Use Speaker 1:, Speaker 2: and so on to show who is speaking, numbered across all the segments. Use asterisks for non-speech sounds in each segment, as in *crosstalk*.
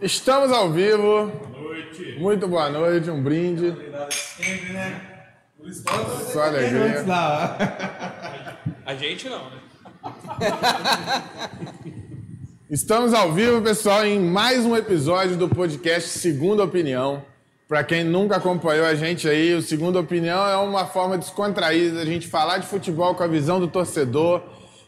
Speaker 1: Estamos ao vivo.
Speaker 2: Boa noite.
Speaker 1: Muito boa noite, um brinde.
Speaker 3: Cuidado sempre, né? Por isso que eu tô
Speaker 1: Só alegria.
Speaker 3: antes lá. ó.
Speaker 2: A gente não, né?
Speaker 1: Estamos ao vivo, pessoal, em mais um episódio do podcast Segunda Opinião. Para quem nunca acompanhou a gente aí, o Segunda Opinião é uma forma descontraída da gente falar de futebol com a visão do torcedor.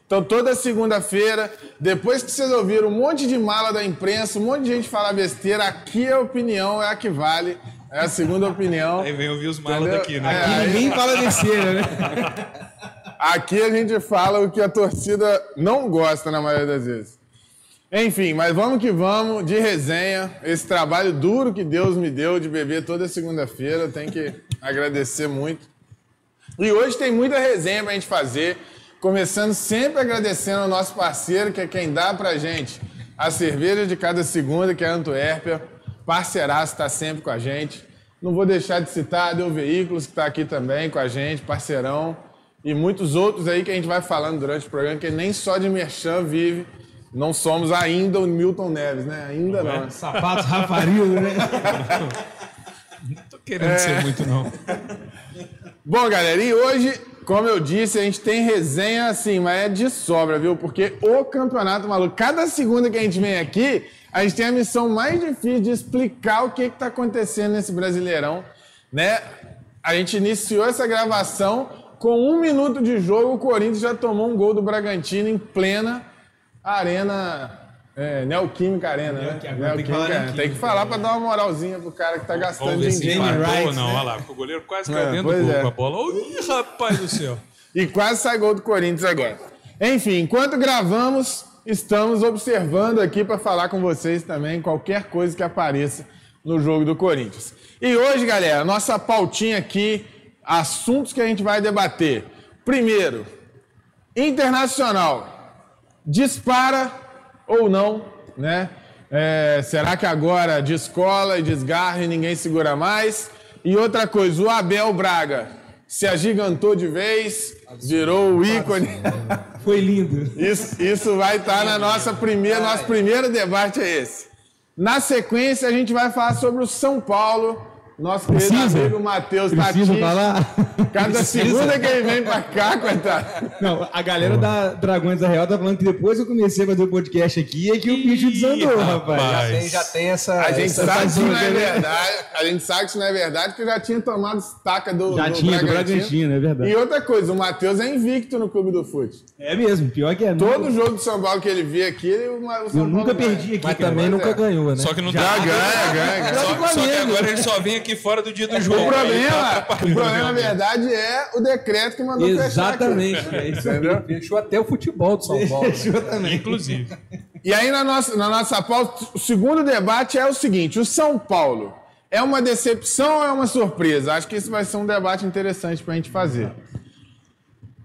Speaker 1: Então, toda segunda-feira, depois que vocês ouviram um monte de mala da imprensa, um monte de gente falar besteira, aqui a opinião é a que vale, é a segunda opinião.
Speaker 2: Aí vem ouvir os malas
Speaker 1: Entendeu?
Speaker 2: daqui, né?
Speaker 1: É. aí-
Speaker 3: Ninguém fala besteira, né?
Speaker 1: *laughs* Aqui a gente fala o que a torcida não gosta na maioria das vezes. Enfim, mas vamos que vamos, de resenha. Esse trabalho duro que Deus me deu de beber toda segunda-feira, eu tenho que *laughs* agradecer muito. E hoje tem muita resenha pra gente fazer, começando sempre agradecendo ao nosso parceiro, que é quem dá pra gente a cerveja de cada segunda, que é a Antuérpia. Parceiraço está sempre com a gente. Não vou deixar de citar a Deu Veículos, que está aqui também com a gente, parceirão. E muitos outros aí que a gente vai falando durante o programa, que nem só de merchan vive. Não somos ainda o Milton Neves, né? Ainda não. né?
Speaker 3: Sapatos rafarildo, né? É.
Speaker 2: Não tô querendo ser muito, não.
Speaker 3: Tá
Speaker 1: Bom, galera, e hoje, como eu disse, a gente tem resenha assim, mas é de sobra, viu? Porque o campeonato maluco, cada segunda que a gente vem aqui, a gente tem a missão mais difícil de explicar o que que tá acontecendo nesse Brasileirão, né? A gente iniciou essa gravação com um minuto de jogo, o Corinthians já tomou um gol do Bragantino em plena arena. É, Neoquímica Arena, né?
Speaker 3: Neoquímica, agora tem que falar
Speaker 1: Arena. Tem que falar pra dar uma moralzinha pro cara que tá gastando
Speaker 2: né? Vamos ver se
Speaker 3: Jamie
Speaker 1: dinheiro.
Speaker 2: empatou ou
Speaker 3: Wright,
Speaker 2: não.
Speaker 3: né?
Speaker 2: Olha lá, o goleiro quase
Speaker 1: É,
Speaker 2: caiu dentro
Speaker 1: pois
Speaker 2: do gol
Speaker 1: é.
Speaker 2: com a bola. Ih, rapaz do céu.
Speaker 1: E quase sai gol do Corinthians agora. Enfim, enquanto gravamos, estamos observando aqui para falar com vocês também qualquer coisa que apareça no jogo do Corinthians. E hoje, galera, nossa pautinha aqui, assuntos que a gente vai debater. Primeiro, Internacional dispara ou não, né? É, será que agora descola e desgarra e ninguém segura mais? E outra coisa, o Abel Braga se agigantou de vez, virou o ícone.
Speaker 3: Foi lindo.
Speaker 1: Isso, isso vai estar na nossa primeira, nosso primeiro debate é esse. Na sequência a gente vai falar sobre o São Paulo. Nosso querido
Speaker 3: Precisa?
Speaker 1: amigo Matheus tá aqui.
Speaker 3: Preciso falar?
Speaker 1: Cada segunda que ele vem pra cá, coitado.
Speaker 3: Não, a galera da Dragões da Real tá falando que depois eu comecei a fazer o podcast aqui é que o bicho desandou, rapaz.
Speaker 2: rapaz.
Speaker 4: Tem, já tem essa.
Speaker 1: A gente
Speaker 4: essa
Speaker 1: sabe que isso não é
Speaker 4: fadiga, né?
Speaker 1: verdade. A gente sabe que isso não é verdade, porque eu já tinha tomado estaca do,
Speaker 3: Já
Speaker 1: do
Speaker 3: tinha, do Bragantino, é verdade.
Speaker 1: E outra coisa, o Matheus é invicto no clube do fute.
Speaker 3: É mesmo, pior que é.
Speaker 1: Todo jogo do São Paulo que ele via aqui, ele, o São
Speaker 3: Eu
Speaker 1: Paulo
Speaker 3: nunca
Speaker 1: ganha.
Speaker 3: perdi aqui,
Speaker 4: Mas
Speaker 3: cara.
Speaker 4: também nunca
Speaker 1: é.
Speaker 4: ganhou, né?
Speaker 2: Só que não
Speaker 1: Ah,
Speaker 2: tá.
Speaker 1: ganha, ganha, ganha.
Speaker 3: *laughs*
Speaker 2: Só,
Speaker 3: Flamengo.
Speaker 2: só que agora ele só vem aqui fora do dia
Speaker 3: É
Speaker 2: do jogo.
Speaker 1: O
Speaker 2: Aí tá
Speaker 1: problema,
Speaker 2: atrapalhando,
Speaker 1: o problema, na
Speaker 2: né?
Speaker 1: verdade, é o decreto que mandou fechar.
Speaker 3: Exatamente. *laughs* É isso aí.
Speaker 1: Exatamente.
Speaker 4: Fechou até o futebol do São Paulo. né?
Speaker 3: Fechou também.
Speaker 2: Inclusive.
Speaker 1: E aí, na nossa, na nossa pauta, o segundo debate é o seguinte: o São Paulo é uma decepção ou é uma surpresa? Acho que isso vai ser um debate interessante para a gente fazer.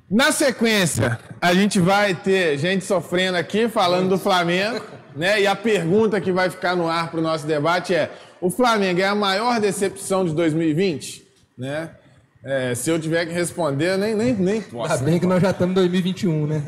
Speaker 1: Na sequência, a gente vai ter gente sofrendo aqui, falando do Flamengo, né? E a pergunta que vai ficar no ar para o nosso debate é: o Flamengo é a maior decepção de 2020? Né? É, se eu tiver que responder, eu nem, nem, nem posso.
Speaker 4: Ainda bem que nós já estamos em 2021, né?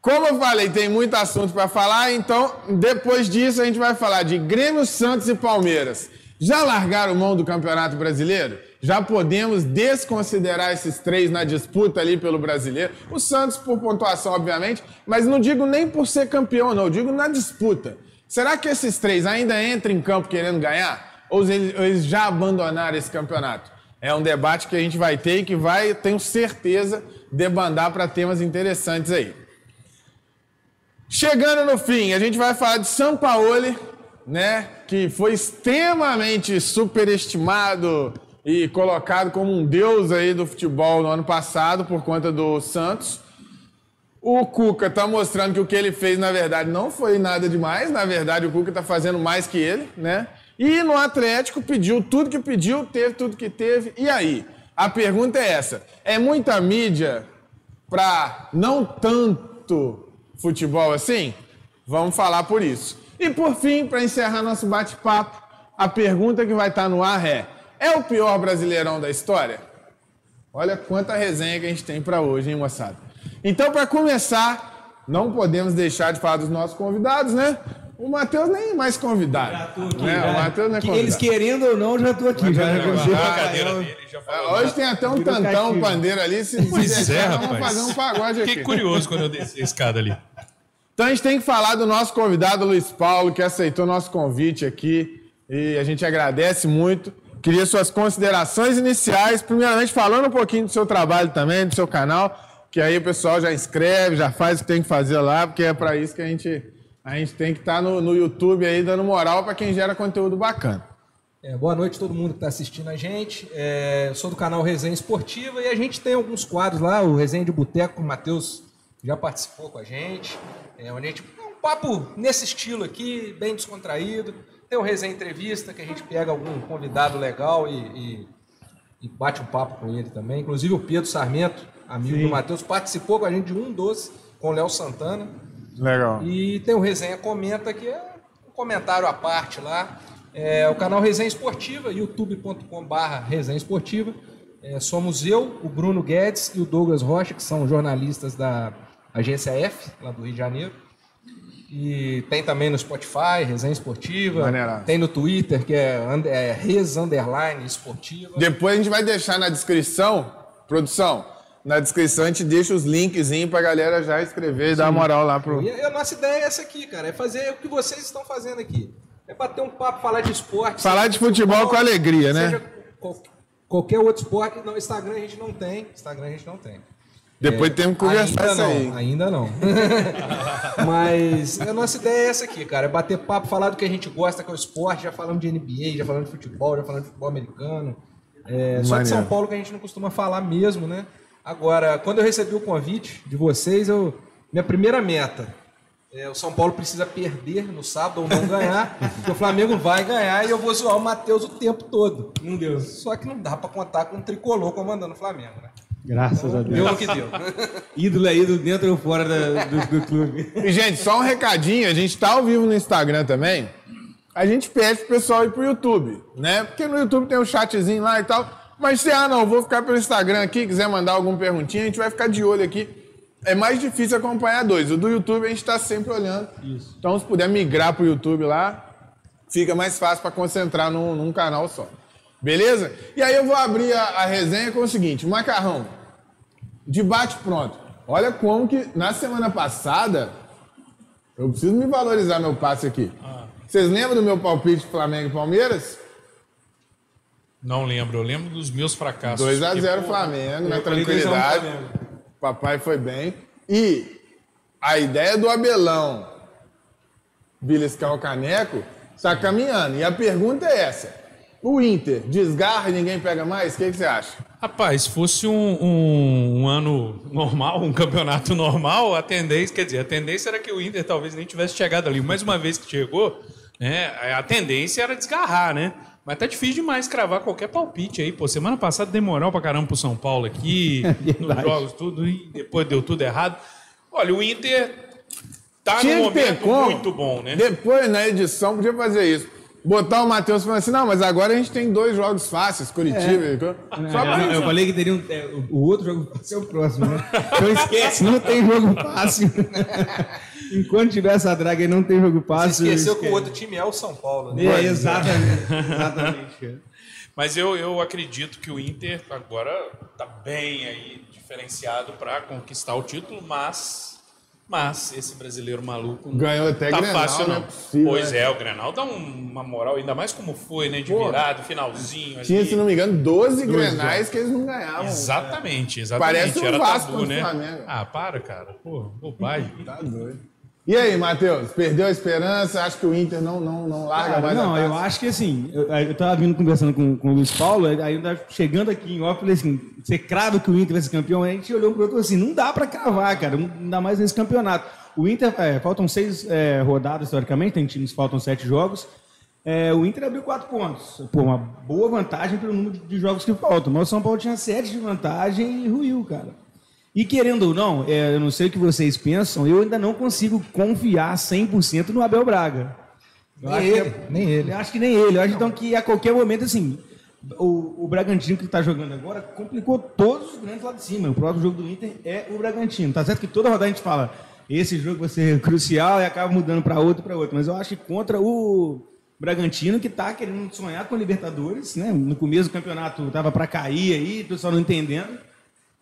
Speaker 1: Como eu falei, tem muito assunto para falar, então depois disso a gente vai falar de Grêmio, Santos e Palmeiras. Já largaram mão do Campeonato Brasileiro? Já podemos desconsiderar esses três na disputa ali pelo Brasileiro? O Santos por pontuação, obviamente, mas não digo nem por ser campeão, não, eu digo na disputa. Será que esses três ainda entram em campo querendo ganhar? Ou eles, ou eles já abandonaram esse campeonato? É um debate que a gente vai ter e que vai, tenho certeza, debandar para temas interessantes aí. Chegando no fim, a gente vai falar de Sampaoli, né? Que foi extremamente superestimado e colocado como um deus aí do futebol no ano passado por conta do Santos. O Cuca tá mostrando que o que ele fez, na verdade, não foi nada demais. Na verdade, o Cuca tá fazendo mais que ele, né? E no Atlético pediu tudo que pediu, teve tudo que teve. E aí? A pergunta é essa: é muita mídia pra não tanto futebol assim? Vamos falar por isso. E por fim, para encerrar nosso bate-papo, a pergunta que vai estar no ar é: é o pior brasileirão da história? Olha quanta resenha que a gente tem pra hoje, hein, moçada? Então, pra começar, não podemos deixar de falar dos nossos convidados, né? O Matheus nem mais convidado. né? O Matheus não é
Speaker 3: Que
Speaker 1: convidado.
Speaker 3: eles querendo ou não, já tô aqui. Já,
Speaker 1: Matheus
Speaker 3: já
Speaker 1: não é
Speaker 2: A
Speaker 1: Ah,
Speaker 2: cadeira dele já
Speaker 1: Ah,
Speaker 2: falou.
Speaker 1: Hoje tem até um
Speaker 3: Virou
Speaker 1: tantão, um
Speaker 3: cativo.
Speaker 1: pandeiro ali. Se, se
Speaker 2: Pois
Speaker 1: deixar,
Speaker 2: é,
Speaker 1: vamos
Speaker 2: rapaz.
Speaker 1: fazer um pagode aqui.
Speaker 2: Fiquei curioso quando eu desci a escada ali.
Speaker 1: Então a gente tem que falar do nosso convidado Luiz Paulo, que aceitou nosso convite aqui e a gente agradece muito. Queria suas considerações iniciais, primeiramente falando um pouquinho do seu trabalho também, do seu canal, que aí o pessoal já inscreve, já faz o que tem que fazer lá, porque é para isso que a gente, a gente tem que estar no, no YouTube aí dando moral para quem gera conteúdo bacana.
Speaker 4: É, boa noite a todo mundo que está assistindo a gente. É, eu sou do canal Resenha Esportiva e a gente tem alguns quadros lá, o Resenha de Boteco, o Matheus já participou com a gente, é, onde a gente é um papo nesse estilo aqui, bem descontraído. Tem o Resenha Entrevista, que a gente pega algum convidado legal e, e- e bate um papo com ele também. Inclusive o Pedro Sarmento, amigo do Matheus, participou com a gente de um doce com o Léo Santana.
Speaker 1: Legal.
Speaker 4: E tem o Resenha Comenta, que é um comentário à parte lá. É, o canal Resenha Esportiva, youtube.com.br Resenha Esportiva. É, somos eu, o Bruno Guedes e o Douglas Rocha, que são jornalistas da agência F, lá do Rio de Janeiro. E tem também no Spotify, Resenha Esportiva.
Speaker 1: Maneiraço.
Speaker 4: Tem no Twitter, que é, and- é Res Underline Esportiva.
Speaker 1: Depois a gente vai deixar na descrição, produção, na descrição a gente deixa os linkzinhos pra galera já escrever e dar moral lá pro.
Speaker 4: E a, a nossa ideia é essa aqui, cara. É fazer o que vocês estão fazendo aqui. É bater um papo, falar de esporte.
Speaker 1: Falar de futebol com alegria, né?
Speaker 4: Seja qual- qualquer outro esporte. Não, Instagram a gente não tem. Instagram a gente não tem.
Speaker 1: Depois um temos que conversar
Speaker 4: É, ainda
Speaker 1: isso
Speaker 4: não,
Speaker 1: aí.
Speaker 4: Ainda não. *laughs* Mas a nossa ideia é essa aqui, cara. É bater papo, falar do que a gente gosta, que é o esporte. Já falamos de NBA, já falamos de futebol, já falamos de futebol americano. É, só de
Speaker 1: Maneiro.
Speaker 4: São Paulo que a gente não costuma falar mesmo, né? Agora, quando eu recebi o convite de vocês, eu, minha primeira meta. é, o São Paulo precisa perder no sábado ou
Speaker 1: *laughs*
Speaker 4: não ganhar, porque o Flamengo vai ganhar e eu vou zoar o Matheus o tempo todo.
Speaker 3: Não deu.
Speaker 4: Só que não dá pra contar com um tricolor comandando o Flamengo, né?
Speaker 3: Graças a
Speaker 4: Deu
Speaker 3: Deus.
Speaker 4: no que deu.
Speaker 3: Ídolo é ídolo dentro ou fora da- do, do clube.
Speaker 1: E, gente, só um recadinho, a gente tá ao vivo no Instagram também. A gente pede pro pessoal ir pro YouTube, né? Porque no YouTube tem um chatzinho lá e tal. Mas se, ah, não, vou ficar pelo Instagram aqui, quiser mandar alguma perguntinha, a gente vai ficar de olho aqui. É mais difícil acompanhar dois. O do YouTube a gente tá sempre olhando. Isso. Então, se puder migrar pro YouTube lá, fica mais fácil para concentrar num, num canal só. Beleza? E aí eu vou abrir a, a resenha com o seguinte: macarrão, de bate pronto. Olha como que na semana passada eu preciso me valorizar meu passe aqui.
Speaker 2: Ah.
Speaker 1: Vocês lembram do meu palpite Flamengo e Palmeiras?
Speaker 2: Não lembro, eu lembro dos meus fracassos.
Speaker 1: 2 a
Speaker 2: Porque,
Speaker 1: 0
Speaker 2: pô,
Speaker 1: Flamengo, na
Speaker 3: eu falei
Speaker 2: é
Speaker 3: 2 a 1
Speaker 1: tranquilidade.
Speaker 3: Flamengo.
Speaker 1: Papai foi bem. E a ideia do Abelão beliscar o caneco está caminhando. E a pergunta é essa: o Inter desgarra e ninguém pega mais? O que, que você acha?
Speaker 2: Rapaz, se fosse um, um- um ano normal, um campeonato normal, a tendência, quer dizer, a tendência era que o Inter talvez nem tivesse chegado ali. Mais uma vez que chegou, né, a tendência era desgarrar, né? Mas tá difícil demais cravar qualquer palpite aí, pô. Semana passada deu moral pra caramba pro São
Speaker 1: *laughs*
Speaker 2: Paulo aqui,
Speaker 1: É
Speaker 2: nos jogos, tudo, e depois deu tudo errado. Olha, o Inter tá
Speaker 1: Tinha
Speaker 2: num
Speaker 1: que ter
Speaker 2: momento
Speaker 1: como.
Speaker 2: muito bom, né?
Speaker 1: Depois, na edição, podia fazer isso. Botar o Matheus falando assim, não, mas agora a gente tem dois jogos fáceis, Curitiba.
Speaker 2: É.
Speaker 1: e co- Só pra
Speaker 3: Eu, eu falei que teria um, é, o- o outro jogo fácil é o próximo, né?
Speaker 4: *laughs*
Speaker 3: Então esquece, não tem jogo fácil. Enquanto tiver essa draga aí, não tem jogo fácil.
Speaker 4: Esqueceu que o outro time é o São Paulo, né?
Speaker 3: É, exatamente.
Speaker 4: *laughs*
Speaker 3: Exatamente.
Speaker 2: Mas eu, eu acredito que o Inter agora tá bem aí diferenciado para conquistar o título, mas mas esse brasileiro maluco não
Speaker 1: Ganhou até
Speaker 2: tá
Speaker 1: Grenal,
Speaker 2: fácil
Speaker 1: não
Speaker 2: não.
Speaker 1: é possível,
Speaker 2: pois
Speaker 1: né?
Speaker 2: é, o Grenal dá um- uma moral ainda mais como foi, né, de
Speaker 1: Pô,
Speaker 2: virado, finalzinho ali.
Speaker 1: Tinha, se não me engano, 12 grenais que eles não ganhavam.
Speaker 2: Exatamente, exatamente.
Speaker 1: Parece um
Speaker 2: Era
Speaker 1: Vasco
Speaker 2: tabu,
Speaker 1: do
Speaker 2: né?
Speaker 1: Flamengo.
Speaker 2: Ah, para, cara. Pô, bobagem.
Speaker 1: Tá doido. E aí, Matheus? Perdeu a esperança? Acho que o Inter não, não, não larga
Speaker 3: Cara,
Speaker 1: mais
Speaker 3: não,
Speaker 1: a taça.
Speaker 3: eu acho que assim, eu, eu tava vindo conversando com, com o Luiz Paulo, aí eu tava chegando aqui em óculos, falei assim, você crava que o Inter vai ser campeão? Aí a gente olhou pro outro e falou assim, não dá pra cravar, cara, não- ainda mais nesse campeonato. O Inter, é, faltam seis é, rodadas, historicamente, tem times que faltam sete jogos. É, o Inter abriu quatro pontos. Pô, uma boa vantagem pelo número de jogos que faltam. Mas o São Paulo tinha sete de vantagem e ruiu, cara. E querendo ou não, é, eu não sei o que vocês pensam, eu ainda não consigo confiar 100% no Abel Braga. Eu
Speaker 4: Nem
Speaker 3: acho que
Speaker 4: ele,
Speaker 3: é-
Speaker 4: nem ele.
Speaker 3: Eu acho que nem ele. Eu acho então que a qualquer momento, assim, o, o Bragantino que tá jogando agora complicou todos os grandes lá de cima. O próximo jogo do Inter é o Bragantino. Tá certo que toda rodada a gente fala. esse jogo vai ser crucial e acaba mudando para outro, para outro. Mas eu acho que contra o Bragantino, que tá querendo sonhar com a Libertadores, né? No começo do campeonato tava para cair aí, o pessoal não entendendo.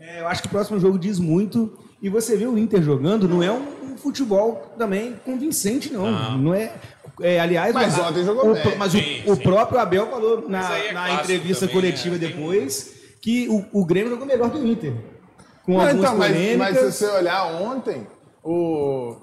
Speaker 3: É, eu acho que o próximo jogo diz muito. E você vê o Inter jogando, não é um, um futebol também convincente, não. Não, é, é, Aliás,
Speaker 1: Mas
Speaker 3: a-
Speaker 1: ontem jogou
Speaker 3: o,
Speaker 1: bem.
Speaker 3: pro- Mas o-
Speaker 2: Sim,
Speaker 3: o
Speaker 2: sim.
Speaker 3: próprio Abel falou na,
Speaker 2: Mas aí é
Speaker 3: na
Speaker 2: clássico
Speaker 3: entrevista
Speaker 2: também,
Speaker 3: coletiva
Speaker 2: é, tem-
Speaker 3: depois que o, o Grêmio jogou melhor que o Inter. Com
Speaker 1: Não,
Speaker 3: algumas
Speaker 1: então, mas,
Speaker 3: polêmicas.
Speaker 1: mas se você olhar ontem, o,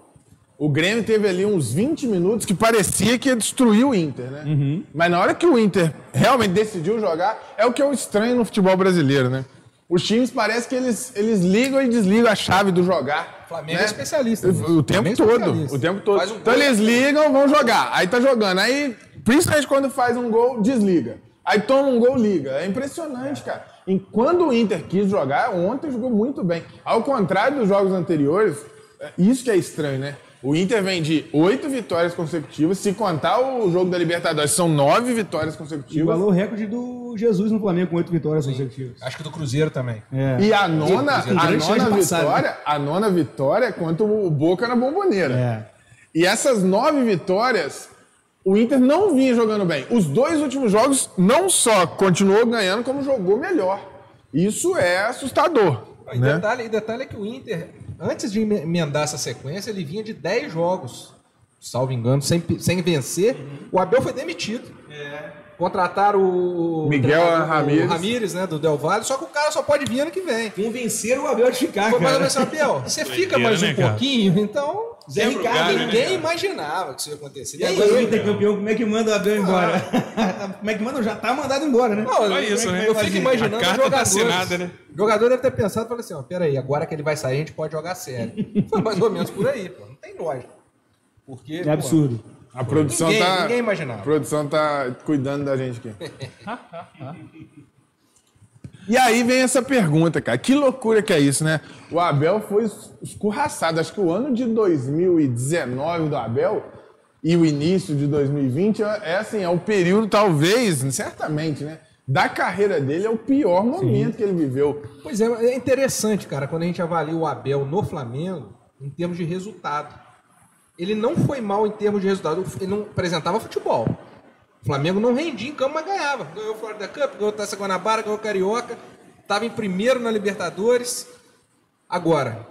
Speaker 1: o Grêmio teve ali uns 20 minutos que parecia que ia destruir o Inter, né?
Speaker 3: Uhum.
Speaker 1: Mas na hora que o Inter realmente decidiu jogar, é o que eu estranho no futebol brasileiro, né? Os times parece que eles, eles ligam e desligam a chave do jogar.
Speaker 4: Flamengo
Speaker 1: né?
Speaker 4: é especialista nisso.
Speaker 1: O, o tempo
Speaker 4: Flamengo é
Speaker 1: todo.
Speaker 4: especialista.
Speaker 1: O tempo todo.
Speaker 4: Faz um
Speaker 1: então
Speaker 4: gol,
Speaker 1: eles ligam, vão jogar. Aí tá jogando. Aí, principalmente quando faz um gol, desliga. Aí toma um gol, liga. É impressionante, cara. E quando o Inter quis jogar, ontem jogou muito bem. Ao contrário dos jogos anteriores, é isso que é estranho, né? O Inter vem de oito vitórias consecutivas. Se contar o jogo da Libertadores, são nove vitórias consecutivas.
Speaker 3: Igualou o recorde do Jesus no Flamengo com oito vitórias consecutivas.
Speaker 4: Acho que do Cruzeiro também.
Speaker 3: É.
Speaker 1: E a nona,
Speaker 3: Tem
Speaker 1: a
Speaker 3: grande chance
Speaker 1: nona
Speaker 3: de passar, né?
Speaker 1: vitória, a nona vitória é contra o Boca na Bomboneira.
Speaker 3: É.
Speaker 1: E essas nove vitórias, o Inter não vinha jogando bem. Os dois últimos jogos não só continuou ganhando, como jogou melhor. Isso é assustador.
Speaker 4: E,
Speaker 1: né?
Speaker 4: detalhe, e detalhe é que o Inter, antes de em- emendar essa sequência, ele vinha de 10 jogos, salvo engano, sem, pe- sem vencer. O Abel foi demitido.
Speaker 2: É.
Speaker 4: Contrataram o
Speaker 1: Miguel
Speaker 4: o-
Speaker 1: Ramírez.
Speaker 4: o Ramírez, né, do Del Valle, só que o cara só pode vir ano que vem.
Speaker 3: Convenceram o Abel
Speaker 1: Ah,
Speaker 3: de ficar,
Speaker 4: Foi mais ou
Speaker 3: cara.
Speaker 4: menos assim, Abel, você fica
Speaker 2: Doideira,
Speaker 4: mais um
Speaker 2: né, cara?
Speaker 4: pouquinho, então.
Speaker 3: Zé
Speaker 2: Quebra o
Speaker 3: Ricardo,
Speaker 2: galho, né,
Speaker 4: Ninguém
Speaker 2: cara?
Speaker 4: imaginava que isso ia acontecer.
Speaker 3: E
Speaker 4: Nem
Speaker 3: agora o
Speaker 4: eu,
Speaker 3: Inter campeão, como é que manda o Abel embora?
Speaker 2: Ah.
Speaker 3: *laughs* como é que manda? Já tá mandado embora, né?
Speaker 4: Não,
Speaker 2: Só isso, né?
Speaker 4: Eu fico imaginando
Speaker 2: A
Speaker 4: os
Speaker 2: carta tá
Speaker 4: jogadores.
Speaker 2: assinada, né?
Speaker 4: O jogador deve ter pensado e falou assim: ó, peraí, agora que ele vai sair, a gente pode jogar sério. Foi mais ou menos por aí, pô. Não tem lógica. Porque.
Speaker 3: É
Speaker 4: pô,
Speaker 3: absurdo.
Speaker 1: A produção
Speaker 4: Ninguém-
Speaker 1: tá.
Speaker 4: ninguém
Speaker 1: A
Speaker 4: imaginava.
Speaker 1: produção tá cuidando da gente aqui. e aí vem essa pergunta, cara. Que loucura que é isso, né? O Abel foi es- escorraçado. Acho que o ano de 2019 do Abel e o início de 2020 é é assim, é o período, talvez, certamente, né? Da carreira dele é o pior momento que ele viveu.
Speaker 4: Pois é, é interessante, cara, quando a gente avalia o Abel no Flamengo em termos de resultado. Ele não foi mal em termos de resultado, ele não apresentava futebol. O Flamengo não rendia em campo, mas ganhava. Ganhou o Florida Cup, ganhou a Taça Guanabara, ganhou o Carioca, estava em primeiro na Libertadores. Agora,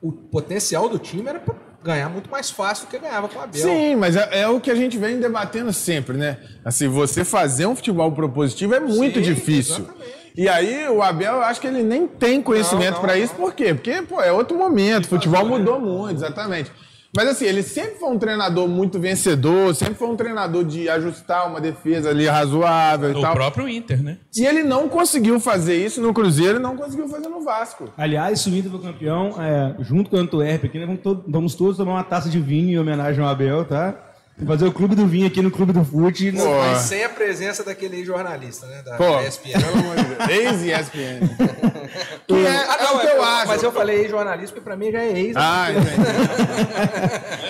Speaker 4: o potencial do time era para ganhar muito mais fácil do que ganhava com o Abel.
Speaker 1: Sim, mas é, é o que a gente vem debatendo sempre, né? Assim, você fazer um futebol propositivo é muito
Speaker 4: Sim,
Speaker 1: difícil.
Speaker 4: exatamente.
Speaker 1: E aí, o Abel, eu acho que ele nem tem conhecimento
Speaker 4: Não, não,
Speaker 1: para isso,
Speaker 4: não.
Speaker 1: por quê? Porque, pô, é outro momento, o futebol mudou muito, exatamente. Mas assim, ele sempre foi um treinador muito vencedor, sempre foi um treinador de ajustar uma defesa ali razoável e
Speaker 2: é O
Speaker 1: tal.
Speaker 2: próprio Inter, né?
Speaker 1: E ele não conseguiu fazer isso no Cruzeiro e não conseguiu fazer no Vasco.
Speaker 4: *laughs*
Speaker 3: Aliás, se o Inter for campeão, é, junto com o Antuérpia aqui, nós vamos, to- vamos todos tomar uma taça de vinho em homenagem ao Abel, tá? Fazer o clube do vinho aqui no Clube do Fute.
Speaker 1: Pô.
Speaker 4: Mas sem a presença daquele jornalista, né? Da
Speaker 1: Pô,
Speaker 4: ESPN.
Speaker 1: pelo amor de Deus.
Speaker 4: *laughs*
Speaker 1: Ex-ESPN. Que *laughs* é,
Speaker 4: Ah,
Speaker 1: é
Speaker 4: não,
Speaker 1: o que
Speaker 4: é-
Speaker 1: eu acho.
Speaker 4: Mas eu falei jornalista, porque pra mim já é ex.
Speaker 1: Ah, entendi.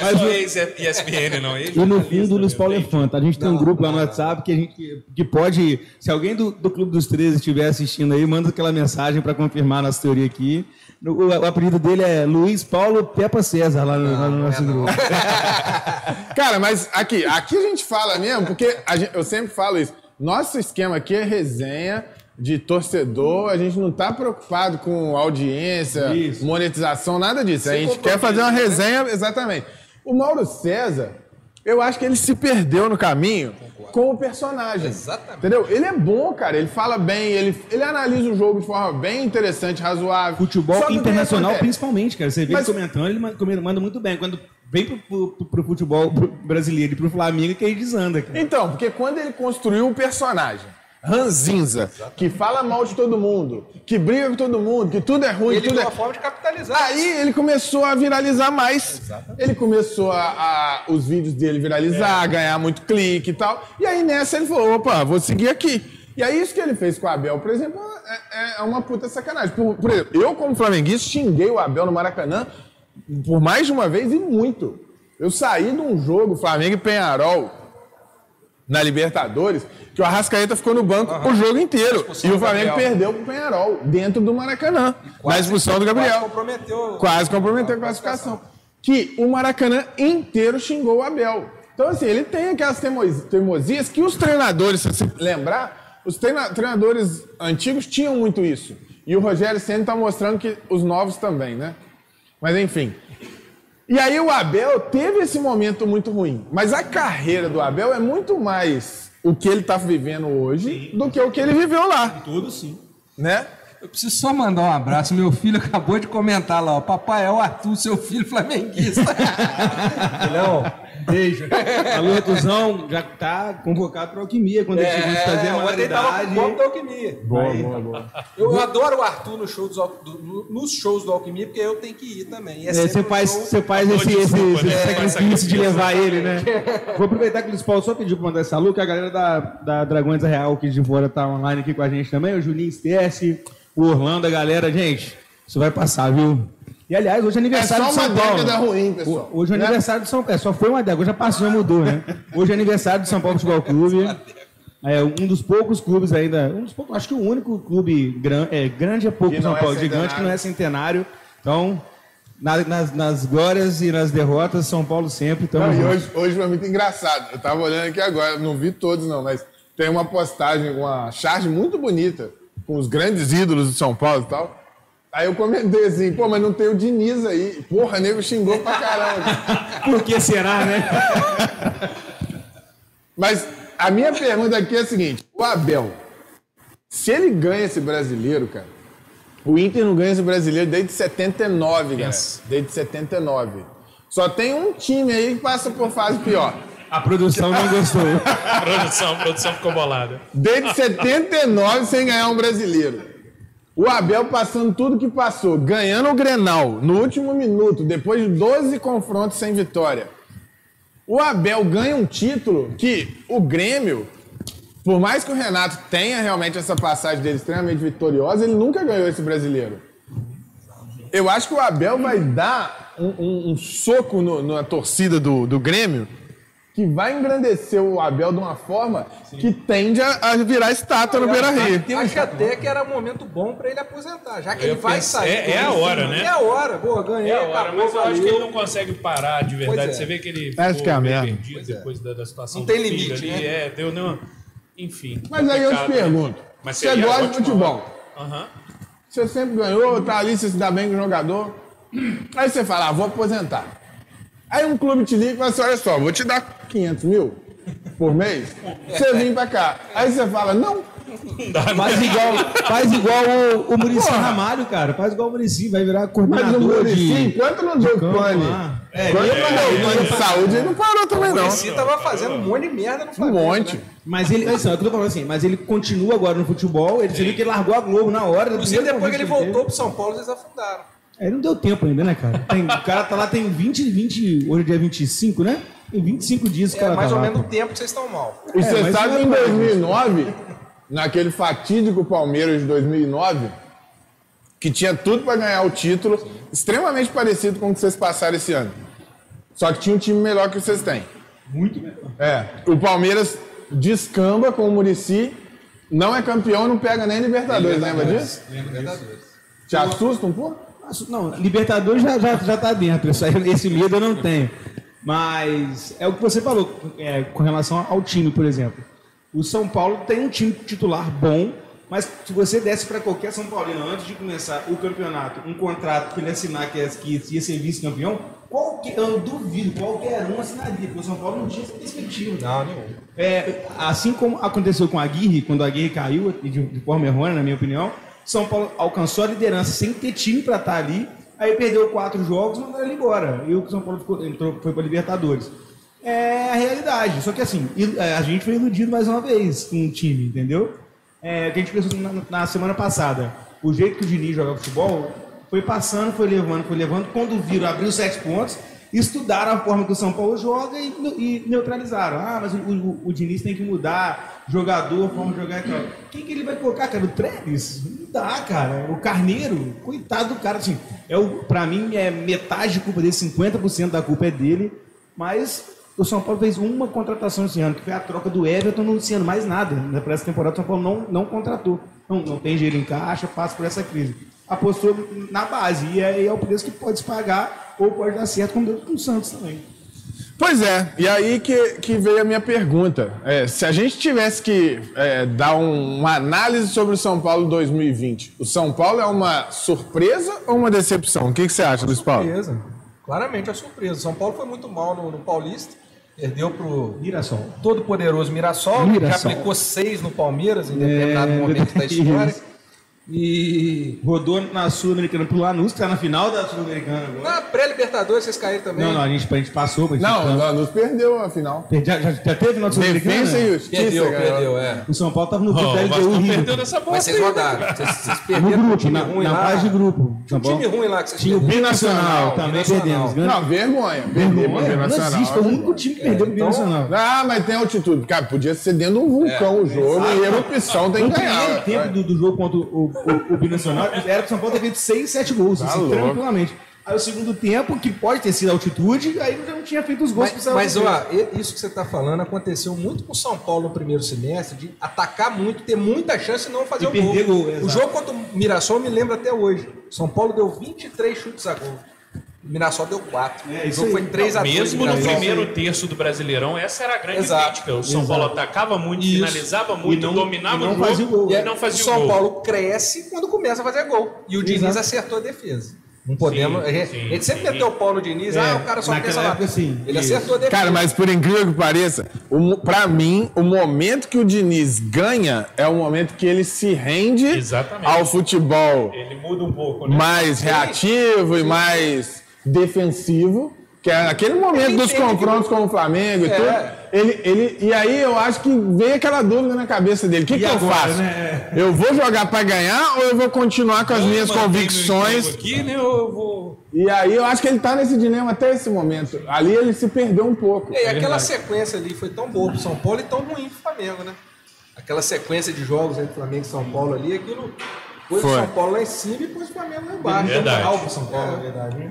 Speaker 2: Mas o ex-ESPN,
Speaker 1: *laughs*
Speaker 2: não.
Speaker 3: E no fundo, o Luiz Paulo é fã, tá? A gente tem um grupo lá no WhatsApp que a gente que pode. Se alguém do, do Clube dos 13 estiver assistindo aí, manda aquela mensagem para confirmar nossa teoria aqui. O, o apelido dele é Luiz Paulo Peppa César lá no, lá no
Speaker 4: não é
Speaker 3: nosso
Speaker 4: não.
Speaker 3: grupo.
Speaker 1: Cara, mas aqui, aqui a gente fala mesmo, porque a gente- eu sempre falo isso. Nosso esquema aqui é resenha de torcedor, a gente não tá preocupado com audiência,
Speaker 3: Isso.
Speaker 1: monetização, nada disso. a gente quer fazer uma resenha, exatamente. O Mauro César, eu acho que ele se perdeu no caminho com o personagem.
Speaker 4: Exatamente.
Speaker 1: Entendeu? Ele é bom, cara, ele fala bem, ele, ele analisa o jogo de forma bem interessante, razoável.
Speaker 3: Futebol
Speaker 1: Só que o que
Speaker 3: internacional,
Speaker 1: acontece?
Speaker 3: principalmente, cara. Você vê
Speaker 1: Mas-
Speaker 3: ele comentando, ele ma- comenta- manda muito bem. Quando vem pro, pro- pro futebol pro brasileiro e pro Flamengo, é que aí
Speaker 4: *laughs*
Speaker 3: desanda, cara.
Speaker 1: Então, porque quando ele construiu o personagem, Ranzinza, que fala mal de todo mundo, que briga com todo mundo, que tudo é ruim,
Speaker 4: Ele
Speaker 1: tudo
Speaker 4: tem
Speaker 1: é...
Speaker 4: uma forma de capitalizar.
Speaker 1: Aí ele começou a viralizar mais. Ele começou a, a- os vídeos dele
Speaker 4: É.
Speaker 1: viralizar, ganhar muito clique e tal. E aí nessa ele falou: opa, vou seguir aqui. E aí isso que ele fez com o Abel, por exemplo, é, é uma puta sacanagem. Por, por exemplo, eu, como flamenguista, xinguei o Abel no Maracanã por mais de uma vez e muito. Eu saí de um jogo, Flamengo e Penharol, na Libertadores, que o Arrascaeta ficou no banco o jogo inteiro.
Speaker 4: expulsão
Speaker 1: E o
Speaker 4: do
Speaker 1: Flamengo
Speaker 4: Gabriel.
Speaker 1: perdeu pro Penharol, dentro do Maracanã, na expulsão do
Speaker 4: Quase
Speaker 1: Gabriel.
Speaker 4: comprometeu.
Speaker 1: Quase comprometeu a classificação. que o Maracanã inteiro xingou o Abel. Então, assim, ele tem aquelas teimois- teimosias que os treinadores, se você lembrar, os treina- treinadores antigos tinham muito isso. E o Rogério Senna está mostrando que os novos também, né? Mas, enfim. E aí o Abel teve esse momento muito ruim. Mas a carreira do Abel é muito mais o que ele está vivendo hoje do que o que ele viveu lá,
Speaker 3: Tudo sim.
Speaker 1: né?
Speaker 4: Eu preciso só mandar um abraço. Meu filho acabou de comentar lá, ó. Papai, é o Arthur, seu filho flamenguista. Filhão, beijo.
Speaker 3: A Lutuzão já tá convocado para alquimia quando ele chegou de
Speaker 4: tá
Speaker 3: fazer a
Speaker 4: É, ontem tava com
Speaker 3: modalidade.
Speaker 4: o copo da alquimia.
Speaker 1: Boa, boa, boa.
Speaker 4: Eu adoro o Arthur no show dos Al- do- no- nos shows do Alquimia, porque eu tenho que ir também. E é
Speaker 3: É,
Speaker 4: sempre
Speaker 3: você
Speaker 4: um
Speaker 3: faz,
Speaker 4: show-
Speaker 3: você faz
Speaker 2: Boa
Speaker 3: esse,
Speaker 2: desculpa,
Speaker 3: esse-
Speaker 2: né?
Speaker 3: esse
Speaker 2: Faz
Speaker 3: sacrifício de
Speaker 2: sacrifício,
Speaker 3: levar ele, né? Vou aproveitar que o Luiz Paulo só pediu pra mandar saludo, que a galera da, da Dragões da Real aqui de fora tá online aqui com a gente também, o Juninho Stess, o Orlando, a galera, gente, isso vai passar, viu? E aliás, hoje é
Speaker 1: É
Speaker 3: aniversário
Speaker 1: só
Speaker 3: do
Speaker 1: uma
Speaker 3: São Paulo.
Speaker 1: década ruim, pessoal.
Speaker 3: Ho- Hoje é
Speaker 1: Né?
Speaker 3: aniversário do São Paulo. É, só foi uma década, já passou, já mudou, né? Hoje é aniversário do São Paulo
Speaker 1: *laughs*
Speaker 3: Futebol Clube. É um dos poucos clubes ainda. Um dos poucos, acho que o único clube gran- é, grande é pouco
Speaker 1: Que
Speaker 3: São
Speaker 1: não é
Speaker 3: Paulo, gigante
Speaker 1: centenário.
Speaker 3: que não é centenário. Então, na- nas, nas glórias e nas derrotas, São Paulo sempre. Então,
Speaker 1: Não, e hoje, hoje foi muito engraçado. Eu tava olhando aqui agora, não vi todos não, mas tem uma postagem, uma charge muito bonita, com os grandes ídolos de São Paulo e tal. Aí eu comentei assim, pô, mas não tem o Diniz aí. Porra, nego xingou pra caramba.
Speaker 3: por que será, né?
Speaker 1: mas a minha pergunta aqui é a seguinte, o Abel, se ele ganha esse brasileiro, cara, o Inter não ganha esse brasileiro desde 79, cara.
Speaker 2: Yes.
Speaker 1: Desde 79. Só tem um time aí que passa por fase pior.
Speaker 3: A produção não gostou.
Speaker 2: A *laughs* produção, a produção ficou bolada.
Speaker 1: Desde 79 sem ganhar um brasileiro. O Abel passando tudo que passou, ganhando o Grenal no último minuto, depois de 12 confrontos sem vitória. O Abel ganha um título que o Grêmio, por mais que o Renato tenha realmente essa passagem dele extremamente vitoriosa, ele nunca ganhou esse brasileiro. Eu acho que o Abel vai dar um, um- um soco no- na torcida do, do Grêmio que vai engrandecer o Abel de uma forma que tende a, a virar estátua no Beira Rio.
Speaker 4: Acho até que era um momento bom pra ele aposentar, já que
Speaker 2: Eu
Speaker 4: ele vai
Speaker 2: pensei-
Speaker 4: sair.
Speaker 2: é- é a
Speaker 4: Assim,
Speaker 2: hora, né?
Speaker 4: É a hora, boa, ganhei.
Speaker 2: É, agora,
Speaker 4: acabou,
Speaker 2: mas eu acho
Speaker 4: valeu.
Speaker 2: que ele não consegue parar de verdade.
Speaker 4: Pois é.
Speaker 2: Você vê que ele
Speaker 1: Acho que é a
Speaker 2: meio
Speaker 1: merda.
Speaker 2: perdido depois da, da situação
Speaker 4: Não tem
Speaker 2: do filho
Speaker 4: limite,
Speaker 2: ali.
Speaker 4: né?
Speaker 2: É, deu não. Enfim.
Speaker 1: Mas aí eu te
Speaker 2: complicado, né?
Speaker 1: pergunto:
Speaker 2: Mas
Speaker 1: você
Speaker 2: seria
Speaker 1: gosta de
Speaker 2: ótimo. né?
Speaker 1: futebol?
Speaker 2: Aham.
Speaker 1: Você sempre ganhou, tá ali, você se dá bem com o jogador. Aí você fala, ah, vou aposentar. Aí um clube te liga e fala assim, olha só, vou te dar 500 mil por mês, você vem pra cá. Aí você fala, não, um
Speaker 2: Não dá, né?
Speaker 3: Faz igual, faz igual o, o Muricy
Speaker 1: Porra.
Speaker 3: Ramalho, cara. Faz igual o Muricy, vai virar
Speaker 1: mas
Speaker 3: coordenador
Speaker 1: no Murici,
Speaker 3: de...
Speaker 1: enquanto não deu
Speaker 3: Vamos
Speaker 1: plano,
Speaker 3: lá. É,
Speaker 1: enquanto não deu plano de saúde, ele não parou também não.
Speaker 4: O Messi tava fazendo um monte de merda no
Speaker 1: Um
Speaker 4: Flamengo.
Speaker 1: monte.
Speaker 4: né?
Speaker 3: Mas ele, assim, é o que eu tô falando assim, mas ele continua agora no futebol, ele viu que ele largou a Globo na hora. do
Speaker 4: Inclusive,
Speaker 3: primeiro
Speaker 4: depois que ele
Speaker 3: convite
Speaker 4: voltou pro São Paulo, eles afundaram.
Speaker 3: teve. É, não deu tempo ainda, né, cara? Tem- o cara tá lá, tem 20, 20, hoje é dia 25, né? Tem 25 dias que
Speaker 4: É
Speaker 3: o cara
Speaker 4: mais
Speaker 3: tá
Speaker 4: ou
Speaker 3: lá,
Speaker 4: menos o
Speaker 3: pô.
Speaker 4: tempo que vocês estão mal.
Speaker 1: E
Speaker 3: É,
Speaker 1: você
Speaker 3: mas
Speaker 1: sabe
Speaker 3: não é
Speaker 1: que em
Speaker 3: pra
Speaker 1: 2009, naquele fatídico Palmeiras de 2009, que tinha tudo para ganhar o título, extremamente parecido com o que vocês passaram esse ano. Só que tinha um time melhor que vocês têm.
Speaker 3: Muito mesmo.
Speaker 1: É, o Palmeiras descamba com o Murici, não é campeão, não pega nem Libertadores, lembra disso? Te assusta um pouco?
Speaker 3: Nossa, Não, Libertadores já, já, já tá dentro, isso aí- esse medo eu não tenho. Mas é o que você falou é, com relação ao time, por exemplo. O São Paulo tem um time titular bom, mas se você desse para qualquer São Paulino antes de começar o campeonato, um contrato que ele assinar que, é- que ia ser vice-campeão, qualquer, eu duvido, qualquer um assinaria, porque o São Paulo não tinha essa perspectiva.
Speaker 4: Não, nenhum.
Speaker 3: É, assim como aconteceu com a Aguirre, quando a Aguirre caiu, e de, de forma errônea, na minha opinião, São Paulo alcançou a liderança sem ter time para estar ali, aí perdeu quatro jogos e mandaram ele embora. E o São Paulo ficou, entrou, foi para Libertadores. É a realidade. Só que assim, il- é, a gente foi iludido mais uma vez com o time, entendeu? É, o que a gente pensou na, na semana passada. O jeito que o Diniz joga futebol foi passando, foi levando, foi levando. Quando viram, abriu sete pontos, estudaram a forma que o São Paulo joga e, e neutralizaram. Ah, mas o, o, o Diniz tem que mudar jogador, forma de jogar e tal. Quem que ele vai colocar, cara? O Trevis? Não dá, cara. O Carneiro, coitado do cara. Assim, é o, pra mim, é metade de culpa dele, 50% da culpa é dele. Mas o São Paulo fez uma contratação esse ano, que foi a troca do Everton, não anunciando mais nada. Né? Para essa temporada, o São Paulo não, não contratou. não, não tem dinheiro em caixa, passa por essa crise. Apostou na base, e aí é o preço que pode se pagar ou pode dar certo, como deu com o Santos também.
Speaker 1: Pois é, e aí que, que veio a minha pergunta. É, se a gente tivesse que é, dar um- uma análise sobre o São Paulo 2020, o São Paulo é uma surpresa ou uma decepção? O que, que você acha, Luiz Paulo?
Speaker 4: Surpresa. Claramente é surpresa. São Paulo foi muito mal no, no Paulista. Perdeu pro
Speaker 3: Mirassol.
Speaker 4: todo poderoso Mirassol, que
Speaker 3: Mirassol.
Speaker 4: já aplicou seis no Palmeiras em determinado
Speaker 3: É,
Speaker 4: momento da
Speaker 3: isso.
Speaker 4: história. E
Speaker 3: Rodou na Sul-Americana pro Lanús, que tá na final da Sul-Americana agora.
Speaker 4: na pré-Libertadores vocês caíram também.
Speaker 3: Não, não, a gente, a gente passou, mas.
Speaker 1: Não, o Lanús perdeu a final.
Speaker 3: Perdi- Já, já, já teve nosso
Speaker 1: Defesa e
Speaker 3: americano?
Speaker 1: justiça.
Speaker 4: Perdeu,
Speaker 1: galera.
Speaker 4: perdeu, é.
Speaker 3: O São Paulo tava no grupo
Speaker 2: Ó,
Speaker 3: da
Speaker 2: o
Speaker 3: LDU
Speaker 2: Vasco tá
Speaker 3: River.
Speaker 2: perdeu nessa
Speaker 4: Mas
Speaker 2: bosta
Speaker 4: vocês
Speaker 2: aí.
Speaker 4: rodaram. Vocês, vocês
Speaker 3: No
Speaker 4: perderam pro
Speaker 3: grupo,
Speaker 4: time
Speaker 3: na,
Speaker 4: ruim
Speaker 3: na
Speaker 4: lá.
Speaker 3: fase de grupo.
Speaker 4: O
Speaker 3: São
Speaker 4: um time
Speaker 3: Paulo.
Speaker 4: ruim lá que vocês
Speaker 3: Tinha o
Speaker 4: perderam.
Speaker 3: Binacional,
Speaker 4: Binacional,
Speaker 3: também
Speaker 4: Binacional.
Speaker 3: perdemos. Grande-
Speaker 1: Não, vergonha. Perdeu pro
Speaker 3: Não, não
Speaker 1: Internacional.
Speaker 3: existe, foi o único time que perdeu pro
Speaker 4: então-
Speaker 3: Binacional.
Speaker 1: Ah, mas tem altitude. Cara, podia ser dentro de um
Speaker 4: É.
Speaker 1: vulcão o jogo e a opção tem é.
Speaker 3: No
Speaker 1: que
Speaker 3: primeiro
Speaker 1: ganhar.
Speaker 3: tempo do, do jogo contra o, o, o Binacional, era que o São Paulo ter feito 6, 7 gols,
Speaker 1: Tá
Speaker 3: assim,
Speaker 1: louco.
Speaker 3: tranquilamente. Aí o segundo tempo, que pode ter sido altitude, aí já não tinha feito os gols que
Speaker 4: Mas,
Speaker 3: precisava
Speaker 4: mas,
Speaker 3: fazer.
Speaker 4: ó, e- isso que você está falando aconteceu muito com o São Paulo no primeiro semestre, de atacar muito, ter muita chance e não fazer
Speaker 3: E
Speaker 4: o
Speaker 3: perder
Speaker 4: gol.
Speaker 3: gol, exato.
Speaker 4: o jogo contra o Mirassol eu me lembro até hoje. São Paulo deu 23 chutes a gol. O Mirassol deu 4.
Speaker 3: É,
Speaker 4: o
Speaker 3: isso
Speaker 4: jogo foi
Speaker 3: aí.
Speaker 4: 3 a 2
Speaker 2: Mesmo no primeiro terço do Brasileirão, essa era a grande
Speaker 4: Exato,
Speaker 2: crítica. O São
Speaker 3: exato.
Speaker 2: Paulo atacava muito,
Speaker 4: Isso.
Speaker 2: finalizava muito,
Speaker 3: E não-
Speaker 2: dominava
Speaker 3: e não
Speaker 2: o jogo
Speaker 3: fazia o gol.
Speaker 2: e
Speaker 4: E é,
Speaker 2: não fazia
Speaker 4: o São
Speaker 2: o gol.
Speaker 4: Paulo cresce quando começa a fazer gol. E o Diniz
Speaker 3: Exato.
Speaker 4: acertou a defesa. Não podemos.
Speaker 2: Sim,
Speaker 4: a gente,
Speaker 2: sim,
Speaker 4: a gente sempre
Speaker 2: sim.
Speaker 4: meteu o Paulo Diniz,
Speaker 3: É,
Speaker 4: ah, o cara só
Speaker 3: naquela
Speaker 4: pensa lá.
Speaker 3: época, sim.
Speaker 4: Ele
Speaker 3: Isso.
Speaker 4: acertou a defesa.
Speaker 1: Cara, mas por incrível que pareça, o mo- pra mim, o momento que o Diniz ganha é o momento que ele se rende
Speaker 2: Exatamente.
Speaker 1: ao futebol
Speaker 2: Ele muda um pouco, né?
Speaker 1: mais reativo e mais defensivo, que é naquele momento
Speaker 4: Ele
Speaker 1: dos
Speaker 4: entende
Speaker 1: confrontos com o Flamengo e
Speaker 4: É.
Speaker 1: tudo. Ele, ele, e aí eu acho que veio aquela dúvida na cabeça dele: o que, que eu
Speaker 3: agora,
Speaker 1: faço?
Speaker 3: né?
Speaker 1: Eu vou jogar pra ganhar ou eu vou continuar com as
Speaker 2: Eu
Speaker 1: minhas
Speaker 2: mantenho meu
Speaker 1: convicções?
Speaker 2: emprego Aqui, né, eu vou...
Speaker 1: E aí eu acho que ele tá nesse dilema até esse momento. Ali ele se perdeu um pouco.
Speaker 4: E aí, aquela sequência ali foi tão boa pro São Paulo e tão ruim pro Flamengo, né? Aquela sequência de jogos entre Flamengo e São Paulo ali, aquilo pôs o
Speaker 1: Foi.
Speaker 4: São Paulo lá em cima e pôs o Flamengo lá embaixo.
Speaker 2: Verdade.
Speaker 4: Deu moral pro São
Speaker 3: É
Speaker 4: Paulo, na verdade, né?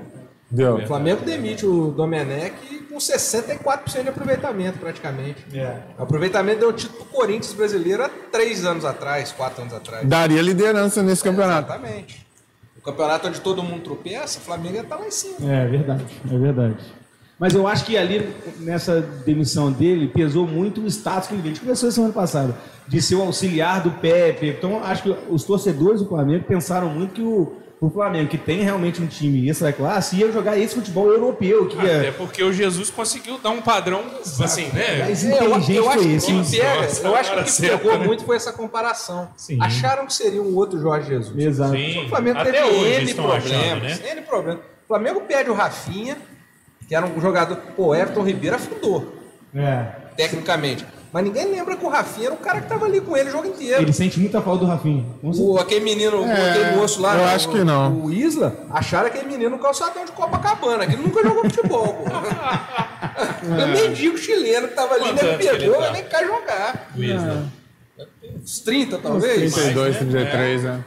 Speaker 1: Deu.
Speaker 4: O Flamengo demite o Domenech com 64% de aproveitamento, praticamente.
Speaker 3: É.
Speaker 4: O aproveitamento deu título pro Corinthians brasileiro há três anos atrás, quatro anos atrás.
Speaker 1: Daria liderança nesse campeonato.
Speaker 4: Exatamente. O campeonato onde todo mundo tropeça, o Flamengo ia tá lá em cima.
Speaker 3: É verdade, é verdade. Mas eu acho que ali, nessa demissão dele, pesou muito o status que ele veio. A gente começou isso semana passada, de ser o auxiliar do Pepe. Então, acho que os torcedores do Flamengo pensaram muito que o, o Flamengo, que tem realmente um time extra classe, ia jogar esse futebol europeu, que
Speaker 1: É.
Speaker 3: é-
Speaker 2: Até
Speaker 3: ia...
Speaker 2: porque o Jesus conseguiu dar um padrão, assim, né?
Speaker 3: Mas
Speaker 4: É, eu,
Speaker 3: inteligente
Speaker 4: eu acho
Speaker 3: foi
Speaker 4: que
Speaker 3: esse,
Speaker 4: o
Speaker 3: hein?
Speaker 4: que pega,
Speaker 2: Nossa,
Speaker 4: eu acho que
Speaker 2: agora
Speaker 4: o que
Speaker 2: acerta,
Speaker 4: pegou
Speaker 2: né?
Speaker 4: muito foi essa comparação.
Speaker 2: Sim.
Speaker 4: Acharam que seria um outro Jorge Jesus.
Speaker 3: Exato.
Speaker 2: Sim,
Speaker 4: O Flamengo
Speaker 2: até
Speaker 4: teve
Speaker 2: hoje
Speaker 4: N
Speaker 2: estão
Speaker 4: problemas,
Speaker 2: achando, né?
Speaker 4: N problemas. O Flamengo perde o Rafinha, que era um jogador. Pô, o Everton Ribeiro afundou,
Speaker 3: É.
Speaker 4: tecnicamente. Mas ninguém lembra que o Rafinha era o cara que tava ali com ele o jogo inteiro.
Speaker 3: Ele sente muita falta do Rafinha. Com certeza.
Speaker 4: O, aquele menino,
Speaker 1: É,
Speaker 4: aquele moço lá,
Speaker 1: eu
Speaker 4: né,
Speaker 1: acho
Speaker 4: o-
Speaker 1: que não.
Speaker 4: O Isla, acharam aquele menino no calçadão de Copacabana, que ele nunca jogou futebol, pô.
Speaker 2: *laughs*
Speaker 4: É. O mendigo chileno que tava ali,
Speaker 2: Quantos
Speaker 4: nem
Speaker 2: anos que
Speaker 4: pegou,
Speaker 2: ele tá?
Speaker 4: nem quer jogar. Uns 30, talvez?
Speaker 1: 32, 33, né?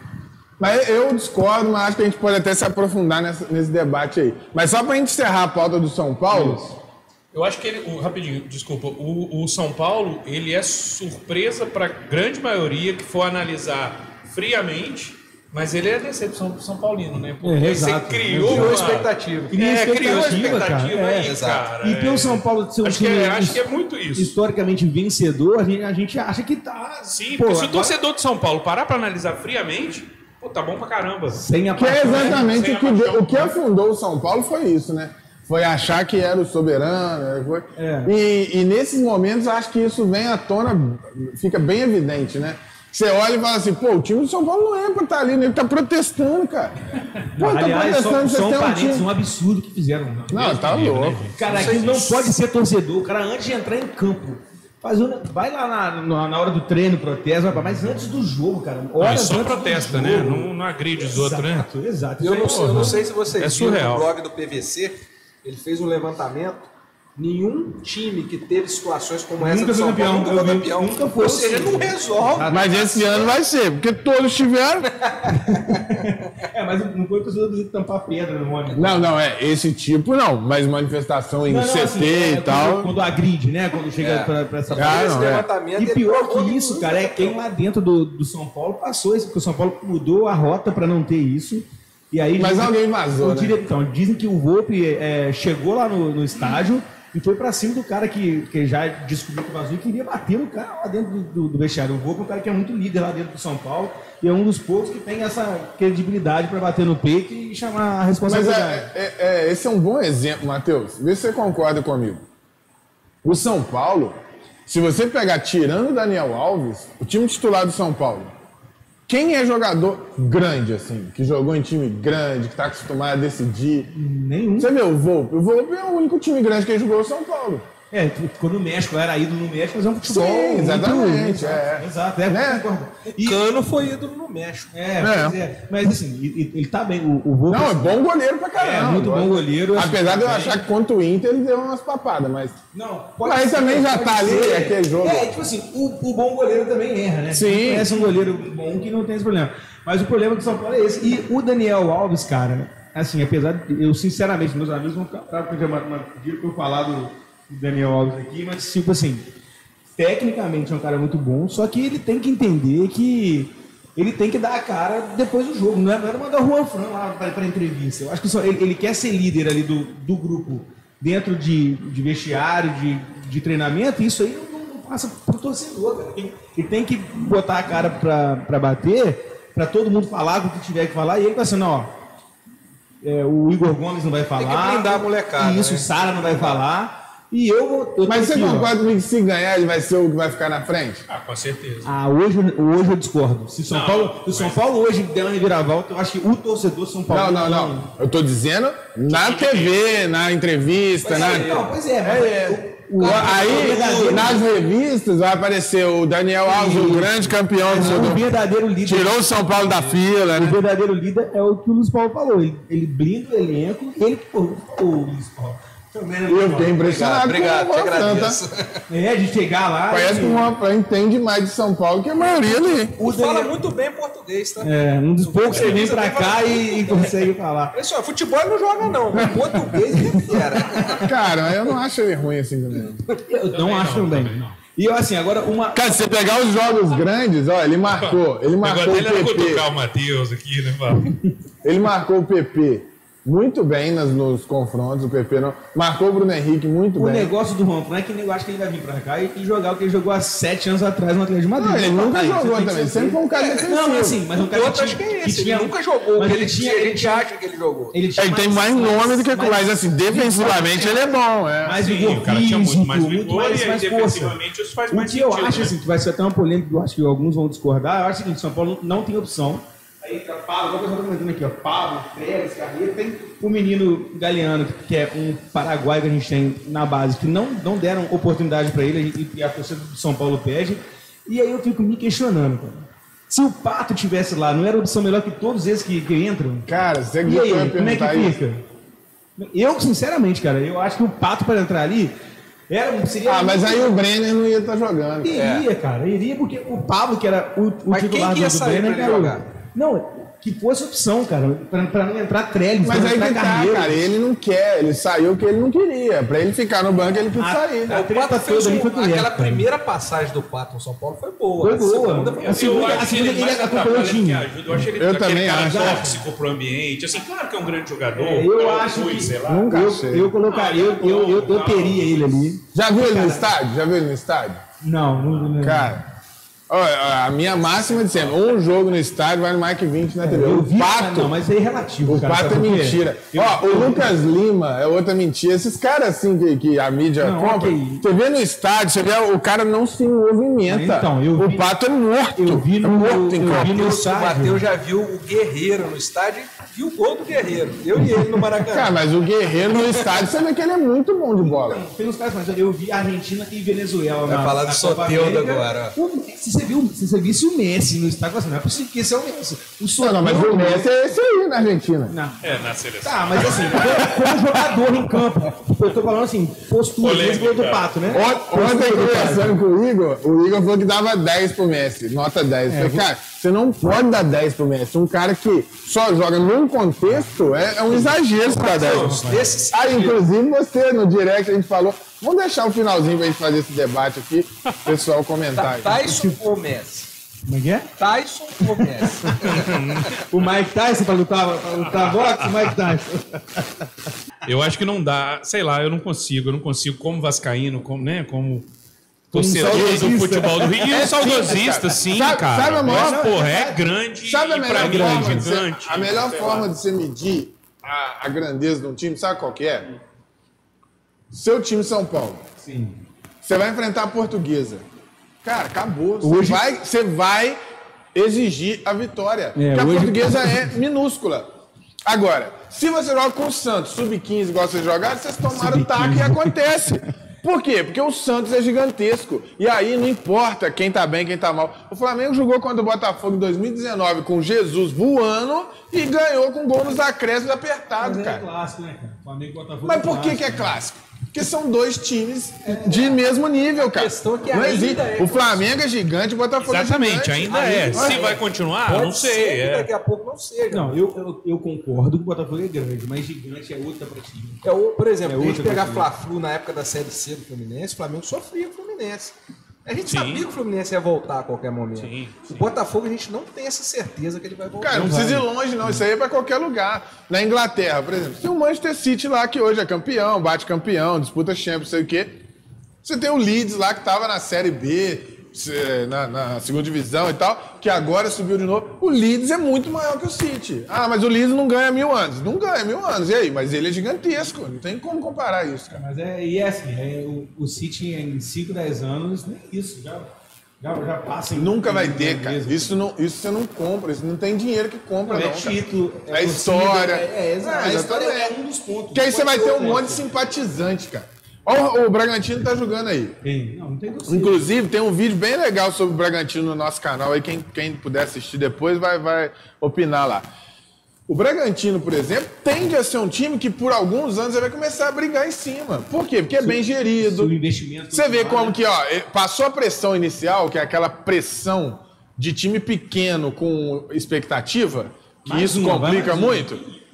Speaker 1: Mas eu discordo, mas acho que a gente pode até se aprofundar nessa- nesse debate aí. Mas só pra gente encerrar a pauta do São Paulo,
Speaker 2: Eu acho que ele, o- rapidinho, desculpa, o, o São Paulo, ele é surpresa para grande maioria que for analisar friamente, mas ele é decepção pro São Paulino, né? Porque
Speaker 3: É,
Speaker 2: você
Speaker 3: exato.
Speaker 2: criou
Speaker 4: Criou
Speaker 2: uma
Speaker 4: expectativa.
Speaker 2: É,
Speaker 3: Cria
Speaker 2: criou
Speaker 3: expectativa, cara.
Speaker 2: expectativa
Speaker 3: É.
Speaker 2: aí,
Speaker 4: Exato.
Speaker 2: cara.
Speaker 3: E pelo
Speaker 2: é.
Speaker 3: São Paulo ser um
Speaker 2: Acho que,
Speaker 3: time
Speaker 2: é, acho que é muito isso.
Speaker 3: historicamente vencedor, a gente, a gente acha que tá...
Speaker 2: Sim,
Speaker 3: pô,
Speaker 2: porque se o
Speaker 3: agora-
Speaker 2: torcedor de São Paulo parar para analisar friamente, pô, tá bom pra caramba.
Speaker 3: Sem a
Speaker 1: que é
Speaker 3: paixão, né?
Speaker 1: exatamente
Speaker 2: Sem
Speaker 1: o que,
Speaker 2: abaixar
Speaker 1: deu-
Speaker 2: o
Speaker 1: o que afundou o São Paulo foi isso, né? Foi achar que era o soberano. era- foi-
Speaker 3: É.
Speaker 1: E, e nesses momentos, acho que isso vem à tona, fica bem evidente, né? Você olha e fala assim, pô, o time do São Paulo não é pra estar ali, né? Ele tá protestando,
Speaker 3: *laughs*
Speaker 1: cara. Pô, tá
Speaker 3: Aliás, só,
Speaker 1: protestando,
Speaker 3: só
Speaker 1: vocês
Speaker 3: um
Speaker 1: têm um
Speaker 3: parênteses,
Speaker 1: time.
Speaker 3: um absurdo que fizeram.
Speaker 1: Não, tá
Speaker 2: Né,
Speaker 1: louco.
Speaker 2: gente?
Speaker 3: Cara, aquilo não pode ser torcedor. O cara, antes de entrar em campo, faz um- vai lá na, na- na hora do treino, protesto, rapaz, mas antes do jogo, cara.
Speaker 2: Não, e
Speaker 3: Horas
Speaker 2: só
Speaker 3: antes do
Speaker 2: protesta,
Speaker 3: jogo.
Speaker 2: né? Não, não agride os outros, né?
Speaker 3: tá Exato, exato.
Speaker 4: Eu
Speaker 3: Isso
Speaker 4: não,
Speaker 3: aí,
Speaker 4: sei- eu não sei se vocês
Speaker 2: É
Speaker 4: viram
Speaker 2: surreal.
Speaker 4: no blog do PVC, ele fez um levantamento Nenhum time que teve situações como essa
Speaker 3: Nunca
Speaker 4: do
Speaker 3: foi
Speaker 4: São Paulo
Speaker 3: campeão,
Speaker 4: nunca foi
Speaker 3: eu vi,
Speaker 4: campeão.
Speaker 3: nunca foi
Speaker 4: Ou seja,
Speaker 3: assim.
Speaker 4: não resolve.
Speaker 1: Mas esse ano vai ser, porque todos tiveram.
Speaker 3: É, mas não foi torcedor do Rio tampar pedra né, no ônibus.
Speaker 1: Não, não, é esse tipo não, mas manifestação em
Speaker 3: Não, não,
Speaker 1: CT
Speaker 3: assim, é,
Speaker 1: e
Speaker 3: quando-
Speaker 1: tal.
Speaker 3: Quando agride, né? Quando chega pra, pra essa
Speaker 1: Ah,
Speaker 3: parte.
Speaker 1: não, é.
Speaker 4: levantamento,
Speaker 3: E
Speaker 4: ele
Speaker 3: pior
Speaker 4: provou
Speaker 3: que isso,
Speaker 4: nunca
Speaker 3: cara, é
Speaker 4: foi
Speaker 3: quem lá dentro do, do São Paulo passou isso, porque o São Paulo mudou a rota pra não ter isso. E aí,
Speaker 1: Mas alguém vazou,
Speaker 3: o
Speaker 1: né?
Speaker 3: dire- Então, dizem que o Volpe é, chegou lá no, no estádio e foi pra cima do cara que, que já descobriu que vazou e queria bater no cara lá dentro do, do, do vestiário. O Volpe é um cara que é muito líder lá dentro do São Paulo e é um dos poucos que tem essa credibilidade pra bater no peito e chamar a
Speaker 1: Mas
Speaker 3: responsabilidade.
Speaker 1: é, é- é- esse é um bom exemplo, Matheus. Vê se você concorda comigo. O São Paulo, se você pegar tirando o Daniel Alves, o time titular do São Paulo, quem é jogador grande, assim, que jogou em time grande, que tá acostumado a decidir?
Speaker 3: Nenhum.
Speaker 1: Você vê o Volpe? O Volpe é o único time grande que jogou o São Paulo.
Speaker 3: É, tu- quando o México era ídolo no México, mas é um futebol.
Speaker 1: Sim,
Speaker 3: muito-
Speaker 1: exatamente, é.
Speaker 3: Exato, é,
Speaker 1: Né?
Speaker 3: concordo.
Speaker 4: O Cano foi ídolo no México.
Speaker 3: É, pois é. mas assim, e- e- ele tá bem. O, o Volpe-
Speaker 1: Não, é bom goleiro pra
Speaker 3: É,
Speaker 1: caramba.
Speaker 3: muito bom goleiro. acho
Speaker 1: Apesar
Speaker 3: que
Speaker 1: de eu
Speaker 3: tá
Speaker 1: achar
Speaker 3: bem.
Speaker 1: que contra o Inter ele deu umas papadas, mas.
Speaker 4: Não,
Speaker 1: Mas
Speaker 4: ser,
Speaker 1: também já
Speaker 4: pode
Speaker 1: tá ali,
Speaker 4: ser.
Speaker 1: aquele jogo.
Speaker 4: É, tipo assim, o, o bom goleiro também erra, né?
Speaker 1: Sim.
Speaker 3: Parece um goleiro bom que não tem esse problema. Mas o problema do São Paulo é esse. E o Daniel Alves, cara, assim, apesar de. Eu, sinceramente, meus amigos vão ficar bravos porque uma, uma dia que eu falar do do Daniel Alves aqui, mas, tipo assim, tecnicamente é um cara muito bom, só que ele tem que entender que. Ele tem que dar a cara depois do jogo. Não é- não era mandar o Juan Fran lá pra, pra entrevista. Eu acho que só, ele, ele quer ser líder ali do, do grupo dentro de, de vestiário, de, de treinamento, e isso aí não, não passa pro torcedor, cara. Ele, ele tem que botar a cara pra, pra bater, pra todo mundo falar o que tiver que falar, e ele vai assim, não, ó, é, o Igor Gomes não vai falar.
Speaker 4: blindar a molecada,
Speaker 3: Isso,
Speaker 4: né?
Speaker 3: o Sara não vai falar. E eu vou. eu tô
Speaker 1: Mas você
Speaker 3: aqui, ó.
Speaker 1: concorda comigo que se ganhar ele vai ser o que vai ficar na frente?
Speaker 2: Ah, com certeza.
Speaker 3: Ah, hoje, hoje eu discordo. Se São
Speaker 2: Não,
Speaker 3: Paulo, se o São Paulo hoje der uma reviravolta, eu acho que o torcedor São Paulo.
Speaker 1: Não, não, não. Eu tô dizendo na TV, na entrevista,
Speaker 4: Mas
Speaker 1: na.
Speaker 4: aí, não, pois é, mas o- é
Speaker 1: O-
Speaker 4: o-
Speaker 1: Aí, nas revistas, vai aparecer o Daniel Alves, o grande campeão do
Speaker 3: O
Speaker 1: mundo.
Speaker 3: verdadeiro líder.
Speaker 1: Tirou o São Paulo da fila,
Speaker 3: O
Speaker 1: né?
Speaker 3: verdadeiro líder é o que o Luiz Paulo falou. Ele, ele blinda o elenco e ele. Pô, pô, Luiz Paulo. Também não é
Speaker 1: Eu
Speaker 3: Luiz
Speaker 1: fiquei
Speaker 3: Paulo.
Speaker 1: impressionado.
Speaker 4: Obrigado,
Speaker 1: com
Speaker 4: te
Speaker 1: o Juan Fran, tá?
Speaker 4: agradeço.
Speaker 3: É, de chegar lá. um-
Speaker 1: Parece que
Speaker 3: e-
Speaker 1: o Juan Fran entende mais de São Paulo que a maioria ali.
Speaker 3: o
Speaker 4: Fala
Speaker 3: Daniel-
Speaker 4: muito bem português, tá?
Speaker 3: É, um dos poucos que vem pra cá e, e consegue falar.
Speaker 4: Olha só, futebol ele não joga não, mas português ele é era.
Speaker 1: Cara, eu não acho ele ruim assim também.
Speaker 3: Eu não acho também. E eu, assim, agora uma.
Speaker 1: Cara, se você pegar os jogos grandes, ó, ele marcou. Ele marcou
Speaker 2: Agora
Speaker 1: o
Speaker 2: ele era
Speaker 1: PP.
Speaker 2: cutucar o Matheus aqui, né, Fábio?
Speaker 1: Ele marcou o PP muito bem nas, nos confrontos. O PP não... marcou o Bruno Henrique muito
Speaker 3: O
Speaker 1: bem.
Speaker 3: negócio do Juan Fran é que eu acho que ele vai vir pra cá e, e jogar o que ele jogou há sete anos atrás no Atlético de Madrid.
Speaker 1: Não, ele
Speaker 3: Não,
Speaker 1: nunca
Speaker 3: cara, você
Speaker 1: jogou
Speaker 3: tem que
Speaker 1: também.
Speaker 3: ser
Speaker 1: Sempre foi um cara
Speaker 3: sincero.
Speaker 1: defensivo.
Speaker 3: Não, mas assim, mas um cara
Speaker 4: Outro acho que é esse, ele nunca jogou,
Speaker 3: um- mas
Speaker 4: ele, tinha, a gente acha que ele jogou.
Speaker 3: Ele, tinha
Speaker 1: Ele tem
Speaker 3: mais-
Speaker 1: mais nome do que
Speaker 3: mais-
Speaker 1: Colás, assim, defensivamente ele é bom, é.
Speaker 3: mais
Speaker 2: Sim,
Speaker 3: vigor
Speaker 2: o cara tinha muito mais
Speaker 3: físico,
Speaker 2: vigor
Speaker 3: muito
Speaker 2: e
Speaker 3: mais,
Speaker 2: aí,
Speaker 3: mais força.
Speaker 2: defensivamente, isso faz
Speaker 3: O
Speaker 2: mais
Speaker 3: que eu
Speaker 2: sentido,
Speaker 3: acho,
Speaker 2: né?
Speaker 3: assim, que vai ser até uma polêmica, eu acho que alguns vão discordar, eu acho o seguinte, São Paulo não tem opção. Aí entra Pablo, igual o pessoal tá comentando aqui, ó, Pablo, Treves, Carreiro, tem o menino Galeano, que é um paraguaio que a gente tem na base, que não, não deram oportunidade pra ele, e- e a torcida do São Paulo pede, e aí eu fico me questionando, cara. Se o Pato tivesse lá, não era opção melhor que todos esses que, que entram?
Speaker 1: Cara, você
Speaker 3: E
Speaker 1: gostou
Speaker 3: aí,
Speaker 1: de
Speaker 3: como é que
Speaker 1: perguntar isso?
Speaker 3: fica? Eu, sinceramente, cara, eu acho que o Pato para entrar ali era, seria.
Speaker 1: Ah, mas aí o Brenner não ia estar jogando. é.
Speaker 3: Iria, cara, iria, porque o Pablo, que era o, o
Speaker 4: Mas
Speaker 3: titular
Speaker 4: quem que ia
Speaker 3: do
Speaker 4: sair
Speaker 3: Brenner,
Speaker 4: pra ele
Speaker 3: era o-
Speaker 4: jogar?
Speaker 3: Não, que fosse opção, cara, pra, pra não entrar Trellis, pra
Speaker 1: Mas
Speaker 3: não
Speaker 1: aí
Speaker 3: entrar
Speaker 1: que tá,
Speaker 3: Carneiro.
Speaker 1: cara, ele não quer, ele saiu o que ele não queria. Pra ele ficar no banco, ele precisa
Speaker 3: Ah,
Speaker 1: sair.
Speaker 3: tá.
Speaker 4: o Pato
Speaker 3: treta
Speaker 4: fez
Speaker 3: toda ali
Speaker 4: um-
Speaker 3: foi com ele,
Speaker 4: aquela
Speaker 3: cara.
Speaker 4: primeira passagem do Pato no São Paulo foi boa.
Speaker 3: Foi
Speaker 4: a
Speaker 3: boa.
Speaker 4: segunda foi
Speaker 3: Eu-
Speaker 4: assim,
Speaker 3: eu
Speaker 2: Eu
Speaker 3: a
Speaker 2: acho que
Speaker 3: segunda
Speaker 2: ele
Speaker 3: ele
Speaker 2: mais
Speaker 3: atrapalha
Speaker 2: atrapalha
Speaker 3: o
Speaker 2: do
Speaker 3: time.
Speaker 2: que ajuda. Eu acho ele
Speaker 1: Eu
Speaker 2: aquele
Speaker 1: também
Speaker 2: cara
Speaker 1: acho.
Speaker 2: tóxico pro ambiente. Assim, claro que é um grande jogador.
Speaker 3: Eu
Speaker 2: é um
Speaker 3: acho
Speaker 2: ruim,
Speaker 3: que-
Speaker 2: sei lá.
Speaker 1: Nunca
Speaker 3: Eu,
Speaker 1: achei.
Speaker 3: eu colocaria, eu, eu, eu, eu teria ele ali.
Speaker 1: Já viu ele no estádio? Já viu ele no estádio?
Speaker 3: Não, não, não.
Speaker 1: Cara, ó, ó, a minha máxima de sempre, um jogo no estádio vale mais que 20 na TV.
Speaker 3: eu vi,
Speaker 1: O
Speaker 3: mas não,
Speaker 1: Pato,
Speaker 3: mas aí é relativo,
Speaker 1: o
Speaker 3: cara.
Speaker 1: Pato é
Speaker 3: sabe por quê?
Speaker 1: mentira.
Speaker 3: Eu-
Speaker 1: Ó, o Lucas Lima é outra mentira. Esses caras assim que, que a mídia
Speaker 3: Não,
Speaker 1: compra,
Speaker 3: ok.
Speaker 1: você vê no estádio, você vê o cara não se movimenta.
Speaker 3: Então, eu
Speaker 1: o
Speaker 3: vi-
Speaker 1: Pato é morto.
Speaker 3: Eu vi
Speaker 1: é
Speaker 3: no,
Speaker 1: morto em
Speaker 3: eu vi
Speaker 1: campo.
Speaker 3: no
Speaker 4: O
Speaker 3: estádio.
Speaker 4: Matheus já viu o Guerreiro no estádio vi o gol do Guerreiro. Eu e ele no Maracanã.
Speaker 1: Cara, mas o Guerreiro no estádio, você vê que ele é muito bom de bola.
Speaker 3: Tem uns caras, mas eu vi Argentina e Venezuela.
Speaker 4: Vai
Speaker 3: na-
Speaker 4: falar do
Speaker 3: na Copa
Speaker 4: Soteldo
Speaker 3: América.
Speaker 4: agora,
Speaker 3: O- se, você viu, se você visse o Messi no estádio, assim, não é possível que esse é o Messi. O
Speaker 1: Não, não, mas o Messi é esse aí na Argentina.
Speaker 2: É, na seleção.
Speaker 3: Tá, mas assim, como jogador em campo, eu tô falando assim, postura,
Speaker 2: Polêmica.
Speaker 3: esse gol do Pato, né?
Speaker 1: Ont- Ontem, tá conversando com o Igor, o Igor falou que dava 10 pro Messi, nota 10. Eu falei, cara, você não pode dar 10 pro Messi. Um cara que só joga num contexto é, é um exagero pra 10.
Speaker 4: Desse
Speaker 1: Ah, inclusive você, no direct, a gente falou. Vamos deixar o finalzinho pra gente fazer esse debate aqui, o pessoal
Speaker 4: Tá,
Speaker 1: comentar. aí.
Speaker 4: Tyson ou Messi?
Speaker 3: Como é que é?
Speaker 4: Tyson
Speaker 2: *laughs*
Speaker 4: ou Messi?
Speaker 3: O Mike Tyson pra lutar, pra
Speaker 1: *laughs*
Speaker 3: lutar boxe, o Mike
Speaker 1: É
Speaker 3: Tyson.
Speaker 2: Eu acho que não dá, sei lá, eu não consigo, eu não consigo como vascaíno, como, né, como torcedor do
Speaker 3: um saudosista. É
Speaker 2: futebol do Rio. E um saudosista, sim,
Speaker 1: Sabe-
Speaker 2: cara.
Speaker 1: sabe a maior-
Speaker 2: Mas, porra, é grande
Speaker 1: Sabe a
Speaker 2: e pra
Speaker 1: melhor
Speaker 2: mim é
Speaker 1: forma de você,
Speaker 2: gigante.
Speaker 1: a melhor forma de você medir a, a grandeza de um time, sabe qual que é? Seu time São Paulo. Sim. Você vai enfrentar a portuguesa. Cara, acabou. Você,
Speaker 3: Hoje-
Speaker 1: vai, você vai exigir a vitória. porque a
Speaker 3: hoje-
Speaker 1: portuguesa é minúscula. Agora, se você joga com o Santos, sub-15, igual vocês jogaram, vocês tomaram o taco e acontece. Por quê? Porque o Santos é gigantesco. E aí não importa quem tá bem, quem tá mal. O Flamengo jogou contra o Botafogo em 2019 com Jesus voando e ganhou com gol nos acréscimos apertado,
Speaker 4: é
Speaker 1: cara.
Speaker 3: clássico, né, cara? Flamengo Botafogo.
Speaker 1: Mas por que, que é clássico? Porque são dois times de mesmo nível, cara.
Speaker 4: questão é que
Speaker 1: não
Speaker 4: ainda
Speaker 1: existe.
Speaker 4: é
Speaker 1: o Flamengo é gigante, o Botafogo é
Speaker 2: Exatamente,
Speaker 1: gigante.
Speaker 2: ainda é.
Speaker 1: Ainda
Speaker 2: Se vai continuar,
Speaker 4: Pode
Speaker 2: não
Speaker 4: ser
Speaker 2: sei.
Speaker 4: que
Speaker 2: é.
Speaker 4: daqui a pouco não seja.
Speaker 3: Não, eu, eu, eu concordo que o Botafogo é grande, mas gigante é outra partida.
Speaker 4: É o, por exemplo,
Speaker 3: É
Speaker 4: a gente
Speaker 3: outra
Speaker 4: pegar
Speaker 3: coisa.
Speaker 4: Fla-Flu na época da Série C do Fluminense, o Flamengo sofria com o Fluminense. A gente
Speaker 2: Sim.
Speaker 4: sabia que o Fluminense ia voltar a qualquer momento.
Speaker 2: Sim,
Speaker 4: O Botafogo, a gente não tem essa certeza que ele vai voltar.
Speaker 1: Cara, não precisa ir longe, não. Isso aí é pra qualquer lugar. Na Inglaterra, por exemplo, tem o Manchester City lá, que hoje é campeão, bate campeão, disputa Champions, sei o quê. Você tem o Leeds lá, que tava na Série B, se- na, na segunda divisão e tal, que agora subiu de novo. O Leeds é muito maior que o City. Ah, mas o Leeds não ganha mil anos. Não ganha mil anos. E aí? Mas ele é gigantesco. Não tem como comparar isso, cara.
Speaker 3: Mas é, e é assim, é, o, o City em 5, 10 anos, nem isso, já, já, já passa em
Speaker 1: Nunca vai
Speaker 3: em-
Speaker 1: ter, cara.
Speaker 3: mesmo.
Speaker 1: Isso, não, isso você não compra. Isso não tem dinheiro que compra,
Speaker 3: Não,
Speaker 1: não.
Speaker 3: é
Speaker 1: cara.
Speaker 3: título,
Speaker 1: É
Speaker 3: torcida,
Speaker 1: história.
Speaker 3: É, é, exato.
Speaker 1: É,
Speaker 3: a história é
Speaker 1: exatamente.
Speaker 3: um dos pontos.
Speaker 1: Porque aí você vai
Speaker 3: Pode
Speaker 1: ter um
Speaker 3: ser, né?
Speaker 1: monte de simpatizante, cara. Olha o, o Bragantino tá jogando aí.
Speaker 3: Tem, não, não tem torcida.
Speaker 1: Inclusive, tem um vídeo bem legal sobre o Bragantino no nosso canal. Aí quem, quem puder assistir depois vai, vai opinar lá. O Bragantino, por exemplo, tende a ser um time que por alguns anos vai começar a brigar em cima. Por quê? Porque é bem
Speaker 3: o
Speaker 1: gerido.
Speaker 3: investimento.
Speaker 1: Você vê como que, ó, passou a pressão inicial, que é aquela pressão de time pequeno com expectativa, que
Speaker 3: Mais
Speaker 1: isso
Speaker 3: uma, vai
Speaker 1: complica
Speaker 3: mais uma. *laughs*
Speaker 1: muito.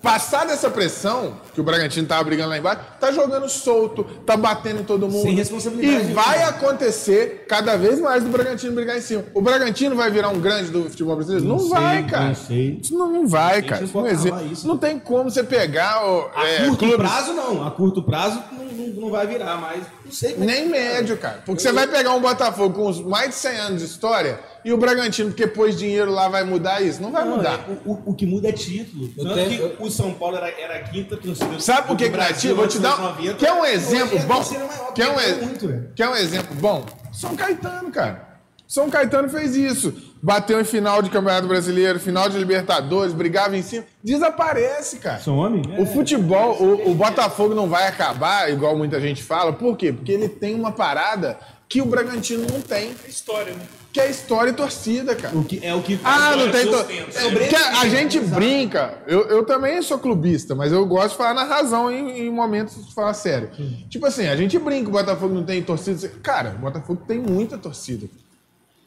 Speaker 1: Passada essa pressão, que o Bragantino tava brigando lá embaixo, tá jogando solto, tá batendo em todo mundo.
Speaker 3: Sem responsabilidade. né?
Speaker 1: E vai acontecer cada vez mais do Bragantino brigar em cima. O Bragantino vai virar um grande do futebol brasileiro? Não,
Speaker 3: sei,
Speaker 1: vai, cara.
Speaker 3: não sei.
Speaker 1: Isso não, não vai, cara.
Speaker 3: vocês
Speaker 1: Não,
Speaker 3: vão acabar
Speaker 1: existe.
Speaker 3: isso.
Speaker 1: Não tem como você pegar o
Speaker 3: A
Speaker 1: é,
Speaker 3: curto
Speaker 1: clubes-
Speaker 3: prazo, não. A curto prazo não, não, não vai virar, mas não sei. como é
Speaker 1: Nem
Speaker 3: que-
Speaker 1: médio, cara. Porque você vai pegar um Botafogo com os mais de 100 anos de história e o Bragantino, porque pôs dinheiro lá, vai mudar isso? Não vai
Speaker 3: Não,
Speaker 1: mudar.
Speaker 3: é- o, o- o que muda é título.
Speaker 4: Eu
Speaker 3: Tanto
Speaker 4: tenho-
Speaker 3: que
Speaker 4: eu-
Speaker 3: o São Paulo era, era a quinta torcida.
Speaker 1: Sabe por que que
Speaker 3: do
Speaker 1: não é
Speaker 3: Brasil
Speaker 1: título? Vou te
Speaker 3: antes
Speaker 1: dar
Speaker 3: dos 90.
Speaker 1: Quer um exemplo
Speaker 3: Hoje é a
Speaker 1: bom?
Speaker 3: terceira maior,
Speaker 1: Quer um,
Speaker 3: porque
Speaker 1: ex-
Speaker 3: é muito, velho.
Speaker 1: quer um exemplo bom? São Caetano, cara. São Caetano fez isso. Bateu em final de Campeonato Brasileiro, final de Libertadores, brigava em cima. Desaparece, cara.
Speaker 3: Some? É.
Speaker 1: O futebol, o, o Botafogo não vai acabar, igual muita gente fala. Por quê? Porque ele tem uma parada que o Bragantino não tem,
Speaker 2: História, né?
Speaker 1: que é história e torcida, cara.
Speaker 3: O que, é o que.
Speaker 1: Ah, não tem. To...
Speaker 2: sustento.
Speaker 1: É, porque a a gente brinca. Eu, eu também sou clubista, mas eu gosto de falar na razão em, em momentos de falar sério. Tipo assim, a gente brinca, o Botafogo não tem torcida. Cara, o Botafogo tem muita torcida.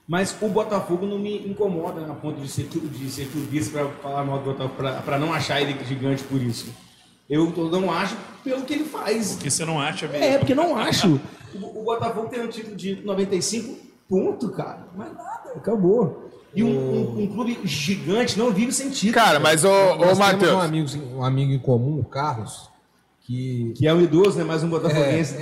Speaker 3: Mas o Botafogo não me incomoda a ponto de ser, clu- de ser clubista para falar mal do Botafogo, pra- pra não achar ele gigante por isso. Eu então, não acho pelo que ele faz.
Speaker 2: Porque você não acha mesmo.
Speaker 3: É, porque eu não acho. O, o Botafogo tem um título de 95, ponto, cara. Mas nada, acabou. E um, um- um clube gigante não vive sem título.
Speaker 1: Cara, mas ô, ô
Speaker 4: Nós temos um
Speaker 1: Matheus.
Speaker 4: amigo, um amigo em comum, o Carlos, *laughs* que
Speaker 3: Que é um idoso, né? Mas um botafoguense.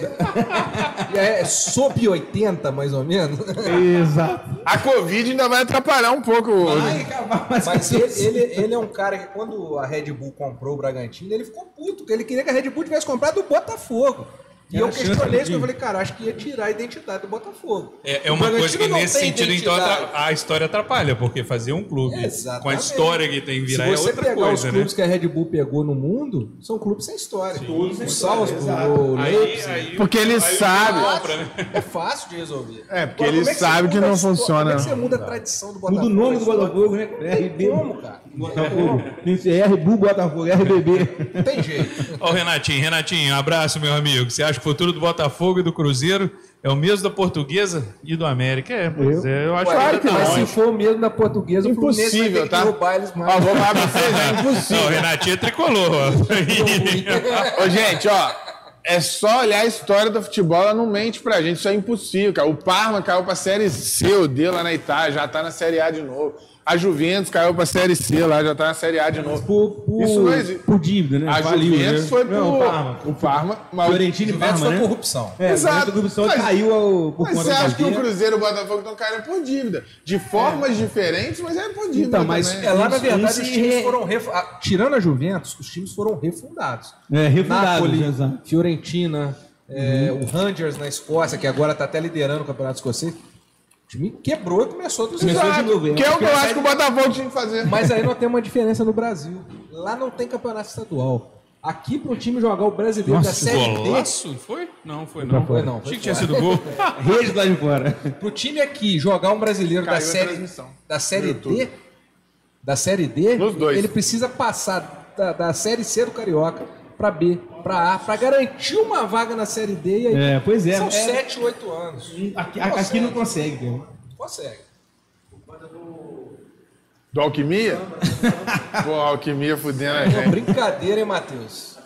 Speaker 4: é sob 80, mais ou menos.
Speaker 3: É. *laughs* Exato.
Speaker 1: A Covid ainda vai atrapalhar um pouco.
Speaker 3: Vai acabar mais
Speaker 4: Mas ele, ele- ele é um cara que, quando a Red Bull comprou o Bragantino, ele ficou puto, porque ele queria que a Red Bull tivesse comprado o Botafogo. E eu questionei isso, eu falei, cara, acho que ia tirar a identidade do Botafogo.
Speaker 2: É, é
Speaker 4: O
Speaker 2: uma coisa
Speaker 4: Bragantino
Speaker 2: que
Speaker 4: não
Speaker 2: nesse
Speaker 4: tem
Speaker 2: sentido então
Speaker 4: identidade.
Speaker 2: atra- a história atrapalha, porque fazer um clube
Speaker 4: Exatamente.
Speaker 2: com a história que tem virar
Speaker 4: Se
Speaker 2: é
Speaker 4: você
Speaker 2: outra
Speaker 4: pegar
Speaker 2: coisa,
Speaker 4: os
Speaker 2: né?
Speaker 4: clubes que a Red Bull pegou no mundo, são clubes sem história.
Speaker 3: Todos sem
Speaker 4: o
Speaker 3: história,
Speaker 4: Salzburg,
Speaker 3: exato.
Speaker 4: o
Speaker 2: Aí-
Speaker 4: Leipzig.
Speaker 2: aí-
Speaker 1: Porque ele
Speaker 2: aí
Speaker 1: sabe.
Speaker 2: compra, né?
Speaker 4: É fácil de resolver.
Speaker 1: É, porque
Speaker 4: Agora,
Speaker 1: ele
Speaker 4: como você
Speaker 1: sabe que
Speaker 4: muda a
Speaker 1: não
Speaker 4: história?
Speaker 1: funciona,
Speaker 4: Como é que
Speaker 1: não.
Speaker 4: você muda a tradição do
Speaker 3: Muda
Speaker 4: Botafogo?
Speaker 3: o nome do
Speaker 4: a história?
Speaker 3: Botafogo, né?
Speaker 4: Não tem como, cara.
Speaker 3: Botafogo. RB Botafogo, RBB.
Speaker 4: Não tem jeito.
Speaker 2: Ó, o Renatinho, Renatinho, um abraço, meu amigo. Você acha que o futuro do Botafogo e do Cruzeiro é o mesmo da Portuguesa e do América? É, pois é, eu acho
Speaker 1: Claro que
Speaker 2: que ainda
Speaker 4: Mas
Speaker 2: tá
Speaker 4: se
Speaker 2: longe.
Speaker 4: for o mesmo da portuguesa, o Fluminense vai
Speaker 1: Impossível,
Speaker 4: ter
Speaker 1: tá?
Speaker 4: que derrubar eles
Speaker 1: Ó,
Speaker 4: mais.
Speaker 1: vou falar pra vocês, é
Speaker 2: Não, o
Speaker 1: impossível.
Speaker 2: Renatinho é tricolor. ó.
Speaker 1: Ô, gente, ó, é só olhar a história do futebol, ela não mente pra gente, isso é impossível, cara. O Parma caiu pra Série C ou D lá na Itália, já tá na Série A de novo. A Juventus caiu pra Série C lá, já tá na Série A de novo.
Speaker 3: Por, por,
Speaker 1: Isso não existe.
Speaker 3: por dívida, né?
Speaker 1: A
Speaker 3: Faliu,
Speaker 1: Juventus
Speaker 3: né?
Speaker 1: foi pro
Speaker 3: Não, o Parma.
Speaker 1: o Parma, mas o-
Speaker 4: *laughs*
Speaker 3: Florentino e
Speaker 4: Juventus
Speaker 3: Parma,
Speaker 4: foi
Speaker 3: né?
Speaker 4: corrupção.
Speaker 3: É,
Speaker 1: Exato.
Speaker 3: Exato. O Gubson
Speaker 1: Mas-
Speaker 3: caiu ao, por
Speaker 1: Mas
Speaker 3: conta
Speaker 1: você
Speaker 3: da
Speaker 1: acha que o
Speaker 3: dívida.
Speaker 1: Cruzeiro e o Botafogo estão caindo por dívida? De formas diferentes, mas é por dívida.
Speaker 3: Então, mas-
Speaker 1: também.
Speaker 4: É, lá
Speaker 3: Uns-
Speaker 4: na verdade
Speaker 3: uns
Speaker 4: os
Speaker 3: se
Speaker 4: times
Speaker 3: re-
Speaker 4: foram refu- ah, tirando a Juventus, os times foram refundados.
Speaker 3: É, refundados, né, exato.
Speaker 4: Fiorentina, é, o Rangers na Escócia, que agora está até liderando o Campeonato Escocês. O time quebrou e começou do zero.
Speaker 3: Começou de
Speaker 1: Exato,
Speaker 3: novo, é
Speaker 1: que é o que
Speaker 3: uma
Speaker 1: eu acho que o Botafogo tinha que fazer.
Speaker 4: Mas aí nós temos uma diferença no Brasil. Lá não tem campeonato estadual. Aqui para um time jogar o brasileiro da
Speaker 3: Nossa,
Speaker 4: Série D,
Speaker 2: Golaço? Foi? Não, foi não.
Speaker 4: fora. Não, foi
Speaker 2: Achei que tinha
Speaker 4: fora.
Speaker 2: sido gol.
Speaker 3: Rede lá de fora.
Speaker 4: pro time aqui jogar um brasileiro da
Speaker 1: Caiu a
Speaker 4: série,
Speaker 1: transmissão.
Speaker 4: da série
Speaker 1: No YouTube.
Speaker 4: D, da série D,
Speaker 1: Nos dois.
Speaker 4: ele precisa passar da, da série C do carioca pra B, pra A, pra garantir uma vaga na série D. E aí,
Speaker 3: É, pois é.
Speaker 4: São
Speaker 3: É.
Speaker 4: 7, 8 anos.
Speaker 3: Aqui, a- aqui não consegue, cara.
Speaker 4: Consegue.
Speaker 1: Do Alquimia? Pô, a Alquimia fudendo a
Speaker 4: É uma
Speaker 1: gente.
Speaker 4: brincadeira, hein, Matheus?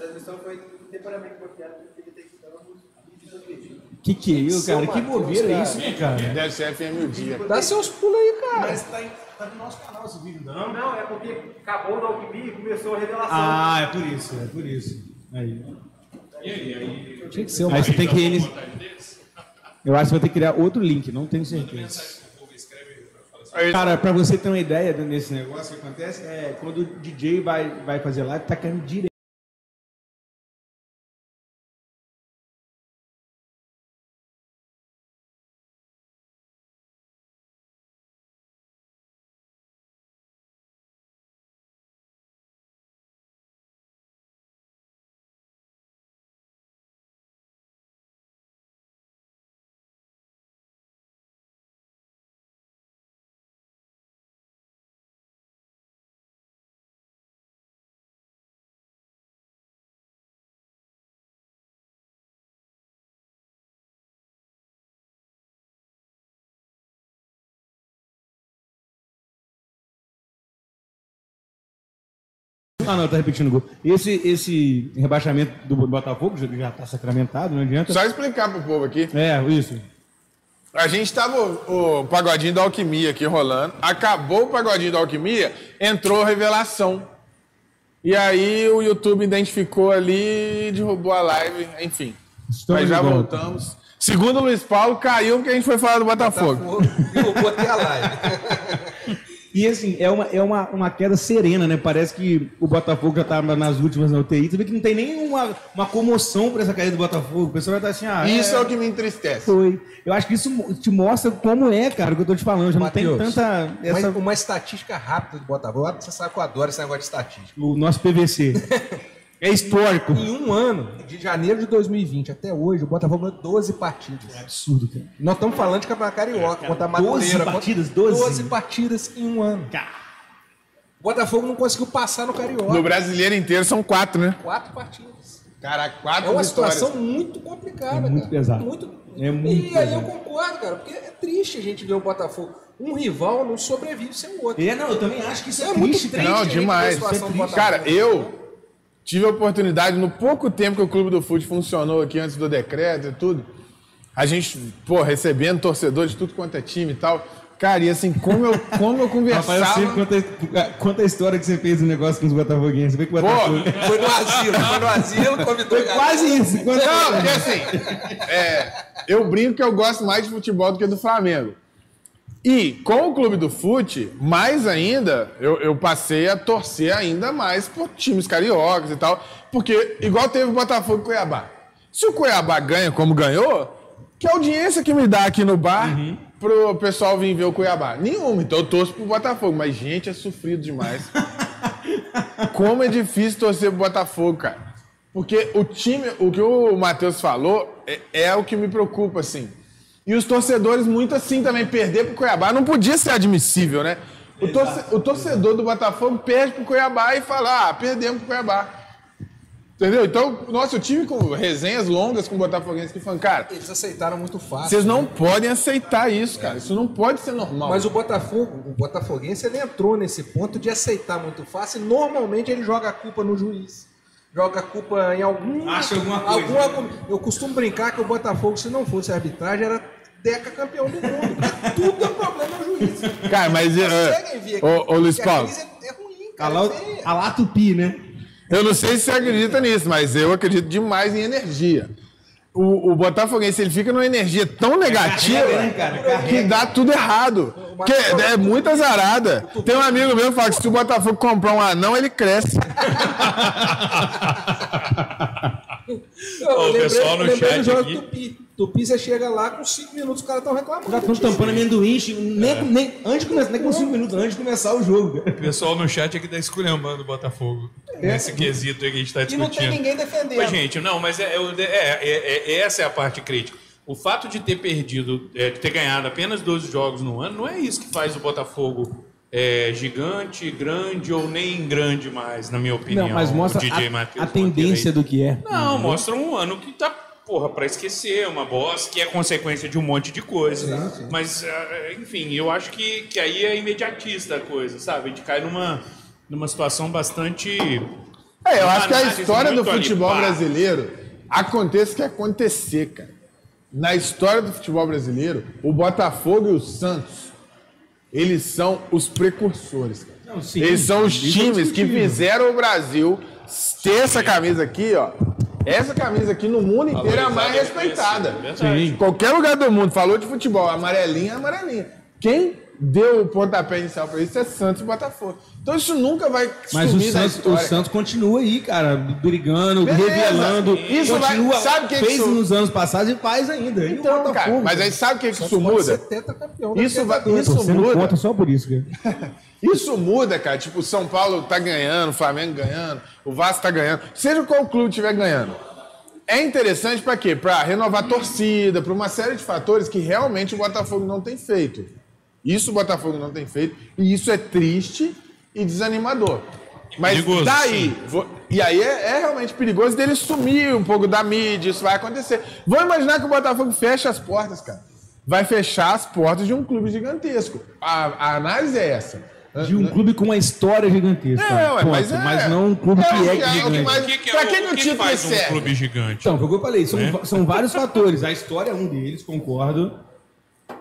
Speaker 3: Que que é isso, cara?
Speaker 4: São
Speaker 3: Que
Speaker 4: Mateus,
Speaker 3: bobeira é
Speaker 4: cara.
Speaker 3: isso, né, cara?
Speaker 1: Deve ser FM o dia.
Speaker 4: Dá seus pulos aí, cara.
Speaker 5: Não, não, é porque acabou o alquimia e começou a revelação.
Speaker 3: Ah, é por isso, é por isso. Aí,
Speaker 4: Tinha que ser um
Speaker 3: aí
Speaker 4: uma...
Speaker 3: você tem que... Eles... Eu acho que vai ter que criar outro link, não tenho certeza.
Speaker 2: *laughs*
Speaker 3: Cara, pra você ter uma ideia desse negócio que acontece, é quando o DJ vai, vai fazer live, tá caindo direto. Ah, não, tá repetindo o gol. Esse, esse rebaixamento do Botafogo já, já tá sacramentado, não adianta.
Speaker 1: Só explicar pro povo aqui.
Speaker 3: É, isso.
Speaker 1: A gente tava o, o pagodinho da alquimia aqui rolando. Acabou o pagodinho da alquimia, entrou a revelação. E aí o YouTube identificou ali e derrubou a live, enfim.
Speaker 3: Estamos
Speaker 1: Mas já
Speaker 3: de volta.
Speaker 1: voltamos. Segundo o Luiz Paulo, caiu porque a gente foi falar do Botafogo.
Speaker 4: Derrubou até
Speaker 1: *laughs*
Speaker 4: a live.
Speaker 3: E assim, é uma, é uma, uma queda serena, né? Parece que o Botafogo já tá nas últimas na UTI. Você vê que não tem nenhuma uma comoção por essa caída do Botafogo. O pessoal vai estar assim, ah,
Speaker 1: Isso é
Speaker 3: é,
Speaker 1: o que me entristece.
Speaker 3: foi. Eu acho que isso mo- te mostra como é, cara, o que eu tô te falando. Já não tem
Speaker 4: Matheus,
Speaker 3: tanta.
Speaker 4: Mas
Speaker 3: Essa,
Speaker 4: uma estatística rápida do Botafogo. Você sabe que eu adoro esse negócio de estatística.
Speaker 3: O nosso *laughs* PVC. é histórico.
Speaker 4: Em um ano, de janeiro de 2020 até hoje, o Botafogo ganhou 12 partidas.
Speaker 3: Absurdo, cara.
Speaker 4: Nós estamos falando de Campeonato Carioca contra a Madureira.
Speaker 3: 12
Speaker 4: contra-
Speaker 3: É, partidas, 12?
Speaker 4: 12 partidas em um ano. O Botafogo não conseguiu passar no Carioca.
Speaker 1: No brasileiro inteiro são quatro, né?
Speaker 4: Quatro partidas.
Speaker 1: Cara,
Speaker 4: É
Speaker 1: quatro
Speaker 4: uma
Speaker 1: vitórias.
Speaker 4: situação muito complicada,
Speaker 3: É
Speaker 4: cara.
Speaker 3: muito pesado.
Speaker 4: Muito-
Speaker 3: É muito
Speaker 4: e aí
Speaker 3: pesado.
Speaker 4: eu concordo, cara, porque é triste a gente ver o Botafogo. Um rival não sobrevive sem o outro.
Speaker 3: É, não, eu também acho que isso
Speaker 4: É
Speaker 3: é,
Speaker 4: muito
Speaker 3: triste, cara.
Speaker 4: triste.
Speaker 1: Não,
Speaker 4: gente,
Speaker 1: demais. é
Speaker 4: que a situação do Botafogo.
Speaker 1: Cara, eu tive a oportunidade, no pouco tempo que o Clube do Fute funcionou aqui antes do decreto e tudo, a gente, pô, recebendo torcedores de tudo quanto é time e tal. Cara, e assim, como eu, como eu
Speaker 3: Rapaz, eu sei
Speaker 1: conversava.
Speaker 3: quanta, quanta história que você fez do negócio com os botafoguinhos. Você vê que o Botafogo... *laughs*
Speaker 1: Pô,
Speaker 4: Foi no asilo, foi no asilo, convidou a
Speaker 3: Foi
Speaker 4: galera.
Speaker 3: quase isso. Quanta...
Speaker 1: Não, porque assim, é, eu brinco que eu gosto mais de futebol do que do Flamengo. E com o clube do fute, mais ainda, eu, eu passei a torcer ainda mais por times cariocas e tal, porque igual teve o Botafogo e Cuiabá. Se o Cuiabá ganha como ganhou, que audiência que me dá aqui no bar pro pessoal vir ver o Cuiabá? Nenhuma. Então eu torço pro Botafogo. Mas, gente, é sofrido demais. como é difícil torcer pro Botafogo, cara. Porque o time, o que o Matheus falou, é, é o que me preocupa, assim. E os torcedores, muito assim também, perder pro Cuiabá não podia ser admissível, né? O, torce- o torcedor do Botafogo perde pro Cuiabá e fala, ah, perdemos pro Cuiabá. Entendeu? Então, nossa, eu tive com resenhas longas com botafoguenses que falam, cara,
Speaker 4: Eles aceitaram muito fácil.
Speaker 1: vocês não podem aceitar isso, cara. Isso não pode ser normal.
Speaker 4: Mas o Botafogo, o Botafoguense, ele entrou nesse ponto de aceitar muito fácil. e Normalmente ele joga a culpa no juiz. Joga a culpa em algum.
Speaker 2: Acha alguma coisa,
Speaker 4: alguma co- Eu costumo brincar que o Botafogo, se não fosse a arbitragem, era deca campeão do mundo. Pra Tudo é um problema é o juiz.
Speaker 1: Cara, *laughs* mas eu,
Speaker 4: Conseguem ver
Speaker 1: ô, ô, Luiz
Speaker 4: que a
Speaker 1: Paulo,
Speaker 4: crise É, é ruim,
Speaker 3: A
Speaker 4: cara.
Speaker 3: lá,
Speaker 4: é feia.
Speaker 3: a lá Tupi, né?
Speaker 1: eu não sei se você acredita nisso, mas eu acredito demais em energia. O, o Botafoguense ele fica numa energia tão negativa
Speaker 3: Carrega, né, cara?
Speaker 1: que dá tudo errado. Porque é muito azarada. Tem um amigo meu que fala que se o Botafogo comprar um anão, ele cresce.
Speaker 4: Eu
Speaker 2: Ó, o pessoal no
Speaker 4: lembrei
Speaker 2: chat
Speaker 4: do jogo
Speaker 2: aqui.
Speaker 4: Tupi. Tupi, você chega lá, com 5 minutos os caras estão reclamando.
Speaker 1: Tá
Speaker 3: Estão tampando amendoim, nem, nem- antes de começar, nem com 5 minutos antes de começar o jogo. cara.
Speaker 2: O pessoal no chat aqui tá esculhambando o Botafogo. Nesse quesito aí que a gente tá
Speaker 4: É. E
Speaker 2: discutindo.
Speaker 4: não tem ninguém defendendo.
Speaker 2: Mas, gente, não, mas é, é o- é- é- é- essa é a parte crítica. O fato de ter perdido, é, de ter ganhado apenas 12 jogos no ano, não é isso que faz o Botafogo é, gigante, grande ou nem grande mais, na minha opinião.
Speaker 3: Não, mas mostra
Speaker 2: o DJ
Speaker 3: a-
Speaker 2: Matheus
Speaker 3: a,
Speaker 2: Monteiro
Speaker 3: tendência
Speaker 2: aí.
Speaker 3: do que é.
Speaker 2: Não, mostra um ano que tá, porra, pra esquecer, uma bosta que é consequência de um monte de coisa. Mas, ah, enfim, eu acho que, que aí é imediatista a coisa, sabe? A gente cai numa, numa situação bastante.
Speaker 1: É, eu acho que a
Speaker 2: análise
Speaker 1: história do
Speaker 2: muito ali,
Speaker 1: futebol
Speaker 2: pá.
Speaker 1: brasileiro aconteça o que acontecer, cara. Na história do futebol brasileiro, o Botafogo e o Santos, eles são os precursores. cara.
Speaker 3: Não, sim,
Speaker 1: eles são os
Speaker 3: isso é
Speaker 1: times que
Speaker 3: indiscutível.
Speaker 1: fizeram o Brasil ter essa camisa aqui, ó. Essa camisa aqui no mundo inteiro é a mais
Speaker 2: Valorizada,
Speaker 1: respeitada.
Speaker 2: é verdade.
Speaker 1: Em qualquer lugar do mundo, falou de futebol, amarelinha, amarelinha. Quem deu o pontapé inicial pra isso é Santos e Botafogo. Então isso nunca vai
Speaker 3: Mas o
Speaker 1: sumir da
Speaker 3: Santos, o
Speaker 1: história.
Speaker 3: Santos continua aí, cara, brigando,
Speaker 1: Beleza.
Speaker 3: revelando.
Speaker 1: Isso vai-
Speaker 3: continua,
Speaker 1: sabe quem que
Speaker 3: fez
Speaker 1: sou?
Speaker 3: nos anos passados e faz ainda. E o
Speaker 1: Então, cara,
Speaker 3: Botafogo,
Speaker 1: mas aí sabe o que, que isso muda? Isso, vai, isso
Speaker 3: Você não
Speaker 1: muda.
Speaker 3: conta só por isso, cara.
Speaker 1: Isso muda, cara. Tipo, o São Paulo tá ganhando, o Flamengo ganhando, o Vasco tá ganhando. Seja qual clube tiver ganhando. É interessante pra quê? Pra renovar a torcida, pra uma série de fatores que realmente o Botafogo não tem feito. Isso o Botafogo não tem feito e isso é triste e desanimador. Mas
Speaker 2: Perigoso,
Speaker 1: daí,
Speaker 2: sim.
Speaker 1: Vou- E aí é, é realmente perigoso dele sumir um pouco da mídia, isso vai acontecer. Vou imaginar que o Botafogo fecha as portas, cara. Vai fechar as portas de um clube gigantesco. A, a análise é essa.
Speaker 3: De um clube com uma história gigantesca.
Speaker 1: É, ué,
Speaker 3: Ponto.
Speaker 1: mas é-
Speaker 3: não um clube
Speaker 1: é o
Speaker 3: que é,
Speaker 1: que- é o que
Speaker 3: gigante.
Speaker 1: mais-
Speaker 2: O que, que, é
Speaker 1: Pra
Speaker 2: o-
Speaker 1: quem
Speaker 2: o
Speaker 1: que o
Speaker 2: que
Speaker 1: título
Speaker 2: faz um
Speaker 1: serve?
Speaker 2: clube gigante?
Speaker 3: Então, foi o que eu falei, são,
Speaker 2: Né?
Speaker 3: va-
Speaker 4: *laughs*
Speaker 3: são vários fatores. A história é um deles, concordo.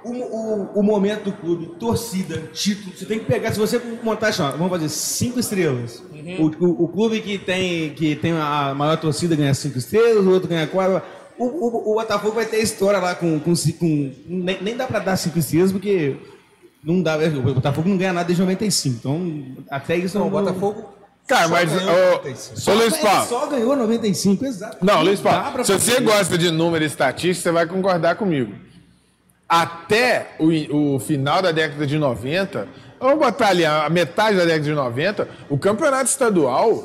Speaker 3: O, mo- o- o momento do clube, torcida, título. Você tem que pegar, se você montar, assim, ó, vamos fazer cinco estrelas.
Speaker 4: Uhum.
Speaker 3: O, o- o clube que tem, que tem a maior torcida ganha cinco estrelas, o outro ganha quatro. O, o- o Botafogo vai ter a história lá com. com, ci- com- nem, nem dá pra dar cinco estrelas, porque não dá. O Botafogo não ganha nada desde 95. Então, até isso
Speaker 4: Não,
Speaker 3: não.
Speaker 4: o Botafogo.
Speaker 1: Cara,
Speaker 4: só
Speaker 1: mas.
Speaker 4: ganhou
Speaker 1: Ô,
Speaker 4: 95.
Speaker 1: ô, Luiz
Speaker 3: Ele
Speaker 1: Paulo.
Speaker 3: Só ganhou 95, exato.
Speaker 1: Não, Luiz
Speaker 3: dá
Speaker 1: Paulo,
Speaker 3: pra
Speaker 1: se
Speaker 3: fazer
Speaker 1: você
Speaker 3: isso.
Speaker 1: gosta de número e estatística, você vai concordar comigo. Até o, o final da década de 90, vamos botar ali a a metade da década de 90, o campeonato estadual,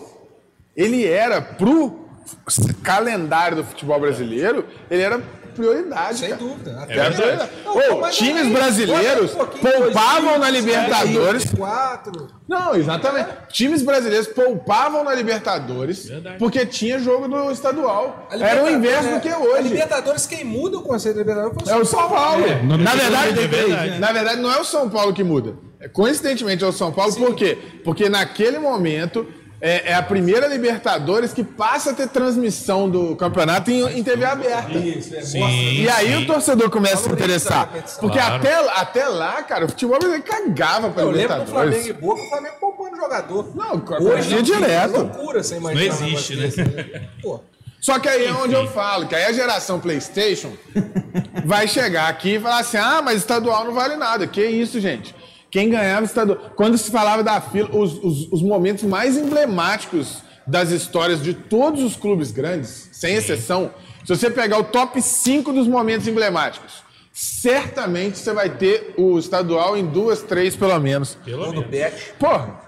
Speaker 1: ele era pro f- calendário do futebol brasileiro, ele era prioridade,
Speaker 4: Sem
Speaker 1: cara.
Speaker 4: dúvida. Até
Speaker 1: Era prioridade. Ô, times brasileiros
Speaker 4: um
Speaker 1: poupavam na Libertadores
Speaker 4: Quatro.
Speaker 1: não, exatamente. Times brasileiros poupavam na Libertadores porque tinha jogo do estadual.
Speaker 4: A
Speaker 1: Era o
Speaker 4: Libertadores,
Speaker 1: inverso
Speaker 4: né?
Speaker 1: do que é
Speaker 4: A
Speaker 1: hoje.
Speaker 4: Libertadores, quem muda o conceito de Libertadores
Speaker 1: É
Speaker 4: foi o
Speaker 1: o São Paulo.
Speaker 3: não
Speaker 1: na,
Speaker 3: tem
Speaker 1: verdade,
Speaker 3: como defender,
Speaker 1: na verdade, não é o São Paulo que muda. É, Coincidentemente é o São Paulo, por quê? Porque naquele momento é, é a primeira Libertadores que passa a ter transmissão do campeonato em, em TV aberta.
Speaker 4: é
Speaker 2: Sim,
Speaker 1: E aí
Speaker 2: sim.
Speaker 1: o torcedor começa a se
Speaker 4: Valoriza a
Speaker 1: interessar.
Speaker 4: competição.
Speaker 1: Porque
Speaker 2: Claro.
Speaker 1: até, até lá, cara, o futebol brasileiro cagava pra
Speaker 4: Eu lembro do Flamengo
Speaker 1: Libertadores.
Speaker 4: e Boca, o Flamengo poupando jogador.
Speaker 1: Não, acontecia direto.
Speaker 4: É loucura, você imaginar.
Speaker 2: Não existe, né?
Speaker 4: um negócio desse. Pô,
Speaker 1: Só que aí é onde eu falo, que aí a geração PlayStation *laughs* vai chegar aqui e falar assim: ah, mas estadual não vale nada. Que isso, gente? Quem ganhava estadual. Quando se falava da fila, os, os- os momentos mais emblemáticos das histórias de todos os clubes grandes, sem exceção, Se você pegar o top 5 dos momentos emblemáticos, certamente você vai ter o estadual em duas, três pelo menos.
Speaker 2: Pelo
Speaker 4: Gol do
Speaker 2: menos.
Speaker 4: Pet. É,
Speaker 1: Porra,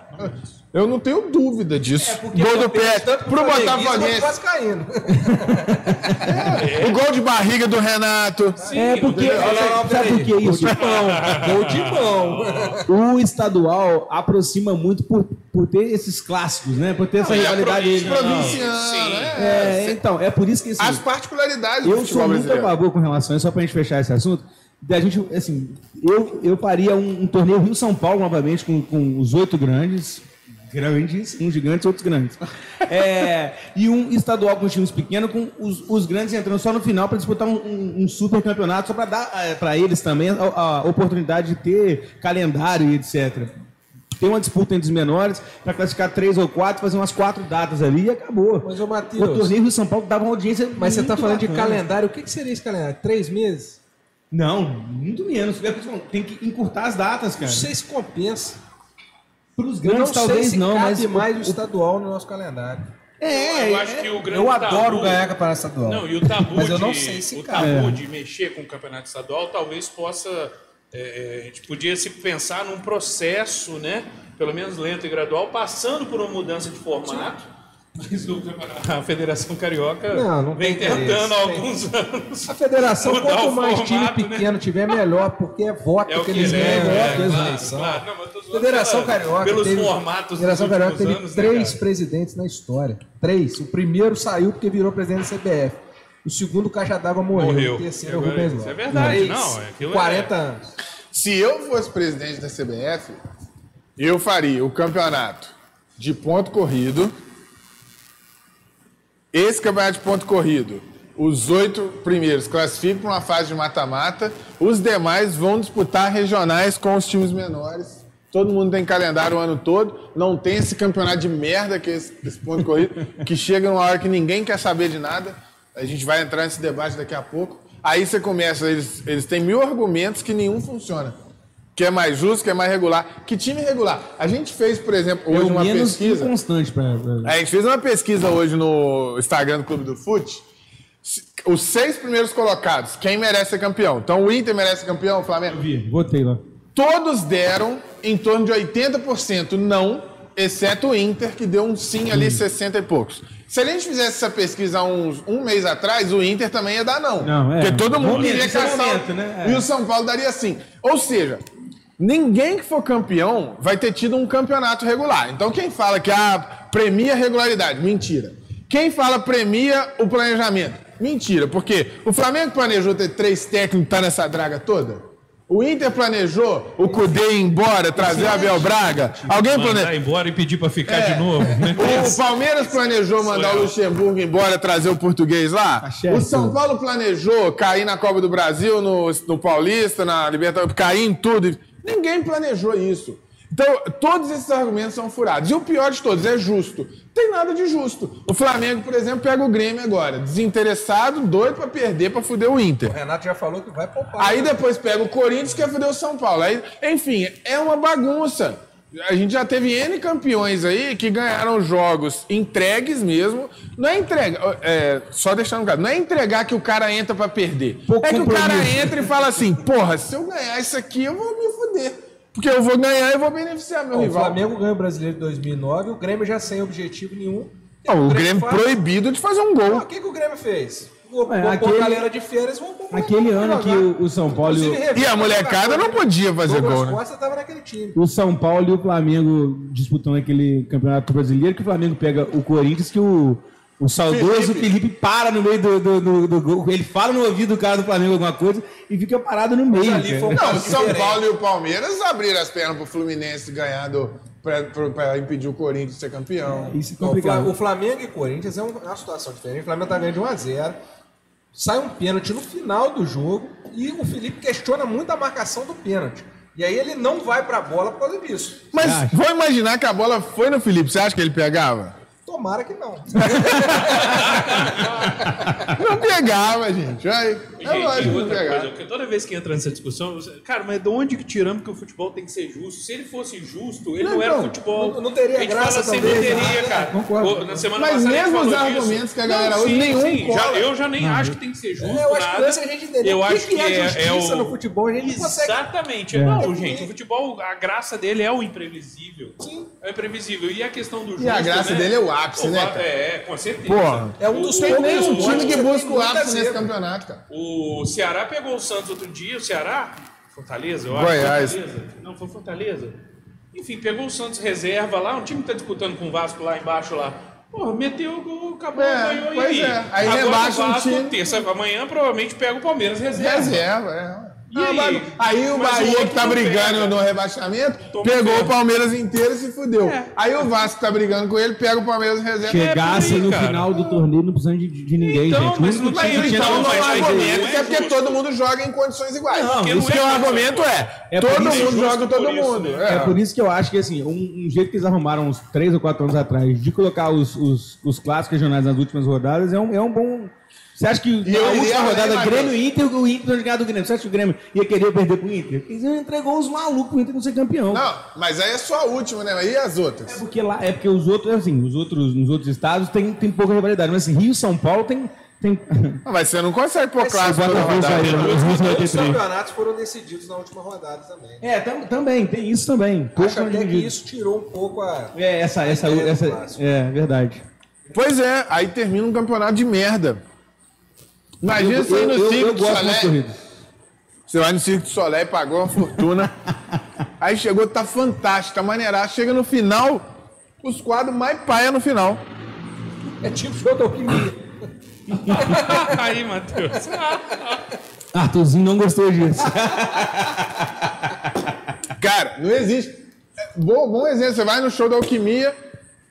Speaker 1: eu não tenho dúvida disso. gol do Pet pro Botafoguense.
Speaker 4: quase caindo.
Speaker 1: O gol de barriga do Renato.
Speaker 3: É porque.
Speaker 4: Não, não, não,
Speaker 3: sabe
Speaker 4: peraí.
Speaker 3: por que é isso?
Speaker 4: Gol de mão.
Speaker 3: O estadual aproxima muito por, por ter esses clássicos, né? Por ter essa
Speaker 2: e a
Speaker 3: rivalidade.
Speaker 2: província,
Speaker 3: regional.
Speaker 1: Provinciano,
Speaker 2: Sim.
Speaker 1: é.
Speaker 3: É, então, é por isso que. Assim,
Speaker 1: As particularidades do
Speaker 3: Eu
Speaker 1: futebol
Speaker 3: sou muito a
Speaker 1: brasileiro.
Speaker 3: favor com relação a isso, só pra gente fechar esse assunto. Da gente, assim, eu, eu faria um, um torneio Rio-São Paulo novamente com, com os oito grandes. Grandes, uns gigantes, outros grandes. É, e um estadual com os times pequenos, com os, os grandes entrando só no final para disputar um, um- um super campeonato, só para dar para eles também a, a oportunidade de ter calendário e etc. Tem uma disputa entre os menores, para classificar três ou quatro, fazer umas quatro datas ali e acabou.
Speaker 4: Mas, ô, Matheus-
Speaker 3: o
Speaker 1: é
Speaker 3: torneio Rio-São Paulo dava uma audiência.
Speaker 4: Mas você tá
Speaker 3: muito
Speaker 4: falando de
Speaker 3: bacana. né?
Speaker 4: calendário. O que, que seria esse calendário? Três meses?
Speaker 3: Não, muito menos. É por isso que eu falo, Tem que encurtar as datas,
Speaker 1: É.
Speaker 3: cara.
Speaker 4: Não sei se compensa.
Speaker 3: Para os
Speaker 4: Eu
Speaker 3: grandes, talvez
Speaker 4: se
Speaker 3: não,
Speaker 4: cabe
Speaker 3: mas.
Speaker 4: mais o estadual no nosso calendário.
Speaker 3: É,
Speaker 2: Eu acho que o grande
Speaker 4: Eu adoro
Speaker 2: tabu-
Speaker 4: ganhar campeonato estadual.
Speaker 2: Não, e o tabu,
Speaker 4: Mas eu
Speaker 2: de,
Speaker 4: não sei É. se
Speaker 2: o
Speaker 4: cabe.
Speaker 2: tabu de mexer com o campeonato estadual talvez possa. é, é, a gente podia se pensar num processo, né? Pelo menos lento e gradual, passando por uma mudança de formato. Mas o campeonato- a Federação Carioca
Speaker 4: Não, não
Speaker 2: vem
Speaker 4: tem
Speaker 2: tentando
Speaker 4: interesse,
Speaker 2: há
Speaker 4: tem.
Speaker 2: alguns anos.
Speaker 4: A federação,
Speaker 2: Mudar
Speaker 4: quanto
Speaker 2: o
Speaker 4: mais time
Speaker 2: formato, né?
Speaker 4: pequeno tiver, melhor, porque é voto
Speaker 2: É o
Speaker 4: que
Speaker 2: que
Speaker 4: eles
Speaker 2: leva,
Speaker 4: ganham,
Speaker 2: é,
Speaker 4: voto que eles
Speaker 2: claro,
Speaker 4: ganham. são.
Speaker 2: claro. Não, mas eu tô zoando
Speaker 4: Federação
Speaker 2: pela-
Speaker 4: Carioca.
Speaker 2: pelos formatos dos
Speaker 4: Federação
Speaker 2: últimos
Speaker 4: Carioca teve
Speaker 2: anos, né,
Speaker 4: três
Speaker 2: cara?
Speaker 4: presidentes na história. Três. O primeiro saiu porque virou presidente da CBF. O segundo, o Caixa d'Água, morreu.
Speaker 2: Morreu.
Speaker 4: O terceiro, o
Speaker 2: Agora,
Speaker 4: Rubens
Speaker 2: isso
Speaker 4: Lopes.
Speaker 2: é verdade,
Speaker 4: Três,
Speaker 2: não, é aquilo é-
Speaker 4: 40 anos.
Speaker 1: Se eu fosse presidente da CBF, eu faria o campeonato de ponto corrido. Esse campeonato de ponto corrido, os oito primeiros classificam para uma fase de mata-mata, os demais vão disputar regionais com os times menores. Todo mundo tem calendário o ano todo, não tem esse campeonato de merda que é esse, esse ponto corrido, que chega numa hora que ninguém quer saber de nada. A gente vai entrar nesse debate daqui a pouco. Aí você começa, eles, eles têm mil argumentos que nenhum funciona. Que é mais justo, que é mais regular. Que time regular? A gente fez, por exemplo, hoje é
Speaker 3: Pelo
Speaker 1: uma
Speaker 3: menos um
Speaker 1: pesquisa.
Speaker 3: inconstante pra. pra-
Speaker 1: A gente fez uma pesquisa hoje no Instagram do Clube do Fute. Os seis primeiros colocados, quem merece ser campeão? Então o Inter merece ser campeão, o Flamengo.
Speaker 3: Eu vi, votei lá.
Speaker 1: Todos deram em torno de 80% não, exceto o Inter, que deu um sim
Speaker 3: Hum.
Speaker 1: ali, 60 e poucos. Se a gente fizesse essa pesquisa há uns um mês atrás, o Inter também ia dar não.
Speaker 3: Não, é.
Speaker 1: Porque todo mundo
Speaker 3: Momento,
Speaker 1: iria
Speaker 3: esse é o
Speaker 1: caçar.
Speaker 3: momento, né? É.
Speaker 1: E o São Paulo daria sim. Ou seja, ninguém que for campeão vai ter tido um campeonato regular. Então quem fala que ah, premia a regularidade, mentira. Quem fala premia o planejamento, mentira. Porque o Flamengo planejou ter três técnicos tá nessa draga toda? O Inter planejou o Cudê ir embora, trazer o Abel Braga? Alguém planejou?
Speaker 2: Mandar embora e pedir para ficar de novo. né?
Speaker 1: O Palmeiras planejou mandar o Luxemburgo embora, trazer o português lá.
Speaker 3: certo.
Speaker 1: O São Paulo planejou cair na Copa do Brasil, no, no Paulista, na Libertadores, cair em tudo. Ninguém planejou isso. Então, todos esses argumentos são furados. E o pior de todos é justo. Tem nada de justo. O Flamengo, por exemplo, pega o Grêmio agora, desinteressado, doido pra perder, pra fuder o Inter.
Speaker 4: O Renato já falou que vai poupar.
Speaker 1: Aí depois pega o Corinthians que é fuder o São Paulo. Aí, enfim, é uma bagunça. A gente já teve N campeões aí que ganharam jogos entregues mesmo. Não é entrega, é, só deixando claro, não é entregar que o cara entra pra perder.
Speaker 3: Pouco
Speaker 1: é que o cara
Speaker 3: compromisso.
Speaker 1: entra e fala assim: porra, se eu ganhar isso aqui, eu vou me fuder. Porque eu vou ganhar e vou beneficiar meu
Speaker 4: o
Speaker 1: rival.
Speaker 4: Flamengo ganhou o Brasileiro de 2009, o Grêmio já sem objetivo nenhum.
Speaker 1: Não, Ah, o Grêmio
Speaker 4: Faz-
Speaker 1: proibido de fazer um
Speaker 4: Pô,
Speaker 1: gol.
Speaker 4: O que, que o Grêmio fez? Pô,
Speaker 3: É,
Speaker 4: Botou
Speaker 3: aquele-
Speaker 4: a galera de férias, um vão comprar-
Speaker 3: Aquele ano que o, o São Paulo. e
Speaker 4: Inclusive,
Speaker 3: o-
Speaker 4: revelou
Speaker 1: E a molecada não podia fazer
Speaker 4: Douglas
Speaker 1: gol, né?
Speaker 4: Costa tava naquele time.
Speaker 3: O São Paulo e o Flamengo disputando aquele campeonato brasileiro, que o Flamengo pega o Corinthians, que o, o saudoso Felipe. para no meio do, do, do- do gol. Ele fala no ouvido do cara do Flamengo alguma coisa e fica parado no meio.
Speaker 4: ali
Speaker 3: cara.
Speaker 4: foi um-
Speaker 1: Não, o São
Speaker 4: Diferente.
Speaker 1: Paulo e o Palmeiras abriram as pernas pro Fluminense ganhando para impedir o Corinthians de ser campeão.
Speaker 3: Isso
Speaker 4: Ó,
Speaker 3: é
Speaker 4: o Fla-
Speaker 3: complicado.
Speaker 4: O Flamengo e Corinthians é um- é uma situação diferente. O Flamengo tá ganhando de 1 a 0 Sai um pênalti no final do jogo e o Felipe questiona muito a marcação do pênalti. E aí ele não vai pra bola por causa disso.
Speaker 1: Mas
Speaker 3: Acho.
Speaker 1: vou imaginar que a bola foi no Felipe. Você acha que ele pegava?
Speaker 4: tomara que não.
Speaker 1: Não pegava, gente. Aí, é
Speaker 2: Gente, e
Speaker 1: lógico que não
Speaker 4: né,
Speaker 2: outra
Speaker 1: pegava.
Speaker 2: coisa, porque toda vez que entra nessa discussão, você- cara, mas de onde que tiramos que o futebol tem que ser justo? Se ele fosse justo, ele não,
Speaker 1: Não,
Speaker 2: era
Speaker 1: não.
Speaker 2: futebol.
Speaker 4: Não- não teria
Speaker 2: a gente
Speaker 4: graça,
Speaker 2: fala sem
Speaker 4: talvez,
Speaker 2: bateria,
Speaker 4: né?
Speaker 2: cara.
Speaker 4: Concordo.
Speaker 2: Pô, na semana
Speaker 1: Mas
Speaker 2: passada a gente
Speaker 1: mesmo os
Speaker 2: falou
Speaker 1: argumentos
Speaker 2: disso.
Speaker 1: que a galera usa, nenhum
Speaker 2: já-
Speaker 1: cola.
Speaker 2: eu já nem acho que tem que ser justo.
Speaker 4: eu acho que
Speaker 2: nada.
Speaker 4: o lance Uhum. é a gente entender
Speaker 2: Eu
Speaker 4: o que
Speaker 2: acho
Speaker 4: que
Speaker 2: que
Speaker 4: é
Speaker 2: é, é
Speaker 4: justiça
Speaker 2: o...
Speaker 4: no futebol, a gente não consegue- É.
Speaker 2: Exatamente. Não, gente, o futebol, a graça dele é o imprevisível. Sim. É o imprevisível. E a questão do justo,
Speaker 1: a graça
Speaker 2: né?
Speaker 1: dele é o ápice,
Speaker 2: Pô,
Speaker 1: né, cara?
Speaker 2: É, é, com certeza.
Speaker 1: Porra.
Speaker 4: É um dos
Speaker 2: O-
Speaker 1: Tem nenhum
Speaker 2: o-
Speaker 1: time que busca o ápice
Speaker 4: Zebra.
Speaker 1: nesse campeonato, cara.
Speaker 2: O Ceará pegou o Santos outro dia, o Ceará, Fortaleza, eu acho.
Speaker 1: Goiás.
Speaker 2: Fortaleza. Não, foi Fortaleza. Enfim, pegou o Santos reserva lá, um time que tá disputando com o Vasco lá embaixo lá. Porra, meteu o gol, acabou,
Speaker 1: É,
Speaker 2: ganhou e
Speaker 1: pois
Speaker 2: aí.
Speaker 1: é. Aí
Speaker 2: Agora
Speaker 1: rebaixa
Speaker 2: o
Speaker 1: um
Speaker 2: Vasco,
Speaker 1: time.
Speaker 2: terça amanhã, provavelmente pega o Palmeiras reserva.
Speaker 1: Reserva, é.
Speaker 2: E
Speaker 1: Ah,
Speaker 2: aí?
Speaker 1: mas- aí o
Speaker 2: Mas o
Speaker 1: Bahia
Speaker 2: outro
Speaker 1: que tá
Speaker 2: não
Speaker 1: brigando
Speaker 2: pega.
Speaker 1: no rebaixamento
Speaker 2: Toma
Speaker 1: pegou
Speaker 2: ferro.
Speaker 1: o Palmeiras inteiro e se fudeu.
Speaker 2: É.
Speaker 1: Aí o Vasco tá brigando com ele, pega o Palmeiras reserva.
Speaker 2: É,
Speaker 3: Chegasse
Speaker 2: por aí,
Speaker 3: no
Speaker 2: cara.
Speaker 3: final do torneio não precisando de, de ninguém,
Speaker 2: Então,
Speaker 3: gente. O
Speaker 2: mas
Speaker 3: único
Speaker 2: não-
Speaker 3: time
Speaker 2: mas
Speaker 3: que tinha
Speaker 2: então,
Speaker 3: tava-
Speaker 1: Então,
Speaker 2: mas
Speaker 1: o
Speaker 2: aí
Speaker 1: argumento
Speaker 2: não é
Speaker 1: que é porque
Speaker 2: justo.
Speaker 1: todo mundo joga em condições iguais.
Speaker 2: porque
Speaker 1: isso
Speaker 2: não
Speaker 1: que
Speaker 2: é
Speaker 1: é o
Speaker 2: justo,
Speaker 1: argumento
Speaker 2: pô.
Speaker 1: é,
Speaker 3: É por
Speaker 1: todo
Speaker 3: isso-
Speaker 1: mundo joga
Speaker 2: justo
Speaker 1: todo
Speaker 2: por isso,
Speaker 1: mundo.
Speaker 2: né?
Speaker 1: é.
Speaker 3: É por isso que eu acho que assim, um, um jeito que eles arrumaram uns 3 ou 4 anos atrás de colocar os, os, os clássicos regionais nas últimas rodadas é um, é um bom. Você acha que
Speaker 1: E eu
Speaker 3: a
Speaker 1: iria
Speaker 3: última
Speaker 1: além,
Speaker 3: rodada
Speaker 1: Matheus.
Speaker 3: Grêmio e Inter, o Inter não ganhar do Grêmio? Você acha que o Grêmio ia querer perder pro Inter? Porque ele entregou os malucos pro Inter não ser campeão.
Speaker 1: Não, mas aí é só a última, né? E as outras?
Speaker 3: É porque lá, é porque os outros, assim, os outros, nos outros estados tem, tem pouca rivalidade. Mas assim, Rio e São Paulo tem. tem...
Speaker 1: Ah, Mas você não consegue pôr
Speaker 4: Mas se
Speaker 1: clássico
Speaker 4: o
Speaker 1: na
Speaker 3: Botafogo
Speaker 1: rodada.
Speaker 3: sair,
Speaker 1: né?
Speaker 3: né?
Speaker 4: Os
Speaker 3: 93.
Speaker 4: campeonatos foram decididos na última rodada também.
Speaker 3: É, tam- também, tem isso também. Poucos
Speaker 4: Acho
Speaker 3: são
Speaker 4: até que
Speaker 3: divididos.
Speaker 4: isso tirou um pouco a.
Speaker 3: É, essa, essa,
Speaker 4: É,
Speaker 3: essa,
Speaker 4: clássico.
Speaker 3: é verdade.
Speaker 1: Pois é, aí termina um campeonato de merda. Imagina você ir
Speaker 3: eu,
Speaker 1: no
Speaker 3: eu, eu
Speaker 1: Circo do
Speaker 3: gosto das
Speaker 1: Soleil.
Speaker 3: corridas.
Speaker 1: Você vai no Circo do Soleil, pagou uma
Speaker 3: *laughs*
Speaker 1: fortuna. aí chegou, tá fantástico, tá maneirado. Chega no final, os quadros mais paia no final.
Speaker 4: É tipo jogo da alquimia.
Speaker 2: *laughs* aí, Matheus.
Speaker 3: Arthurzinho não
Speaker 4: *laughs*
Speaker 3: gostou disso.
Speaker 1: Cara, não existe. É, Bom, bom exemplo, você vai no show da Alquimia,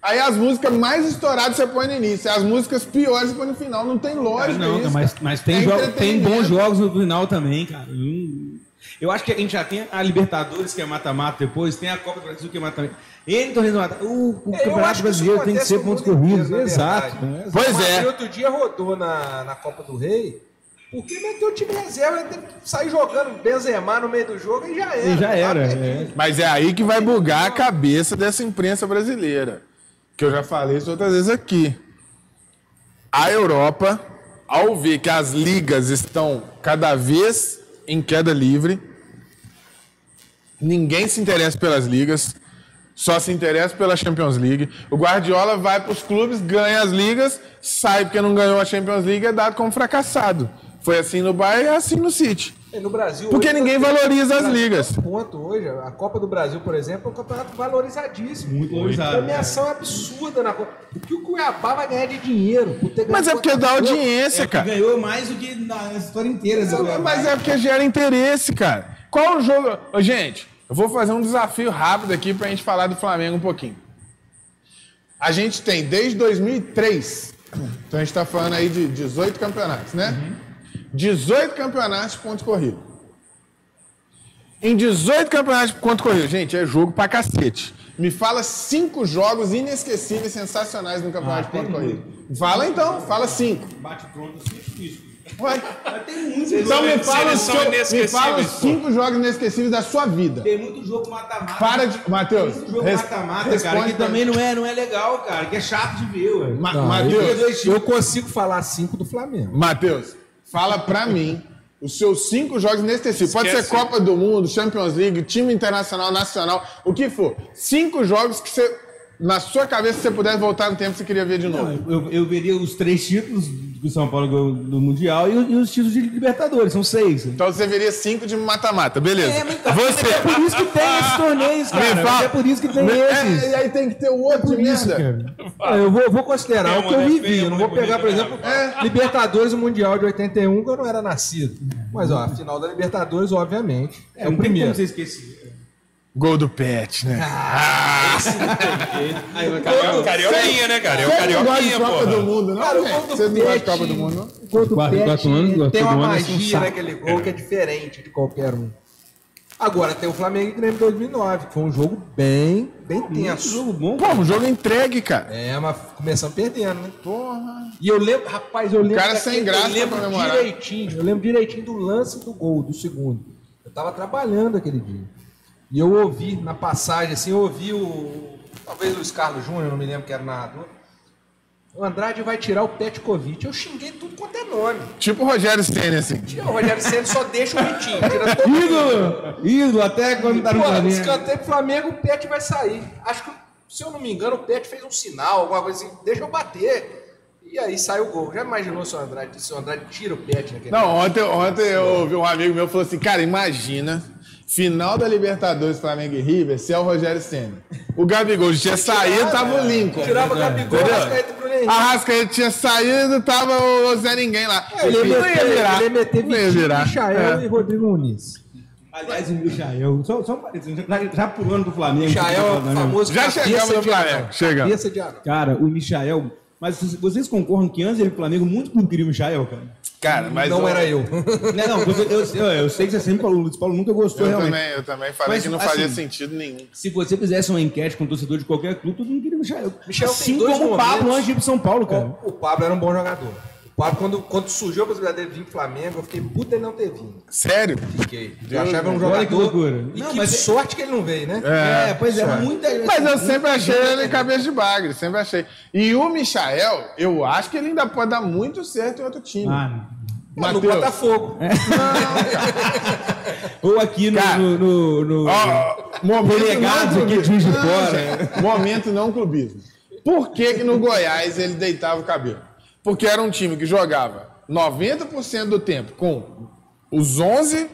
Speaker 1: aí as músicas mais estouradas você põe no início, as músicas piores você põe no final. Não tem lógica
Speaker 3: não,
Speaker 1: isso.
Speaker 3: mas,
Speaker 1: cara.
Speaker 3: mas tem,
Speaker 1: É
Speaker 3: jogo- tem bons
Speaker 1: entretenimento.
Speaker 3: jogos no final também, cara. Hum. Eu acho que a gente já tem a Libertadores, que é mata-mata depois, tem a Copa do Brasil, que é mata-mata. Ele torneio mata O, o
Speaker 4: Eu acho
Speaker 3: Campeonato
Speaker 4: que assim,
Speaker 3: Brasileiro
Speaker 4: isso
Speaker 3: tem que ser
Speaker 4: acontece
Speaker 3: pontos
Speaker 4: no mundo
Speaker 3: corridos.
Speaker 4: inteiro, na
Speaker 3: Exato.
Speaker 4: é verdade.
Speaker 3: né?
Speaker 1: Pois
Speaker 4: Mas
Speaker 1: é.
Speaker 4: outro dia rodou na, na Copa do Rei, porque meteu o time reserva, ele teve que sair jogando Benzema no meio do jogo e já era.
Speaker 3: E já era,
Speaker 4: Tá perdido.
Speaker 1: Mas é aí que vai bugar a cabeça dessa imprensa brasileira. Que eu já falei isso outras vezes aqui. A Europa, ao ver que as ligas estão cada vez em queda livre, ninguém se interessa pelas ligas, só se interessa pela Champions League. O Guardiola vai para os clubes, ganha as ligas, sai porque não ganhou a Champions League, é dado como fracassado. Foi assim no Bayern e é assim no City.
Speaker 4: E No Brasil,
Speaker 1: Porque
Speaker 4: hoje,
Speaker 1: ninguém
Speaker 4: tá-
Speaker 1: valoriza
Speaker 4: o
Speaker 1: as
Speaker 4: Brasil
Speaker 1: ligas.
Speaker 4: tá um Ponto hoje, a Copa do Brasil, por exemplo, é um campeonato valorizadíssimo.
Speaker 3: Muito valorizado,
Speaker 4: Premiação absurda na Copa. O que o Cuiabá vai ganhar de dinheiro? por ter
Speaker 1: Mas
Speaker 4: ganho
Speaker 1: é porque dá
Speaker 4: Botafogo?
Speaker 1: audiência, cara.
Speaker 3: Ganhou mais do que na história inteira. né? Zé Goiás.
Speaker 1: Mas é porque gera interesse, cara. Qual o jogo. Ô, gente, eu vou fazer um desafio rápido aqui pra gente falar do Flamengo um pouquinho. A gente tem desde 2003, então a gente tá falando aí de 18 campeonatos, né? 18 campeonatos de ponto corrido. Em 18 campeonatos de ponto corrido, gente, é jogo pra cacete. Me fala cinco jogos inesquecíveis, sensacionais no campeonato de ponto corrido. Fala então, fala cinco.
Speaker 3: Ah, Bate pronto, assim é difícil.
Speaker 1: Ué.
Speaker 3: Mas tem muito
Speaker 1: Então me
Speaker 2: Eles
Speaker 1: fala, os
Speaker 2: são
Speaker 1: seu- me
Speaker 2: inesquecíveis,
Speaker 1: fala os
Speaker 2: pô.
Speaker 1: cinco jogos inesquecíveis da sua vida.
Speaker 3: Tem muito jogo mata-mata.
Speaker 1: Para de. Matheus.
Speaker 3: Tem muito jogo
Speaker 1: res-
Speaker 3: mata-mata,
Speaker 1: responde
Speaker 3: cara, que
Speaker 1: pra-
Speaker 3: também não é, não é legal, cara, que é chato de ver, ué.
Speaker 1: Ma-
Speaker 4: Não,
Speaker 1: Matheus,
Speaker 4: eu, eu consigo falar cinco do Flamengo.
Speaker 1: Matheus, fala pra mim os seus cinco jogos inesquecíveis. Pode ser
Speaker 2: Esquece.
Speaker 1: Copa do Mundo, Champions League, time internacional, nacional, o que for. Cinco jogos que você. Na sua cabeça, se você pudesse voltar no tempo, você queria ver de
Speaker 3: Não,
Speaker 1: novo.
Speaker 3: eu, eu veria os três títulos que o São Paulo ganhou do Mundial e, o- e os títulos de Libertadores, são seis.
Speaker 1: Então você veria cinco de mata-mata, beleza.
Speaker 3: Mas É por isso que tem esses torneios, cara.
Speaker 1: Me
Speaker 3: mas
Speaker 1: fala-
Speaker 3: É por isso que tem
Speaker 1: É,
Speaker 3: esses.
Speaker 1: e aí tem que ter o outro
Speaker 3: É
Speaker 1: de merda.
Speaker 4: Ah, Eu vou, vou considerar
Speaker 2: Tem
Speaker 4: o
Speaker 2: uma
Speaker 4: que eu
Speaker 2: mulher
Speaker 4: vivi.
Speaker 2: feia,
Speaker 4: Eu não
Speaker 2: uma
Speaker 4: vou pegar, por
Speaker 2: mulher
Speaker 4: exemplo,
Speaker 3: né?
Speaker 4: é, Libertadores e Mundial de 81, que eu não era nascido. Mas, ó, a final da Libertadores, obviamente, é, o
Speaker 3: não tem como
Speaker 4: primeiro.
Speaker 3: você esquecer.
Speaker 1: Gol do Pet, né?
Speaker 2: É o Carioquinha, né, cara? É o
Speaker 1: Você não gosta de
Speaker 2: Carioquinha,
Speaker 1: Copa do
Speaker 2: porra.
Speaker 1: Mundo, não?
Speaker 4: Cara, o
Speaker 3: É.
Speaker 1: velho?
Speaker 4: gol do
Speaker 1: Você não gosta de
Speaker 4: Pet-
Speaker 1: Copa do Mundo, não?
Speaker 4: Quatro,
Speaker 3: Quatro- quatro anos,
Speaker 4: tem
Speaker 3: quatro
Speaker 4: uma né,
Speaker 3: anos, um
Speaker 4: magia
Speaker 3: saco.
Speaker 4: naquele gol que é diferente de qualquer um. Agora tem o Flamengo e Grêmio 2009, que foi um jogo bem, bem
Speaker 3: Muito
Speaker 4: tenso.
Speaker 3: Hum, jogo bom.
Speaker 1: Pô, um jogo entregue, cara.
Speaker 4: É, mas começamos perdendo, né?
Speaker 1: Porra.
Speaker 4: E eu lembro, rapaz, eu lembro.
Speaker 1: cara sem
Speaker 4: daquele-
Speaker 1: graça
Speaker 4: eu
Speaker 1: pra
Speaker 4: lembro
Speaker 1: comemorar.
Speaker 4: direitinho. Eu lembro direitinho do lance do gol, do segundo. Eu tava trabalhando aquele dia. E eu ouvi na passagem, assim, eu ouvi o. Talvez o Luiz Carlos Júnior, não me lembro que era o narrador. O Andrade vai tirar o Petkovic. Eu xinguei tudo quanto é nome.
Speaker 1: Tipo o Rogério Senna, assim.
Speaker 4: O Rogério Ceni só deixa o Vitinho,
Speaker 1: *laughs*
Speaker 4: tira todo mundo.
Speaker 3: Ídolo! Ídolo, até quando tá no
Speaker 4: Pô, no
Speaker 3: Flamengo.
Speaker 4: escanteio pro Flamengo, o Pet vai sair. Acho que, se eu não me engano, o Pet fez um sinal, alguma coisa assim, deixa eu bater. E aí sai o gol. Já imaginou se o Andrade, se o Andrade tira o Pet naquele
Speaker 1: Não, ontem, ontem eu ouvi um amigo meu falou assim, cara, imagina, final da Libertadores, Flamengo e River, se é o Rogério Senna. O Gabigol já tinha saído, tava o Lincoln.
Speaker 4: né? Tirava o Gabigol,
Speaker 1: Entendeu?
Speaker 4: Arrascaeta e Bruno Henrique.
Speaker 3: Ah,
Speaker 1: Arrascaeta tinha saído, tava o Zé Ninguém lá.
Speaker 4: É, Ele ia meter,
Speaker 1: virar.
Speaker 4: ele ia meter
Speaker 1: Não ia virar.
Speaker 3: Ah,
Speaker 4: Michael
Speaker 1: É.
Speaker 4: e Rodrigo Nunes.
Speaker 3: Aliás, o Michael, só, só um parênteses, já, já pulando do Flamengo. tá
Speaker 4: Michael,
Speaker 3: Não, não.
Speaker 4: é famoso
Speaker 1: Já
Speaker 4: cabeça
Speaker 1: chegamos no
Speaker 4: de anão.
Speaker 1: Flamengo, chegamos.
Speaker 4: Cabeça de anão.
Speaker 3: Cara, o Michael. Mas vocês- vocês concordam que antes ele pro Flamengo, muito clube queria o Michael, cara?
Speaker 1: Cara, mas
Speaker 4: Não
Speaker 1: o-
Speaker 4: era eu.
Speaker 3: *laughs* Não, não, você- eu, eu, eu sei que você é sempre falou, o Luiz Paulo nunca gostou
Speaker 1: Eu
Speaker 3: realmente.
Speaker 1: também, eu também falei
Speaker 3: Mas,
Speaker 1: que não
Speaker 3: assim,
Speaker 1: fazia sentido nenhum.
Speaker 3: Se você fizesse uma enquete com um torcedor de qualquer clube, todo mundo queria o Michael.
Speaker 4: Michael tem
Speaker 3: assim
Speaker 4: dois
Speaker 3: como o Pablo
Speaker 4: momentos.
Speaker 3: antes de ir pro São Paulo, cara.
Speaker 4: O Pablo era um bom jogador. O Pablo, quando, quando surgiu a possibilidade dele vir pro Flamengo, eu fiquei puta ele não ter vindo.
Speaker 1: Sério?
Speaker 4: Fiquei. Eu
Speaker 1: Deus
Speaker 4: achava um
Speaker 1: me-
Speaker 4: jogador.
Speaker 3: Olha que loucura.
Speaker 4: E
Speaker 3: Não,
Speaker 4: que
Speaker 3: mas é-
Speaker 4: sorte que ele não veio, né?
Speaker 3: É, pois é, muita.
Speaker 1: Mas eu sempre achei
Speaker 4: é.
Speaker 1: ele cabeça de bagre, sempre achei. E o Michael, eu acho que ele ainda pode dar muito certo em outro time.
Speaker 3: Ah, não.
Speaker 4: Mas no
Speaker 1: Mateus.
Speaker 4: Botafogo.
Speaker 3: É. Ou aqui no.
Speaker 1: Cara,
Speaker 3: no, no, no-
Speaker 1: Ó, momento
Speaker 3: Delegados
Speaker 1: não
Speaker 3: aqui de
Speaker 1: clubismo.
Speaker 3: Juiz de
Speaker 1: Não,
Speaker 3: Fora.
Speaker 1: gente, Momento não clubismo. Por que, que no Goiás ele deitava o cabelo? Porque era um time que jogava 90% do tempo com os 11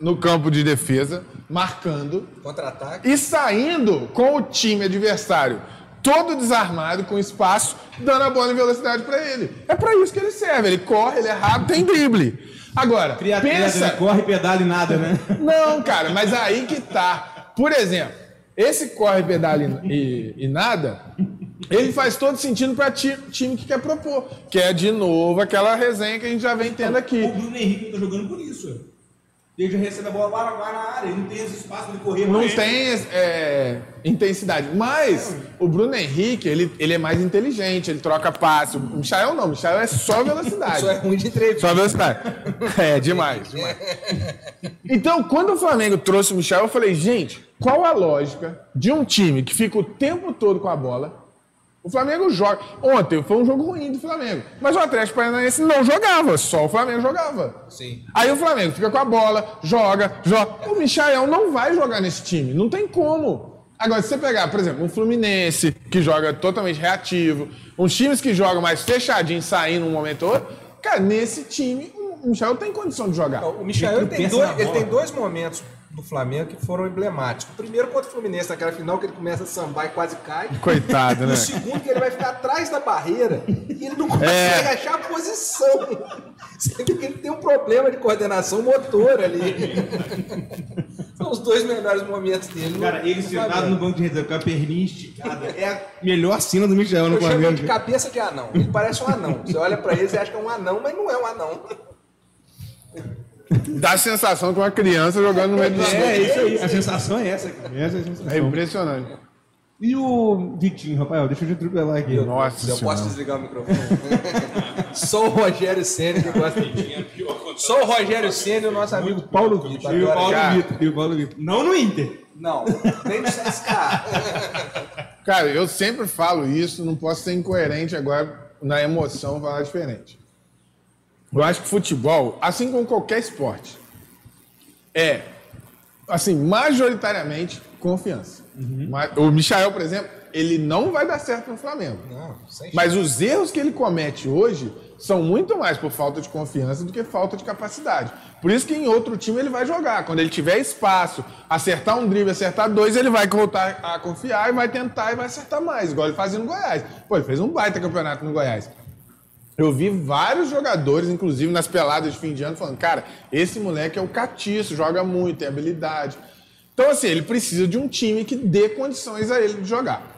Speaker 1: no campo de defesa, marcando,
Speaker 4: Contra-ataque.
Speaker 1: e saindo com o time adversário todo desarmado, com espaço, dando a bola em velocidade pra ele. É pra isso que ele serve. Ele corre, ele é rápido, tem drible. Agora,
Speaker 3: Cria atleta,
Speaker 1: pensa...
Speaker 3: né? corre, pedala e nada, né?
Speaker 1: Não, cara, mas aí que tá. Por exemplo, esse corre, pedala e, e nada, ele faz todo sentido pra ti- time que quer propor. Que é, de novo, aquela resenha que a gente já vem tendo
Speaker 3: O
Speaker 1: aqui.
Speaker 3: Bruno Henrique não tá jogando por isso. Ele já recebe a bola lá, lá na área, ele não tem esse espaço de correr.
Speaker 1: Não
Speaker 3: mais.
Speaker 1: tem é, intensidade. Mas o Bruno Henrique, ele, ele é mais inteligente, ele troca passe. O Michael não, o Michael é só velocidade.
Speaker 4: Só é ruim de entrevista.
Speaker 1: Só velocidade. É, demais, demais. Então, quando o Flamengo trouxe o Michel, eu falei, gente, qual a lógica de um time que fica o tempo todo com a bola? O Flamengo joga. Ontem foi um jogo ruim do Flamengo, mas o Atlético Paranaense não jogava, só o Flamengo jogava.
Speaker 4: Sim.
Speaker 1: Aí o Flamengo fica com a bola, joga, joga. O Michael não vai jogar nesse time, não tem como. Agora, se você pegar, por exemplo, um Fluminense, que joga totalmente reativo, uns times que jogam mais fechadinho, saindo um momento ou outro, cara, nesse time, o Michael tem condição de jogar.
Speaker 4: O Michael
Speaker 3: Ele
Speaker 4: tem
Speaker 3: tropeça
Speaker 4: dois,
Speaker 3: na
Speaker 4: ele
Speaker 3: bola.
Speaker 4: tem dois momentos do Flamengo que foram emblemáticos. O primeiro contra o Fluminense naquela final, que ele começa a sambar e quase cai.
Speaker 1: Coitado,
Speaker 3: É.
Speaker 4: E
Speaker 1: né?
Speaker 4: o segundo, que ele vai ficar atrás da barreira e ele não consegue
Speaker 1: É.
Speaker 4: achar a posição. *laughs* Você vê que ele tem um problema de coordenação motora
Speaker 3: *laughs*
Speaker 4: ali. São os dois melhores momentos dele. no-
Speaker 3: Cara, ele
Speaker 4: no
Speaker 3: sentado
Speaker 4: Flamengo.
Speaker 3: no banco de reserva com a perninha esticada. É a melhor cena do Michel no
Speaker 4: Eu chamo ele
Speaker 3: Flamengo.
Speaker 4: de cabeça de anão. Ele parece um anão. Você olha pra ele, você acha que é um anão, mas não é um anão.
Speaker 1: Dá a sensação de uma criança jogando no meio do
Speaker 3: É,
Speaker 1: é,
Speaker 3: isso aí. A sensação é essa, cara. Essa é a sensação.
Speaker 1: é impressionante.
Speaker 3: E o Vitinho, Rafael, deixa eu te atropelar aqui.
Speaker 1: Nossa
Speaker 4: Eu
Speaker 1: senhora.
Speaker 4: posso desligar o microfone? *laughs* Só o Rogério Senna que gosta de Só o Rogério Senna e o nosso amigo Paulo Vitor.
Speaker 3: E o
Speaker 4: adora.
Speaker 3: Paulo
Speaker 1: Cara.
Speaker 3: Vitor, e o Paulo Vitor. Não no Inter.
Speaker 4: Não, nem do CSK.
Speaker 1: Cara, eu sempre falo isso, não posso ser incoerente agora na emoção falar diferente. Eu acho que futebol, assim como qualquer esporte, é, assim, majoritariamente confiança. Ma- O Michael, por exemplo, ele não vai dar certo no Flamengo.
Speaker 4: *laughs* Não, sem
Speaker 1: Mas os erros que ele comete hoje são muito mais por falta de confiança do que falta de capacidade. Por isso que em outro time ele vai jogar. Quando ele tiver espaço, acertar um drible, acertar dois, ele vai voltar a confiar e vai tentar e vai acertar mais, igual ele fazia no Goiás. Pô, ele fez um baita campeonato no Goiás. Eu vi vários jogadores, inclusive nas peladas de fim de ano, falando: cara, esse moleque é o catiço, joga muito, tem habilidade. Então, assim, ele precisa de um time que dê condições a ele de jogar.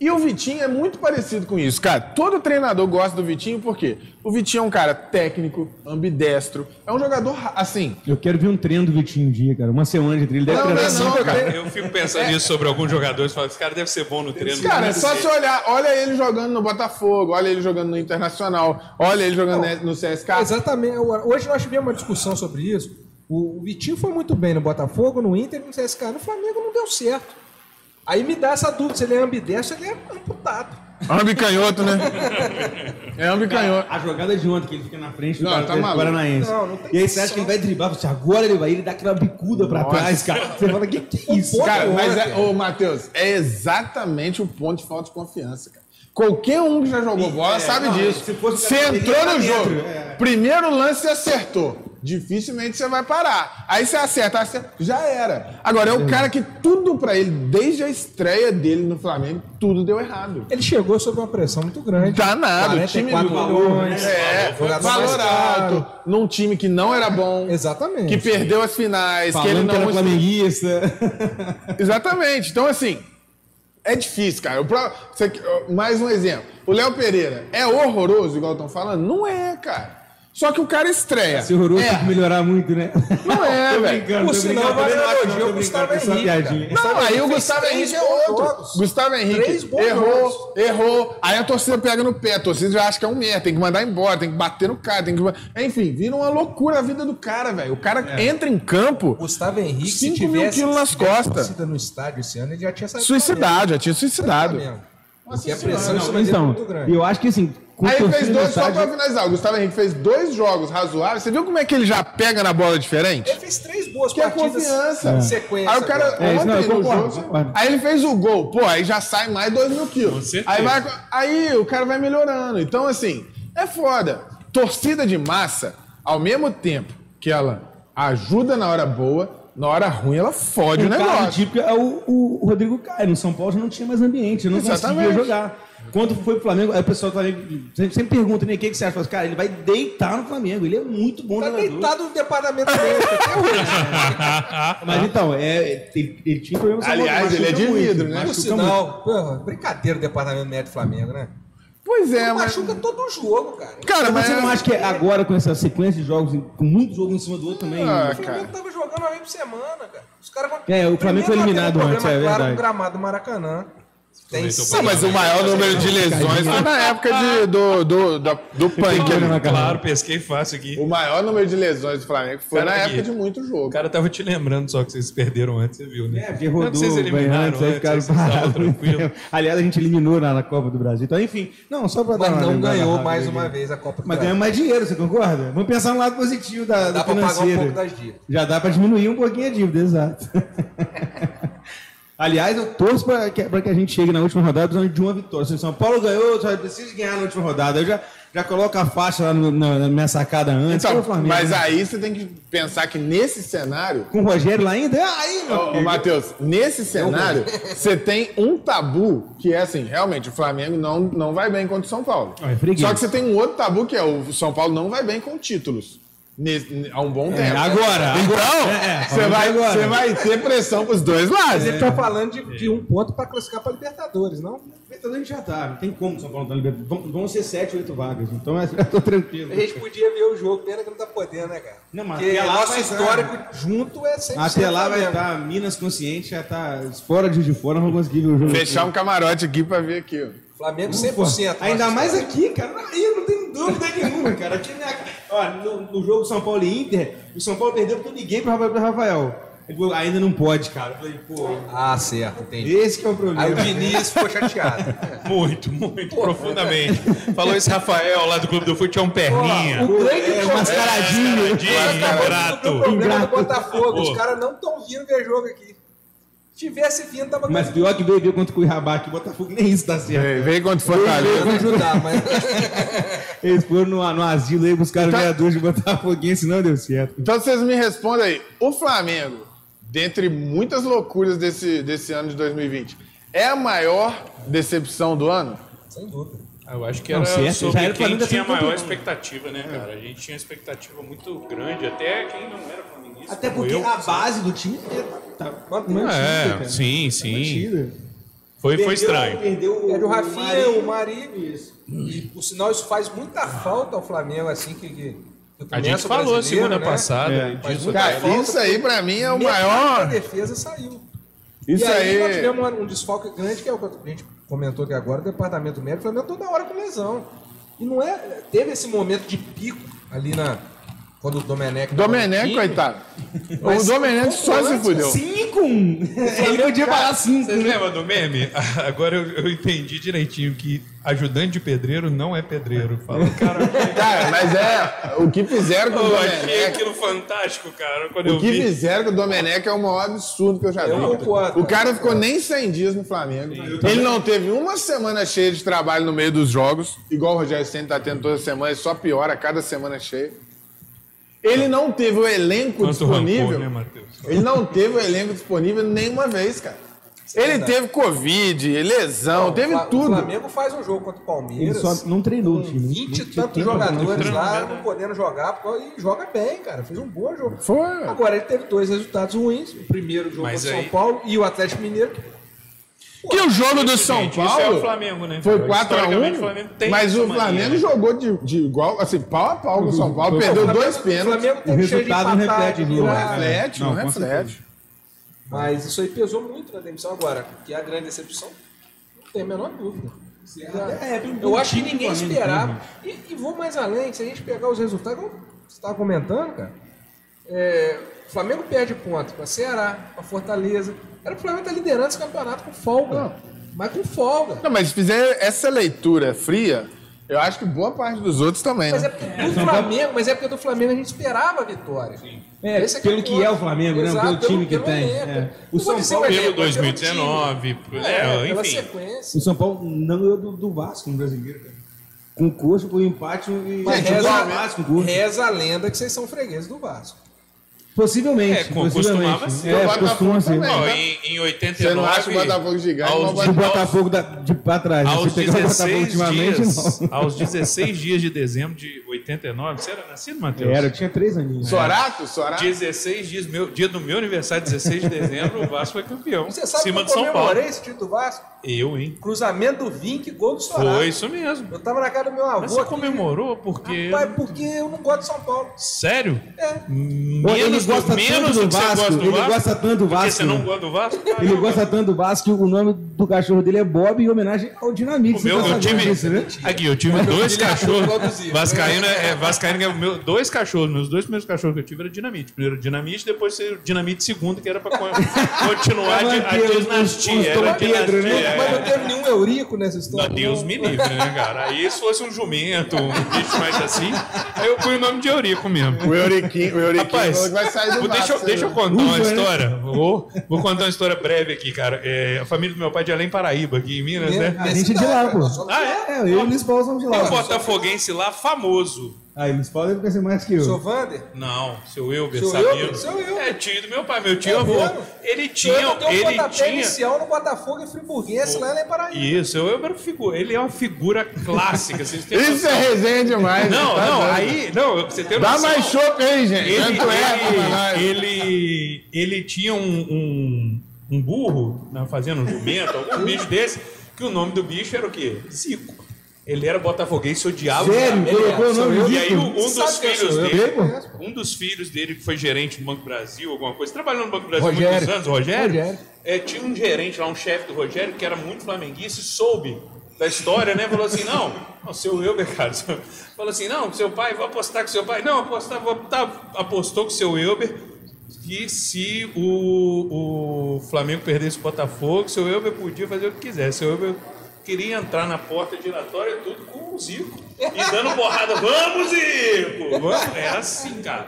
Speaker 1: E o Vitinho é muito parecido com isso, cara. Todo treinador gosta do Vitinho porque o Vitinho é um cara técnico, ambidestro, é um jogador ra- assim.
Speaker 3: Eu quero ver um treino do Vitinho um dia, cara. Uma semana de treino. Ele deve
Speaker 1: Não, é
Speaker 3: treinar assim.
Speaker 1: não, não,
Speaker 3: cinco,
Speaker 1: cara.
Speaker 3: cara.
Speaker 2: Eu fico pensando nisso sobre alguns jogadores. Falo, esse cara deve ser bom no treino.
Speaker 1: Cara, é
Speaker 2: Não
Speaker 1: só
Speaker 2: sei.
Speaker 1: se olhar, olha ele jogando no Botafogo, olha ele jogando no Internacional, olha ele jogando no CSK.
Speaker 4: É Exatamente. Hoje nós tivemos uma discussão sobre isso. O o Vitinho foi muito bem no Botafogo, no Inter, no CSK. No Flamengo não deu certo. Aí me dá essa dúvida, se ele é ambidestro, ele é amputado.
Speaker 1: Ambicanhoto, *laughs* né? É ambicanhoto.
Speaker 3: A jogada de ontem, que ele fica na frente do
Speaker 1: Não,
Speaker 3: cara
Speaker 1: tá
Speaker 3: do
Speaker 1: maluco.
Speaker 3: Paranaense.
Speaker 4: Não, não tem
Speaker 3: e aí você acha
Speaker 4: só.
Speaker 3: que ele vai driblar, você, agora ele vai, ele dá aquela bicuda pra
Speaker 1: Nossa.
Speaker 3: trás, cara. Você fala, que que é isso?
Speaker 4: Pô,
Speaker 1: Cara,
Speaker 4: Outra
Speaker 1: mas
Speaker 4: hora,
Speaker 1: é, ô, Matheus, é exatamente o ponto de falta de confiança, cara. Qualquer um que já jogou bola
Speaker 3: é,
Speaker 1: sabe
Speaker 3: não,
Speaker 1: disso.
Speaker 3: se fosse
Speaker 1: Você
Speaker 3: pra- ele
Speaker 1: entrou
Speaker 3: ia
Speaker 1: no
Speaker 3: pra
Speaker 1: jogo,
Speaker 3: dentro, é.
Speaker 1: primeiro lance você acertou. Dificilmente você vai parar. Aí você acerta, acerta, já era. Agora, é o cara que tudo pra ele, desde a estreia dele no Flamengo, tudo deu errado.
Speaker 4: Ele chegou sob uma pressão muito grande.
Speaker 1: Danado, o time
Speaker 4: 44 milhões.
Speaker 1: É,
Speaker 4: Jogador mais
Speaker 1: valor
Speaker 4: caro.
Speaker 1: alto, num time que não era bom,
Speaker 4: Exatamente.
Speaker 1: que perdeu as finais, que ele
Speaker 3: Falando que
Speaker 1: não
Speaker 3: era flamenguista. *laughs*
Speaker 1: Exatamente. Então, assim, é difícil, cara. O pro- você- Mais um exemplo. O Léo Pereira é horroroso, igual estão falando? Não é, cara. Só que o cara
Speaker 4: Tá
Speaker 1: estreia.
Speaker 3: Se horroroso tem que
Speaker 1: é.
Speaker 3: melhorar muito, né?
Speaker 1: Não é,
Speaker 4: *laughs*
Speaker 3: Tô
Speaker 1: velho.
Speaker 3: brincando,
Speaker 4: Por
Speaker 3: tô
Speaker 4: sinal,
Speaker 3: brincando,
Speaker 4: valeu
Speaker 3: tô
Speaker 4: elogio
Speaker 3: brincando,
Speaker 4: ao
Speaker 3: tô
Speaker 4: Gustavo
Speaker 3: brincando, foi só
Speaker 4: Henrique,
Speaker 3: piadinha.
Speaker 4: cara.
Speaker 1: Não, aí o
Speaker 4: Fez
Speaker 1: Gustavo
Speaker 4: três
Speaker 1: Henrique é
Speaker 4: bons
Speaker 1: outro.
Speaker 4: jogos.
Speaker 1: Gustavo
Speaker 4: Três
Speaker 1: Henrique
Speaker 4: bons
Speaker 1: errou, errou. Aí a torcida pega no pé, a torcida já acha que é um merda, tem que mandar embora, tem que bater no cara, tem que. Enfim, vira uma loucura a vida do cara, velho. O cara
Speaker 4: É.
Speaker 1: entra em campo,
Speaker 4: Gustavo Henrique, se
Speaker 1: 5 mil
Speaker 4: tivesse
Speaker 1: quilos nas
Speaker 4: sido torcida
Speaker 1: costas.
Speaker 4: no estádio esse ano, ele já tinha saído
Speaker 1: suicidado, já tinha suicidado.
Speaker 4: do Flamengo. Porque a pressão em cima
Speaker 3: Não,
Speaker 4: dele é
Speaker 3: Então,
Speaker 4: muito grande.
Speaker 3: eu acho que assim, com
Speaker 1: Aí ele fez
Speaker 3: torcida no
Speaker 1: dois, só
Speaker 3: estádio-
Speaker 1: pra finalizar. O Gustavo Henrique fez dois jogos razoáveis. Você viu como é que ele já pega na bola diferente?
Speaker 4: Ele fez três boas
Speaker 1: Que é
Speaker 4: partidas
Speaker 1: confiança.
Speaker 4: em sequência.
Speaker 1: Aí o cara,
Speaker 3: É, isso não, eu
Speaker 1: ontem no
Speaker 3: concordo,
Speaker 1: jogo,
Speaker 3: concordo.
Speaker 1: aí ele fez o gol. Pô, aí já sai mais dois mil
Speaker 2: Com
Speaker 1: quilos.
Speaker 2: certeza.
Speaker 1: Aí, vai, aí o cara vai melhorando. Então, assim, é foda. Torcida de massa, ao mesmo tempo que ela ajuda na hora boa, na hora ruim ela fode o
Speaker 3: um caso
Speaker 1: negócio.
Speaker 3: típico é o, o Rodrigo Caio. No São Paulo já não tinha mais ambiente, não
Speaker 1: Exatamente.
Speaker 3: conseguia jogar. Quando foi pro Flamengo, aí o pessoal do Flamengo sempre sempre pergunta, né, o que, que você acha? Fala assim, cara, ele vai deitar no Flamengo, ele é muito bom
Speaker 4: Tá
Speaker 3: jogador.
Speaker 4: deitado no departamento é dele. até hoje.
Speaker 3: Mas então, é, ele, ele tinha problemas
Speaker 1: Aliás, ele é de vidro, né?
Speaker 4: Por sinal, pô, brincadeira o departamento médico do Flamengo, né?
Speaker 1: Pois é, mas.
Speaker 4: Machuca todo o jogo, cara.
Speaker 1: Cara,
Speaker 3: Mas
Speaker 1: mas.
Speaker 3: você não acha que agora, com essa sequência de jogos, com muito jogo um em cima do outro também,
Speaker 1: Ah,
Speaker 4: O Flamengo tava jogando uma vez por semana, cara. Os caras vão...
Speaker 3: É, o Flamengo foi
Speaker 4: Primeiro
Speaker 3: eliminado
Speaker 4: vai ter
Speaker 3: antes, é
Speaker 4: problema claro
Speaker 3: verdade.
Speaker 4: no gramado do Maracanã. Tem
Speaker 2: Aproveitou
Speaker 1: Não, Ah, mas o maior número de lesões foi na época de- do, do, da- do punk. ali.
Speaker 2: Claro, pesquei fácil aqui.
Speaker 1: O maior número de lesões do Flamengo foi
Speaker 2: Cara,
Speaker 1: na
Speaker 2: aqui.
Speaker 1: época de muito jogo.
Speaker 2: O cara tava te lembrando só que vocês perderam antes, você viu, né?
Speaker 3: É, porque
Speaker 2: Não,
Speaker 3: rodou,
Speaker 2: vocês
Speaker 3: bem
Speaker 2: eliminaram
Speaker 3: antes, aí ficaram
Speaker 2: vocês estavam
Speaker 3: parados. né?
Speaker 2: tranquilo.
Speaker 3: Aliás, a gente eliminou na, na Copa do Brasil. Então, enfim, não, só pra dar
Speaker 4: Mas
Speaker 3: uma
Speaker 4: não
Speaker 3: lembrada
Speaker 4: ganhou
Speaker 3: rápida
Speaker 4: mais
Speaker 3: aqui.
Speaker 4: uma vez a Copa do
Speaker 3: Mas é
Speaker 4: Brasil.
Speaker 3: ganha mais dinheiro, você concorda? Vamos pensar no lado positivo da, da
Speaker 4: Dá pra pagar um
Speaker 3: financeira.
Speaker 4: pouco das dívidas.
Speaker 3: Já dá pra diminuir um pouquinho a
Speaker 4: *laughs*
Speaker 3: dívida, exato. Aliás, eu torço pra que, pra que a gente chegue na última rodada precisando de uma vitória. Se o São Paulo ganhou, só precisa ganhar na última rodada. Eu já, já coloco a faixa lá no- na, na minha sacada antes.
Speaker 1: Então,
Speaker 3: Pô, Flamengo,
Speaker 1: mas
Speaker 3: né?
Speaker 1: aí você tem que pensar que nesse cenário.
Speaker 3: Com o Rogério lá ainda? Ah, Aí, meu
Speaker 1: Ô, ô,
Speaker 3: filho.
Speaker 1: Matheus, nesse cenário, você tem um tabu que é assim: realmente, o Flamengo não, não vai bem contra o São Paulo.
Speaker 3: Ah, é preguiça.
Speaker 1: Só que você tem um outro tabu que é o São Paulo não vai bem com títulos. Nesse- há um bom
Speaker 3: É,
Speaker 1: tempo.
Speaker 3: agora.
Speaker 1: Então,
Speaker 3: É, é,
Speaker 1: você vai,
Speaker 3: agora. É.
Speaker 1: você vai ter pressão pros dois lados.
Speaker 4: Mas ele tá falando de, de um ponto pra classificar pra Libertadores, não?
Speaker 3: Libertadores a gente já tá, não tem como o São Paulo tá libertador. Vão, vão ser 7, 8 vagas, então eu tô tranquilo.
Speaker 4: A gente podia ver o jogo, pena que não tá podendo, né, cara?
Speaker 3: Não, mas
Speaker 4: Porque
Speaker 3: até lá
Speaker 4: nosso
Speaker 3: vai estar.
Speaker 4: histórico junto é 100%
Speaker 3: Até lá vai
Speaker 4: Flamengo.
Speaker 3: estar Minas consciente, já tá fora de, de fora, não vou conseguir ver o jogo.
Speaker 1: Fechar um camarote aqui pra ver aqui, ó.
Speaker 4: Flamengo
Speaker 3: Pô,
Speaker 4: 100%.
Speaker 3: Ainda
Speaker 4: nosso
Speaker 3: mais
Speaker 4: histórico.
Speaker 3: aqui, cara. Aí eu não tenho dúvida nenhuma, cara. Aqui na, ó, no, no jogo São Paulo e Inter, o São Paulo perdeu porque eu liguei pro Rafael. Pro Rafael. Ele falou, ainda não pode, cara. Eu falei, pô,
Speaker 4: Ah, certo, entendi.
Speaker 3: esse que é o problema.
Speaker 4: Aí o Diniz ficou
Speaker 3: *laughs*
Speaker 4: chateado.
Speaker 2: Muito, muito, profundamente. Falou esse Rafael lá do Clube do Futebol, é um perninha.
Speaker 4: o grande
Speaker 3: é,
Speaker 4: problema-
Speaker 3: mascaradinho.
Speaker 2: Tadinho,
Speaker 4: O
Speaker 2: grato.
Speaker 4: problema do
Speaker 3: Ingrato.
Speaker 4: Botafogo,
Speaker 2: Pô.
Speaker 4: os caras não estão vindo ver jogo aqui. Tivesse vindo, tava
Speaker 3: Mas pior que veio, veio contra o Cuiabá, que o Botafogo nem isso tá certo.
Speaker 1: Vem vem contra o Fortaleza.
Speaker 4: tentando
Speaker 3: *laughs*
Speaker 4: ajudar, mas
Speaker 3: Eles foram no, no asilo aí buscaram
Speaker 1: Então-
Speaker 3: meia dúzia de Botafoguense, não deu certo.
Speaker 1: Então vocês me respondem aí. O Flamengo, dentre muitas loucuras desse, desse ano de 2020, é a maior decepção do ano?
Speaker 4: sem dúvida.
Speaker 2: Eu acho que
Speaker 3: Não,
Speaker 2: era
Speaker 3: certo, já
Speaker 2: sobre
Speaker 3: era tá
Speaker 2: quem
Speaker 3: Flamengo
Speaker 2: tinha
Speaker 3: sendo
Speaker 2: maior
Speaker 3: campeão.
Speaker 2: expectativa, né, cara? A gente tinha expectativa muito grande, até quem não era flamenguista.
Speaker 3: Até
Speaker 2: como
Speaker 3: porque
Speaker 2: eu,
Speaker 3: a base do time é- tá, tá mantida,
Speaker 2: É,
Speaker 3: cara.
Speaker 2: sim, sim.
Speaker 3: Mantida.
Speaker 2: Foi,
Speaker 6: Perdeu-
Speaker 2: foi estranho.
Speaker 6: Perdeu
Speaker 4: Perde o É Rafinha,
Speaker 6: Marinho.
Speaker 4: o Mari. E, por sinal, isso faz muita falta ao Flamengo, assim, que, que, que
Speaker 2: A
Speaker 4: começa
Speaker 2: gente
Speaker 4: o
Speaker 2: falou
Speaker 4: brasileiro,
Speaker 2: semana
Speaker 4: né?
Speaker 2: passada
Speaker 3: É.
Speaker 4: Faz
Speaker 2: disso.
Speaker 4: muita
Speaker 1: Cara,
Speaker 4: falta,
Speaker 1: isso aí pra mim é o
Speaker 4: metade da
Speaker 1: maior.
Speaker 4: tipo defesa saiu.
Speaker 1: Isso
Speaker 4: e aí, nós
Speaker 1: aí.
Speaker 4: tivemos um, um desfalque grande, que é o que a gente comentou aqui agora, o departamento médico, o Flamengo toda hora com lesão. E não é. Teve esse momento de pico ali na. Quando o Domenech. tava no
Speaker 1: Domenech,
Speaker 4: time.
Speaker 1: coitado.
Speaker 4: Mas
Speaker 1: o Domenech só se
Speaker 4: antes,
Speaker 1: fudeu.
Speaker 3: 5! Ele eu tinha falar 5.
Speaker 4: né?
Speaker 2: Vocês lembram do meme? *laughs* Agora eu, eu entendi direitinho que ajudante de pedreiro não é pedreiro. Fala, cara,
Speaker 1: Cara, mas é. O que fizeram com o
Speaker 2: *laughs* eu achei
Speaker 1: Domenech.
Speaker 2: aquilo fantástico, cara. Quando
Speaker 1: O
Speaker 2: eu
Speaker 1: que
Speaker 2: vi. É
Speaker 1: fizeram com o Domenech é o maior absurdo que eu já vi.
Speaker 4: Eu concordo.
Speaker 1: O cara ficou nem 100 dias no Flamengo. Ele não teve uma semana cheia de trabalho no meio dos jogos, igual o Rogério Ceni tá tendo toda semana, e só piora a cada semana cheia. Ele não teve o elenco
Speaker 2: Quanto
Speaker 1: disponível.
Speaker 2: rancor, né, Matheus?
Speaker 1: Ele não teve o elenco disponível nenhuma vez, cara.
Speaker 2: é
Speaker 1: Ele teve Covid, lesão, teve
Speaker 4: o Fla-
Speaker 1: tudo.
Speaker 4: O Flamengo faz um jogo contra o
Speaker 3: Ele
Speaker 4: Palmeiras.
Speaker 3: só não treinou o um time. né? não-
Speaker 4: 20 e
Speaker 3: não-
Speaker 4: tantos
Speaker 3: não-
Speaker 4: jogadores
Speaker 2: não-
Speaker 4: lá
Speaker 2: não-
Speaker 4: não podendo jogar pô, e joga bem, cara. Fez um bom jogo.
Speaker 1: Foi.
Speaker 4: Agora ele teve dois resultados ruins. O primeiro jogo
Speaker 2: Mas
Speaker 4: contra o
Speaker 2: aí-
Speaker 4: São Paulo e o Atlético Mineiro.
Speaker 1: Que o jogo do São
Speaker 2: Gente, Isso é o
Speaker 1: Paulo
Speaker 2: Flamengo, né?
Speaker 1: foi
Speaker 2: cara? Historicamente, o
Speaker 1: 4x1,
Speaker 2: Flamengo tem
Speaker 1: mas
Speaker 2: essa
Speaker 1: o
Speaker 2: mania,
Speaker 1: Flamengo
Speaker 2: né?
Speaker 1: jogou de, de igual, assim, pau a pau com o São Paulo,
Speaker 4: O
Speaker 1: perdeu
Speaker 4: Flamengo- é
Speaker 1: dois
Speaker 4: O
Speaker 1: pênaltis.
Speaker 4: Flamengo tem
Speaker 3: O
Speaker 4: que cheio de
Speaker 3: resultado não
Speaker 4: empatar,
Speaker 3: reflete
Speaker 4: de
Speaker 3: o jogo,
Speaker 1: Não
Speaker 4: virar,
Speaker 3: né?
Speaker 1: reflete, não é
Speaker 3: Não, com
Speaker 1: reflete.
Speaker 4: Mas isso aí pesou muito na demissão agora, porque a grande decepção, não tem a menor dúvida.
Speaker 6: É, pelo-
Speaker 4: Eu
Speaker 6: pelo
Speaker 4: acho que
Speaker 6: time
Speaker 4: ninguém
Speaker 6: do Flamengo,
Speaker 3: né,
Speaker 4: esperava. E, e vou mais além, se a gente pegar os resultados, como você estava comentando, cara, é, o Flamengo perde ponto para Ceará, para Fortaleza. Era o Flamengo tá liderando esse campeonato com folga.
Speaker 3: Ah.
Speaker 4: Mas com folga.
Speaker 1: Não, mas se fizer essa leitura fria, eu acho que boa parte dos outros também,
Speaker 4: Mas
Speaker 1: né?
Speaker 4: é porque do Flamengo, mas é porque do Flamengo a gente esperava a vitória.
Speaker 3: É, pelo que é o Flamengo, né? Pelo time que tem, é.
Speaker 4: O
Speaker 3: O
Speaker 4: São
Speaker 3: São
Speaker 4: Paulo
Speaker 2: Pelo 2019, pelo- é,
Speaker 4: pela
Speaker 2: enfim.
Speaker 4: sequência.
Speaker 3: O São Paulo não ganhou do, do Vasco no brasileiro, cara. Com o Coxa, com o empate e.
Speaker 4: Mas
Speaker 1: Gente, o
Speaker 4: reza,
Speaker 1: Flamengo-
Speaker 3: Vasco, com o Coxa.
Speaker 4: reza a lenda que vocês são fregueses do Vasco.
Speaker 3: Possivelmente.
Speaker 2: É, com-
Speaker 3: possivelmente.
Speaker 2: costumava ser.
Speaker 1: O
Speaker 3: É,
Speaker 1: Botafogo
Speaker 3: costuma ser.
Speaker 1: também.
Speaker 2: Ó, em, em 89.
Speaker 1: Você não acha o Botafogo gigante, mas
Speaker 2: aos
Speaker 1: o
Speaker 3: O
Speaker 1: Botafogo-
Speaker 3: Botafogo da, de pra trás.
Speaker 2: aos
Speaker 3: Se pegar o Botafogo
Speaker 2: 16
Speaker 3: ultimamente,
Speaker 2: dias,
Speaker 3: não.
Speaker 2: aos 16 dias de dezembro de 89, você era nascido, Matheus?
Speaker 3: Era, eu tinha três aninhos. né?
Speaker 1: Sorato, Sorato.
Speaker 2: 16 dias, meu, dia do meu aniversário, 16 de dezembro, o Vasco foi campeão.
Speaker 4: Você sabe
Speaker 2: cima
Speaker 4: que
Speaker 2: de
Speaker 4: eu
Speaker 2: São Paulo.
Speaker 4: comemorei esse título do Vasco?
Speaker 2: Eu, hein?
Speaker 4: Cruzamento do Vink, gol do Sorato.
Speaker 2: Foi isso mesmo.
Speaker 4: Eu tava na casa do meu avô.
Speaker 2: Mas você
Speaker 4: aqui.
Speaker 2: comemorou porque.
Speaker 4: Rapaz, porque eu não gosto de São Paulo.
Speaker 2: Sério?
Speaker 4: É.
Speaker 2: Menos,
Speaker 3: ele gosta
Speaker 2: menos
Speaker 3: tanto do
Speaker 2: que você
Speaker 3: Vasco,
Speaker 2: gosta do
Speaker 3: ele
Speaker 2: Vasco.
Speaker 3: gosta tanto do
Speaker 2: Porque
Speaker 3: Vasco. né?
Speaker 2: você não gosta do Vasco?
Speaker 3: Ele
Speaker 2: Caramba.
Speaker 3: gosta tanto do Vasco que o nome do cachorro dele é Bob em homenagem ao Dinamite.
Speaker 2: O meu,
Speaker 3: Você tá
Speaker 2: eu
Speaker 3: sabendo
Speaker 2: tive.
Speaker 3: disso, né?
Speaker 2: Aqui, eu tive dois cachorros.
Speaker 4: produzir.
Speaker 2: Vascaíno é, é- Vascaíno é o meu. Dois cachorros. Meus dois primeiros cachorros que eu tive era dinamite. Primeiro dinamite, depois o dinamite segundo, que era pra con- *laughs* continuar de- a
Speaker 3: Manter os- os- os
Speaker 2: dinastia. Era a
Speaker 3: Dom Pedro, né?
Speaker 2: dinastia.
Speaker 4: Mas
Speaker 2: é.
Speaker 4: não teve nenhum eurico nessa história.
Speaker 2: Não, Deus me livre, né, cara? Aí se fosse um jumento, um bicho mais assim, aí eu punho o nome de Eurico mesmo.
Speaker 1: O Euriquinho, o Euriquinho
Speaker 2: Rapaz,
Speaker 1: falou que vai sair do
Speaker 2: Vou- deixa, eu-
Speaker 1: Vasco,
Speaker 2: deixa eu
Speaker 1: né?
Speaker 2: contar uma
Speaker 3: Ufa, né?
Speaker 2: história. Vou, vou contar uma história breve aqui, cara. É, a família do meu pai é de Além Paraíba, aqui em Minas, né?
Speaker 3: A gente é de lá, pô.
Speaker 2: Ah, é?
Speaker 3: É, eu e o Luiz Paulo somos de
Speaker 2: Tem um
Speaker 3: lá.
Speaker 2: botafoguense lá famoso.
Speaker 3: Aí, Luiz Paulo deve conhecer mais que
Speaker 4: Sou
Speaker 3: eu.
Speaker 4: Vander?
Speaker 2: Não, seu Wilber,
Speaker 4: Seu
Speaker 2: Sabino.
Speaker 4: Wilber, seu Wilber.
Speaker 2: É tio do meu pai, meu tio
Speaker 4: É
Speaker 2: avô.
Speaker 4: mesmo?
Speaker 2: Ele
Speaker 4: Tinha,
Speaker 2: tinha,
Speaker 4: deu um
Speaker 2: ele
Speaker 4: pontapé
Speaker 2: tinha.
Speaker 4: inicial no Botafogo e Friburguense, lá é em Paraíba.
Speaker 2: Isso, eu era figura. Ele é uma figura clássica. Vocês têm
Speaker 1: Isso é
Speaker 2: noção.
Speaker 1: resenha demais.
Speaker 2: Não,
Speaker 1: tá
Speaker 2: não,
Speaker 1: doido.
Speaker 2: aí. Não, você tem
Speaker 1: Dá
Speaker 2: noção.
Speaker 1: mais chope aí, gente.
Speaker 2: Ele,
Speaker 1: Tanto é, pra nós.
Speaker 2: ele, ele, ele tinha um, um, um burro na fazenda, um jumento, algum bicho desse, que o nome do bicho era o quê? Zico. Ele era botafoguense, odiava.
Speaker 3: Sério?
Speaker 2: o
Speaker 3: Colocou o nome
Speaker 2: Flamengo.
Speaker 3: de
Speaker 2: E aí,
Speaker 3: Zico?
Speaker 2: um dos
Speaker 4: Sabe quem
Speaker 2: filhos
Speaker 4: sou eu?
Speaker 2: dele,
Speaker 3: Eu
Speaker 2: um dos filhos dele que foi gerente do Banco Brasil, alguma coisa, trabalhou no Banco Brasil há
Speaker 4: Rogério.
Speaker 2: muitos anos, Rogério.
Speaker 4: Rogério.
Speaker 2: É, tinha um gerente lá, um chefe do Rogério, que era muito flamenguista e soube da história, né? Falou assim: não, não seu Euber, cara. seu- *laughs* Falou assim: não, seu pai, vou apostar com seu pai. Não, apostar, vou apostar. Apostou com seu Euber. que se o, o Flamengo perdesse o Botafogo, seu Euber podia fazer o que quiser. Seu Euber queria entrar na porta giratória e tudo com o Zico. E dando porrada. *laughs* Vamos, Zico! Vamos! É assim, cara.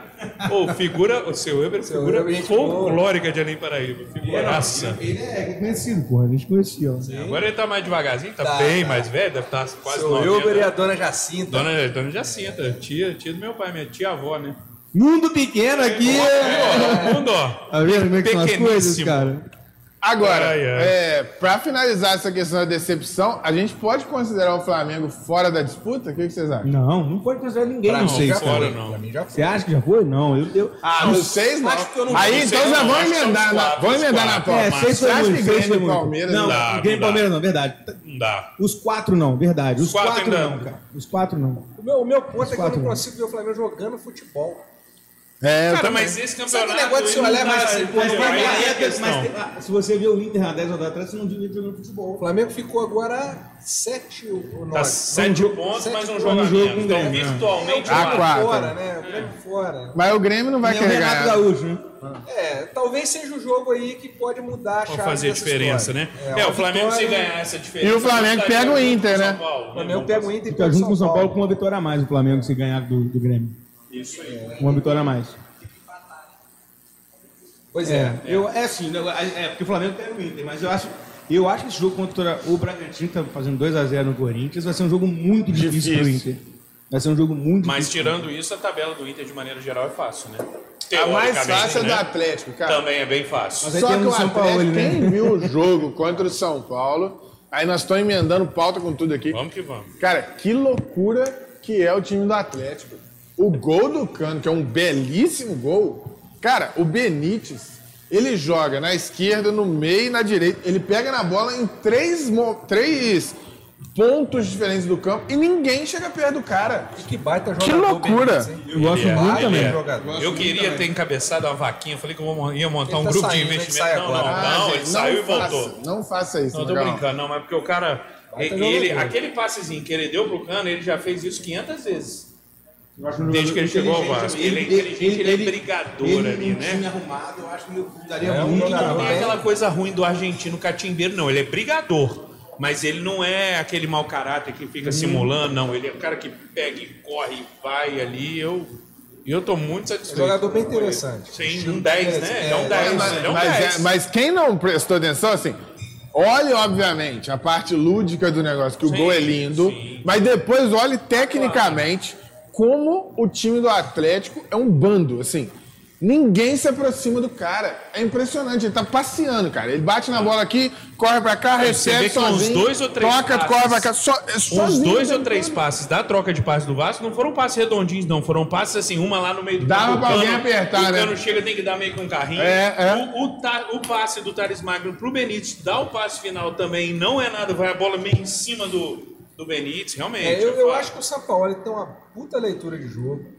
Speaker 2: Ô, figura, o seu Euber, é figura
Speaker 4: Euber, gente boa.
Speaker 2: folclórica de Além Paraíba. Figuraça.
Speaker 3: Ele é conhecido, porra. A gente conhecia, ó.
Speaker 2: Agora ele tá mais devagarzinho, tá,
Speaker 4: Tá,
Speaker 2: bem
Speaker 4: tá.
Speaker 2: mais velho, deve estar quase
Speaker 4: Seu
Speaker 2: 90.
Speaker 4: Euber e a dona Jacinta.
Speaker 2: Dona, dona Jacinta, tia, tia do meu pai, minha tia-avó, né?
Speaker 3: Mundo pequeno aqui.
Speaker 2: Ó, mundo, ó.
Speaker 3: Tá vendo como é que são as coisas,
Speaker 2: Pequeníssimo.
Speaker 3: cara?
Speaker 1: Agora,
Speaker 2: Ai, ai.
Speaker 1: é, pra finalizar essa questão da decepção, a gente pode considerar o Flamengo fora da disputa? O que, que vocês acham?
Speaker 3: Não, não pode considerar ninguém.
Speaker 4: Pra
Speaker 3: não
Speaker 4: mim
Speaker 3: sei.
Speaker 4: já
Speaker 2: fora
Speaker 4: foi,
Speaker 2: não.
Speaker 4: Pra mim já foi.
Speaker 3: Você acha que já foi? Não, eu. eu...
Speaker 1: Ah, não, vocês não.
Speaker 4: acho que eu não-
Speaker 1: Aí
Speaker 2: não sei,
Speaker 1: então já
Speaker 2: não,
Speaker 1: vão
Speaker 2: acho que são
Speaker 1: emendar,
Speaker 2: os
Speaker 1: na,
Speaker 2: quatro,
Speaker 1: vão
Speaker 2: os
Speaker 1: emendar na
Speaker 2: quatro.
Speaker 1: Copa.
Speaker 2: É,
Speaker 1: Mas
Speaker 3: seis
Speaker 1: você
Speaker 3: foi
Speaker 1: acha
Speaker 3: muito,
Speaker 1: que
Speaker 3: seis
Speaker 1: Grêmio
Speaker 3: foi
Speaker 1: e
Speaker 3: muito.
Speaker 1: Palmeiras é?
Speaker 3: Não,
Speaker 1: não
Speaker 2: dá, não
Speaker 3: Grêmio e
Speaker 2: dá.
Speaker 3: Palmeiras não, é verdade.
Speaker 2: Não dá.
Speaker 3: Os quatro não, verdade. Os,
Speaker 2: Os quatro
Speaker 3: quatro,
Speaker 2: ainda
Speaker 3: não,
Speaker 2: não.
Speaker 3: cara. Os quatro não.
Speaker 4: O meu, o meu ponto é que eu
Speaker 3: quatro,
Speaker 4: não
Speaker 3: né?
Speaker 4: consigo ver o Flamengo jogando futebol.
Speaker 1: É, eu
Speaker 2: Cara,
Speaker 1: também.
Speaker 2: Tá, mas esse
Speaker 4: Sabe
Speaker 2: campeonato.
Speaker 4: aquele negócio de se olhar mais assim, pô,
Speaker 2: mas
Speaker 4: mas tem uma
Speaker 2: é a
Speaker 4: época-
Speaker 2: questão.
Speaker 3: ah, se você vê o Inter há 10 rodadas atrás, você não viu o Inter no
Speaker 4: O
Speaker 3: futebol.
Speaker 4: Flamengo ficou agora 7 ou 9.
Speaker 2: Tá sete pontos, mas um jogo a
Speaker 3: jogo
Speaker 2: menos.
Speaker 3: com
Speaker 2: Então,
Speaker 3: Grêmio.
Speaker 2: virtualmente,
Speaker 1: Ah,
Speaker 2: lá.
Speaker 1: quatro.
Speaker 4: fora, né? O Grêmio fora.
Speaker 1: Mas o Grêmio não vai
Speaker 3: Nem o
Speaker 1: querer
Speaker 3: Renato
Speaker 1: ganhar.
Speaker 3: Gaúcho, né?
Speaker 4: É, talvez seja o jogo aí que pode mudar a chave.
Speaker 2: Pra fazer a
Speaker 4: dessa
Speaker 2: diferença,
Speaker 4: história.
Speaker 2: né? É,
Speaker 4: uma
Speaker 2: o Flamengo se
Speaker 4: vitória,
Speaker 2: ganhar essa diferença.
Speaker 1: E o Flamengo
Speaker 2: estaria
Speaker 1: pega o Inter,
Speaker 2: com São
Speaker 1: né?
Speaker 2: Paulo,
Speaker 4: O Flamengo pega o Inter e
Speaker 3: Fica
Speaker 4: pega
Speaker 3: junto com o São Paulo com uma vitória a mais, o Flamengo, se ganhar do, do Grêmio.
Speaker 2: Isso aí.
Speaker 3: Uma vitória a mais.
Speaker 4: Pois é.
Speaker 3: É, eu, é assim, né, é, é, porque o Flamengo pega o Inter, mas eu acho, eu acho que esse jogo contra o Bragantino, que tá fazendo 2x0 no Corinthians, vai ser um jogo muito difícil, pro
Speaker 1: Difícil.
Speaker 3: Inter. Vai ser um jogo muito
Speaker 2: Mas
Speaker 3: difícil.
Speaker 2: tirando isso, a tabela do Inter de maneira geral é fácil, né?
Speaker 1: A mais
Speaker 2: Teoricamente,
Speaker 1: fácil é do
Speaker 2: né?
Speaker 1: Atlético, cara.
Speaker 2: Também é bem fácil.
Speaker 3: Mas aí
Speaker 1: Só
Speaker 3: tem
Speaker 1: que
Speaker 3: um
Speaker 1: o
Speaker 3: São
Speaker 1: Atlético,
Speaker 3: Paulo, né?
Speaker 1: quem viu o jogo contra o São Paulo, aí nós estamos emendando pauta com tudo aqui.
Speaker 2: Vamos que vamos.
Speaker 1: Cara, que loucura que é o time do Atlético. O gol do Cano, que é um belíssimo gol. Cara, o Benítez, ele joga na esquerda, no meio e na direita. Ele pega na bola em três, mo- três pontos diferentes do campo e ninguém chega perto do cara.
Speaker 4: E que baita jogador.
Speaker 1: Que loucura.
Speaker 4: Benítez, hein?
Speaker 3: Eu gosto
Speaker 2: Ele é,
Speaker 3: muito
Speaker 4: Baita
Speaker 2: ele
Speaker 3: também.
Speaker 2: é.
Speaker 4: jogador.
Speaker 2: Eu queria ter encabeçado uma vaquinha, falei que eu vou- ia montar um
Speaker 4: Ele tá
Speaker 2: grupo de
Speaker 4: saindo, ele sai
Speaker 2: investimento. Não, não,
Speaker 4: agora.
Speaker 1: Ah,
Speaker 2: não,
Speaker 1: gente,
Speaker 2: ele saiu e
Speaker 1: faça,
Speaker 2: voltou.
Speaker 1: Não faça isso,
Speaker 2: Não, tô
Speaker 1: Magal.
Speaker 2: brincando, não, mas porque o cara.
Speaker 4: tá
Speaker 2: Ele,
Speaker 4: jogando.
Speaker 2: aquele passezinho que ele deu pro Cano, ele já fez isso 500 vezes.
Speaker 3: Eu acho um
Speaker 2: Desde
Speaker 3: jogador
Speaker 2: que ele chegou ao
Speaker 3: inteligente,
Speaker 2: Vasco.
Speaker 3: amigo.
Speaker 2: Ele é inteligente, ele é brigador
Speaker 3: ele
Speaker 2: ali,
Speaker 3: num
Speaker 2: né?
Speaker 3: time arrumado, eu acho que ele daria
Speaker 4: É um
Speaker 3: muito
Speaker 4: jogador
Speaker 2: Não é
Speaker 3: trabalho.
Speaker 4: bem.
Speaker 2: aquela coisa ruim do argentino catimbeiro, não. Ele é brigador. Mas ele não é aquele mau caráter que fica simulando, não. Ele é o cara que pega e corre e vai ali. Eu, eu tô muito
Speaker 4: É um
Speaker 2: satisfeito.
Speaker 4: jogador bem interessante.
Speaker 2: Sim, um 10, né? É um 10, né? É um
Speaker 1: mas,
Speaker 2: 10.
Speaker 1: é- mas quem não prestou atenção, assim, olhe, obviamente, a parte lúdica do negócio, que o
Speaker 2: Sim,
Speaker 1: gol é lindo,
Speaker 2: sim.
Speaker 1: mas depois olhe tecnicamente como o time do Atlético é um bando, assim. Ninguém se aproxima do cara. É impressionante, ele tá passeando, cara. Ele bate na bola aqui, corre pra cá,
Speaker 2: você
Speaker 1: recebe
Speaker 2: vê que uns
Speaker 1: sozinho,
Speaker 2: dois ou três
Speaker 1: toca,
Speaker 2: passes-
Speaker 1: corre pra cá, só, é
Speaker 2: Uns
Speaker 1: sozinho,
Speaker 2: dois ou
Speaker 1: tentando.
Speaker 2: três passes da troca de passes do Vasco não foram passes redondinhos, não. Foram passes assim, uma lá no meio do
Speaker 1: Dava
Speaker 2: campo,
Speaker 1: pra
Speaker 2: o
Speaker 1: alguém
Speaker 2: Cano-
Speaker 1: apertar,
Speaker 2: O
Speaker 1: né?
Speaker 2: Cano chega, tem que dar meio com um carrinho.
Speaker 1: É, é.
Speaker 2: O, o ta- o passe do Thales Magno pro Benítez dá o passe final também, não é nada, vai a bola meio em cima do, do Benítez, realmente.
Speaker 4: É, eu, eu
Speaker 2: falo.
Speaker 4: acho que o Sampaoli tem uma puta leitura de jogo.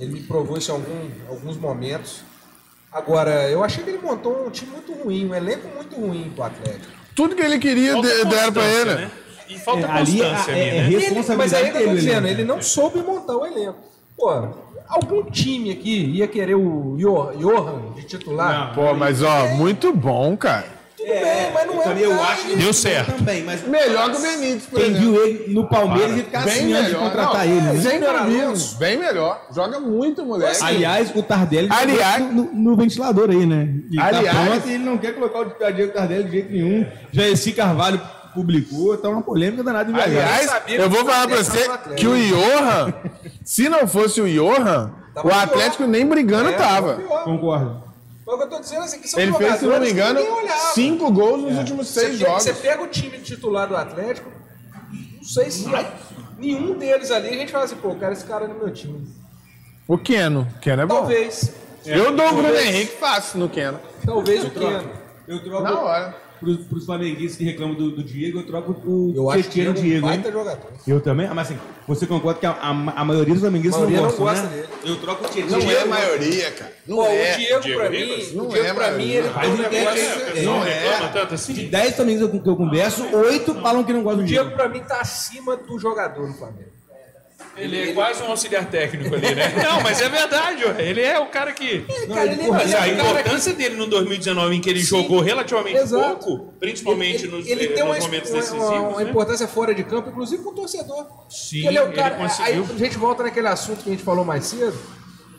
Speaker 4: Ele me provou isso em algum- alguns momentos. Agora, eu achei que ele montou um time muito ruim, um elenco muito ruim pro Atlético.
Speaker 1: Tudo que ele queria,
Speaker 2: Falta
Speaker 1: de- deram pra
Speaker 2: constância,
Speaker 1: ele.
Speaker 2: né? E falta
Speaker 3: É, ali
Speaker 2: constância ali,
Speaker 3: é- é
Speaker 2: né?
Speaker 4: Ele- mas
Speaker 3: Responsabilidade
Speaker 4: aí eu tô
Speaker 3: dele,
Speaker 4: dizendo,
Speaker 3: né?
Speaker 4: ele não soube montar o elenco. Pô, algum time aqui ia querer o Jo- Johan de titular?
Speaker 1: Pô, mas ó, muito bom, cara.
Speaker 4: Tudo bem, mas não é
Speaker 3: Também
Speaker 4: um
Speaker 3: então, eu
Speaker 4: cara
Speaker 3: acho
Speaker 4: que-
Speaker 2: Deu certo.
Speaker 3: Também, mas
Speaker 1: Melhor que o Benítez, por
Speaker 3: quem
Speaker 1: exemplo.
Speaker 3: viu ele no Palmeiras ia ficar
Speaker 1: Bem
Speaker 3: assim antes de
Speaker 1: melhor.
Speaker 3: contratar
Speaker 1: Não,
Speaker 3: ele. né?
Speaker 1: Sem
Speaker 4: Melhor
Speaker 1: problemas.
Speaker 4: Alonso.
Speaker 1: Bem melhor. Joga muito, moleque.
Speaker 3: Aliás, o Tardelli jogou
Speaker 1: Aliás-
Speaker 3: no, no ventilador aí, né? E
Speaker 1: Aliás-
Speaker 3: tá pronto, e ele não quer colocar o Diego Tardelli de jeito nenhum. Já esse Carvalho publicou, tá uma polêmica danada de BH.
Speaker 1: Aliás,
Speaker 4: sabia
Speaker 1: eu
Speaker 4: que
Speaker 1: vou
Speaker 4: o
Speaker 1: falar pra
Speaker 4: Atlético
Speaker 1: você
Speaker 4: era do Atlético.
Speaker 1: que o Johan, se não fosse o Johan,
Speaker 4: Tava
Speaker 1: o
Speaker 4: pior.
Speaker 1: Atlético nem brigando
Speaker 4: É,
Speaker 1: tava.
Speaker 4: pior.
Speaker 3: Concordo.
Speaker 4: Mas o que eu tô dizendo é assim, que são
Speaker 1: Ele fez, se não me
Speaker 4: jogadores que
Speaker 1: engano,
Speaker 4: ninguém olhava. É.
Speaker 1: cinco gols nos últimos
Speaker 4: Você
Speaker 1: seis
Speaker 4: pega-
Speaker 1: jogos.
Speaker 4: Você pega o time titular do Atlético, não sei se nenhum deles ali a gente fala assim, pô, eu quero esse cara no meu time.
Speaker 1: O Keno. Keno é bom.
Speaker 4: Talvez,
Speaker 1: Eu dou o Bruno Henrique fácil no Keno.
Speaker 4: talvez o
Speaker 3: Eu troco.
Speaker 4: Keno.
Speaker 3: Eu troco
Speaker 1: Na hora.
Speaker 3: Pros, pros flamenguistas que reclamam do, do Diego, eu troco o
Speaker 4: Eu acho que ele
Speaker 3: Tietchan
Speaker 4: é
Speaker 3: no
Speaker 4: um
Speaker 3: Diego. hein?
Speaker 4: baita jogador.
Speaker 3: Eu também? Ah, mas assim, você concorda que a, a- a maioria dos flamenguistas
Speaker 4: A maioria
Speaker 3: não
Speaker 4: não
Speaker 3: gosta,
Speaker 4: gosta
Speaker 3: né?
Speaker 4: dele.
Speaker 3: Eu troco o Tietchan.
Speaker 1: Não é a
Speaker 3: mas...
Speaker 1: maioria, cara. Não
Speaker 4: Pô,
Speaker 1: é.
Speaker 4: o Diego,
Speaker 2: Diego
Speaker 4: pra
Speaker 2: Ribas?
Speaker 4: mim,
Speaker 1: Não
Speaker 4: o Diego
Speaker 1: é,
Speaker 4: pra
Speaker 1: mas-
Speaker 4: mim, ele
Speaker 3: Mas
Speaker 4: tem um
Speaker 3: não
Speaker 2: É,
Speaker 4: negócio-
Speaker 2: o
Speaker 4: é,
Speaker 2: pessoal
Speaker 1: é.
Speaker 2: reclama tanto
Speaker 3: De
Speaker 2: assim.
Speaker 3: 10 flamenguistas com que eu converso, 8 falam que não gostam
Speaker 4: O
Speaker 3: do
Speaker 4: Diego
Speaker 3: Diego.
Speaker 4: pra mim tá acima do jogador no Flamengo.
Speaker 2: Ele é quase um auxiliar técnico
Speaker 1: *laughs*
Speaker 2: ali, né? Não, mas é verdade, ué. ele é o cara que.
Speaker 4: cara, ele,
Speaker 2: Mas a
Speaker 4: é um cara que-
Speaker 2: importância dele no 2019, em que ele
Speaker 4: Sim,
Speaker 2: jogou relativamente
Speaker 4: exato.
Speaker 2: um pouco, principalmente
Speaker 4: ele,
Speaker 2: nos,
Speaker 4: ele
Speaker 2: eh,
Speaker 4: tem
Speaker 2: nos
Speaker 4: uma,
Speaker 2: momentos
Speaker 4: uma-
Speaker 2: decisivos.
Speaker 4: uma, uma
Speaker 2: né?
Speaker 4: importância fora de campo, inclusive com o torcedor.
Speaker 2: Sim,
Speaker 4: ele é o
Speaker 2: ele
Speaker 4: cara.
Speaker 2: conseguiu.
Speaker 4: aí a gente volta naquele assunto que a gente falou mais cedo.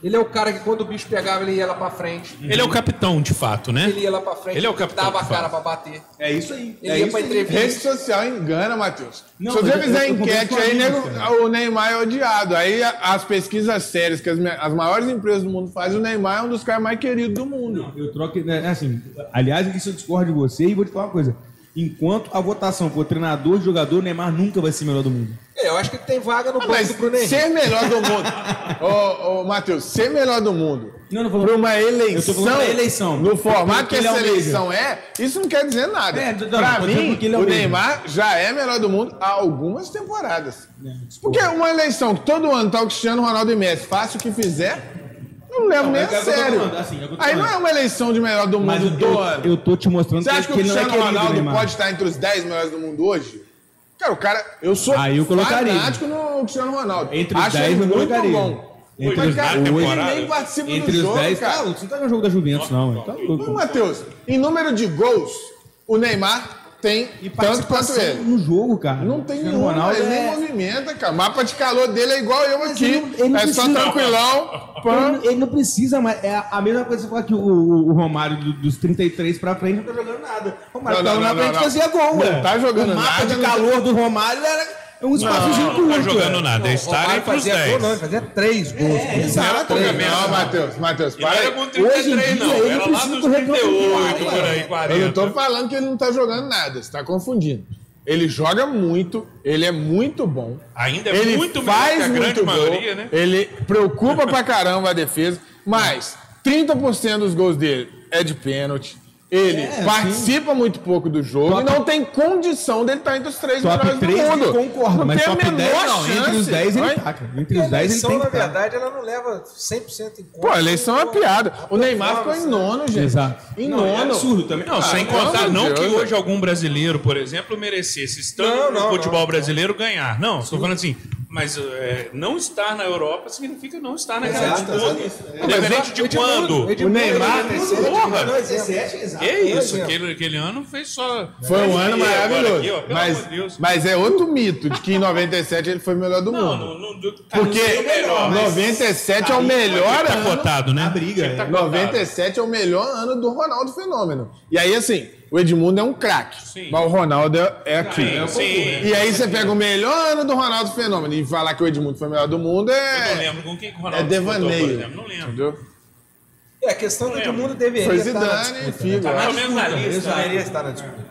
Speaker 4: Ele é o cara que quando o bicho pegava, ele ia lá pra frente.
Speaker 2: Ele é o capitão, de fato, né?
Speaker 4: Ele ia lá pra frente,
Speaker 2: Ele é o capitão,
Speaker 4: dava a
Speaker 2: de
Speaker 4: cara
Speaker 2: fato.
Speaker 4: pra bater.
Speaker 3: É isso aí.
Speaker 4: Ele
Speaker 3: é
Speaker 4: ia
Speaker 3: isso
Speaker 4: pra
Speaker 3: aí.
Speaker 4: entrevista.
Speaker 1: Rede social engana, Matheus.
Speaker 3: Não,
Speaker 1: Se
Speaker 3: mas
Speaker 1: você
Speaker 3: eu-
Speaker 1: fizer
Speaker 3: eu tô
Speaker 1: enquete
Speaker 3: conversando
Speaker 1: aí,
Speaker 3: com amigos,
Speaker 1: nego,
Speaker 3: cara.
Speaker 1: o Neymar é odiado. Aí a- as pesquisas sérias que as, me- as maiores empresas do mundo fazem, o Neymar é um dos caras mais queridos do mundo.
Speaker 3: Eu troco. né, assim, aliás, isso eu discordo de você e vou te falar uma coisa. Enquanto a votação for treinador, jogador, o Neymar nunca vai ser o melhor do mundo.
Speaker 4: É, eu acho que ele tem vaga no banco
Speaker 1: Ah, Mas
Speaker 4: do Bruno Henrique.
Speaker 1: ser melhor do mundo. ô, ô, Matheus, ser melhor do mundo.
Speaker 3: Não, não
Speaker 1: Para uma
Speaker 3: Eu tô
Speaker 1: eleição,
Speaker 3: falando da eleição.
Speaker 1: no formato que
Speaker 3: Porque ele
Speaker 1: essa
Speaker 3: almeja.
Speaker 1: eleição é, isso não quer dizer nada.
Speaker 3: É,
Speaker 1: Para
Speaker 3: não,
Speaker 1: pra
Speaker 3: tô dizendo
Speaker 1: mim,
Speaker 3: porque ele é um
Speaker 1: o
Speaker 3: almeja.
Speaker 1: Neymar já é melhor do mundo há algumas temporadas.
Speaker 3: É,
Speaker 1: Porque uma eleição que todo ano tá o Cristiano Ronaldo e Messi, faça o que fizer, não leva
Speaker 3: Não,
Speaker 1: nem
Speaker 3: é
Speaker 1: a
Speaker 3: o que eu tô
Speaker 1: sério.
Speaker 3: falando, assim, é o que eu tô
Speaker 1: Aí não
Speaker 3: falando.
Speaker 1: é uma eleição de melhor do
Speaker 3: Mas
Speaker 1: mundo
Speaker 3: eu,
Speaker 1: do
Speaker 3: eu,
Speaker 1: ano.
Speaker 3: eu tô te mostrando
Speaker 1: Você acha que o
Speaker 3: ele não é
Speaker 1: Cristiano
Speaker 3: querido,
Speaker 1: Ronaldo
Speaker 3: Neymar.
Speaker 1: pode estar entre os 10 melhores do mundo hoje? Cara, o cara. Eu sou
Speaker 3: Aí eu colocaria.
Speaker 1: fanático no Cristiano Ronaldo.
Speaker 3: Entre os
Speaker 1: Acho
Speaker 3: 10
Speaker 1: ele
Speaker 3: eu
Speaker 1: muito
Speaker 3: colocaria.
Speaker 1: bom.
Speaker 3: Entre
Speaker 1: Mas,
Speaker 2: os
Speaker 1: cara,
Speaker 2: 10
Speaker 1: ele
Speaker 2: temporadas.
Speaker 1: nem participa
Speaker 3: Entre
Speaker 1: do
Speaker 3: os
Speaker 1: jogo,
Speaker 3: 10,
Speaker 1: cara.
Speaker 3: cara, você não tá no jogo da Juventus, não. Tá
Speaker 1: Ô,
Speaker 3: louco.
Speaker 1: Matheus, em número de gols, o Neymar tem tanto quanto
Speaker 3: participação
Speaker 1: ele.
Speaker 3: No jogo, cara.
Speaker 1: Não tem
Speaker 3: Cristiano
Speaker 1: nenhum,
Speaker 3: Ronaldo
Speaker 1: ele nem
Speaker 3: é-
Speaker 1: movimenta, cara. O mapa de calor dele é igual eu aqui.
Speaker 3: ele não- ele não
Speaker 1: é só
Speaker 3: precisa-
Speaker 1: tranquilão.
Speaker 3: Ele,
Speaker 1: Pã.
Speaker 3: não- ele não precisa mais. É a mesma coisa que você falar que o, o- o Romário do- dos 33 pra frente não tá jogando nada. O Romário
Speaker 1: Não,
Speaker 3: tava
Speaker 1: não,
Speaker 3: na
Speaker 1: não,
Speaker 3: frente
Speaker 1: não,
Speaker 3: e fazia gol,
Speaker 1: Não
Speaker 3: ué.
Speaker 1: tá jogando
Speaker 3: O mapa
Speaker 1: nada,
Speaker 3: de
Speaker 1: não-
Speaker 3: calor do Romário era um espaçozinho
Speaker 2: Não,
Speaker 3: curto.
Speaker 2: não tá jogando
Speaker 3: ué.
Speaker 2: nada. É estar
Speaker 4: Romário
Speaker 2: entre os
Speaker 4: fazia gol,
Speaker 2: 10.
Speaker 4: não, ele fazia três gols.
Speaker 3: É, exato.
Speaker 1: Não, Não, Matheus, Matheus,
Speaker 2: Não
Speaker 1: para
Speaker 2: era
Speaker 1: aí.
Speaker 2: com
Speaker 3: Hoje em
Speaker 2: 33,
Speaker 3: dia,
Speaker 2: não.
Speaker 3: ele
Speaker 2: Era lá
Speaker 3: precisa
Speaker 2: dos
Speaker 3: do recorde
Speaker 2: 38,
Speaker 3: atual,
Speaker 2: por aí,
Speaker 3: ué.
Speaker 1: Eu não
Speaker 2: 40.
Speaker 1: tô falando que ele não tá jogando nada, você tá confundindo. Ele joga muito, ele é muito bom.
Speaker 2: Ainda é
Speaker 1: ele
Speaker 2: muito melhor que
Speaker 1: faz
Speaker 2: a grande
Speaker 1: muito gol,
Speaker 2: maioria, né?
Speaker 1: Ele preocupa pra caramba a defesa, mas 30% dos gols dele é de pênalti. Ele
Speaker 3: É,
Speaker 1: participa muito pouco do jogo
Speaker 3: Top-
Speaker 1: e não tem condição dele estar entre os três melhores
Speaker 3: Top 3
Speaker 1: do
Speaker 3: eu
Speaker 1: mundo.
Speaker 3: concordo,
Speaker 1: não
Speaker 3: mas
Speaker 1: tem a
Speaker 3: top 10
Speaker 1: menor
Speaker 3: não.
Speaker 1: chance.
Speaker 3: Entre os 10 ele
Speaker 1: Olha,
Speaker 3: tá, cara. Entre
Speaker 4: A
Speaker 3: os 10 ele
Speaker 4: eleição,
Speaker 3: tem
Speaker 4: na
Speaker 3: que tá.
Speaker 4: verdade, ela não leva 100% em conta. Então,
Speaker 1: Pô, a eleição é uma piada. O Neymar ficou em nono, gente.
Speaker 3: Exato.
Speaker 1: Em
Speaker 3: Não, é
Speaker 1: nono.
Speaker 3: absurdo também.
Speaker 2: Não,
Speaker 1: Ah,
Speaker 2: sem
Speaker 1: pelo
Speaker 2: contar,
Speaker 1: amor de
Speaker 2: não que
Speaker 1: Deus,
Speaker 2: hoje algum brasileiro, por exemplo, merecesse, estando
Speaker 4: Não, não,
Speaker 2: no futebol
Speaker 4: não.
Speaker 2: brasileiro, ganhar. Não, estou falando assim, mas é, não estar na Europa significa não estar na
Speaker 4: Exato,
Speaker 2: realidade do mundo.
Speaker 4: Mas é-
Speaker 2: Independente de
Speaker 4: Edmundo,
Speaker 2: quando.
Speaker 4: Edmundo,
Speaker 1: O Neymar,
Speaker 4: ele é 17,
Speaker 2: porra.
Speaker 3: né?
Speaker 4: ele é 17,
Speaker 2: Que
Speaker 4: exato,
Speaker 2: é
Speaker 4: ele é
Speaker 2: isso,
Speaker 4: 17.
Speaker 2: aquele, aquele ano fez só...
Speaker 1: Foi um ano
Speaker 2: Agora
Speaker 1: maravilhoso.
Speaker 2: aqui, ó, pelo
Speaker 1: mas,
Speaker 2: amor de Deus.
Speaker 1: mas é outro mito de que em 97 ele foi o melhor do
Speaker 2: Não,
Speaker 1: mundo.
Speaker 2: não, não, não
Speaker 1: Porque
Speaker 2: é o melhor, mas
Speaker 1: 97 é o melhor
Speaker 2: tá
Speaker 1: ano.
Speaker 2: cotado, né?
Speaker 3: A briga,
Speaker 2: Ele tá
Speaker 3: é.
Speaker 2: cotado.
Speaker 1: 97 é o melhor ano do Ronaldo Fenômeno. E aí, assim, o Edmundo é um craque.
Speaker 2: Sim.
Speaker 1: Mas o Ronaldo é- é aqui.
Speaker 2: Sim, sim.
Speaker 1: E aí você pega o melhor ano do Ronaldo Fenômeno e falar que o Edmundo foi o melhor do mundo
Speaker 2: Eu não
Speaker 1: é.
Speaker 2: lembro com quem que o
Speaker 1: É
Speaker 2: Ronaldo disputou, por
Speaker 1: devaneio.
Speaker 2: exemplo, Não lembro.
Speaker 1: Entendeu?
Speaker 4: É, a questão do Edmundo deveria
Speaker 1: Foi
Speaker 4: estar na
Speaker 1: Zidane e
Speaker 4: disputa. né?
Speaker 1: Figo.
Speaker 2: Tá
Speaker 1: eu
Speaker 2: pelo
Speaker 1: acho.
Speaker 2: menos na lista. né?
Speaker 4: Deveria estar na disputa.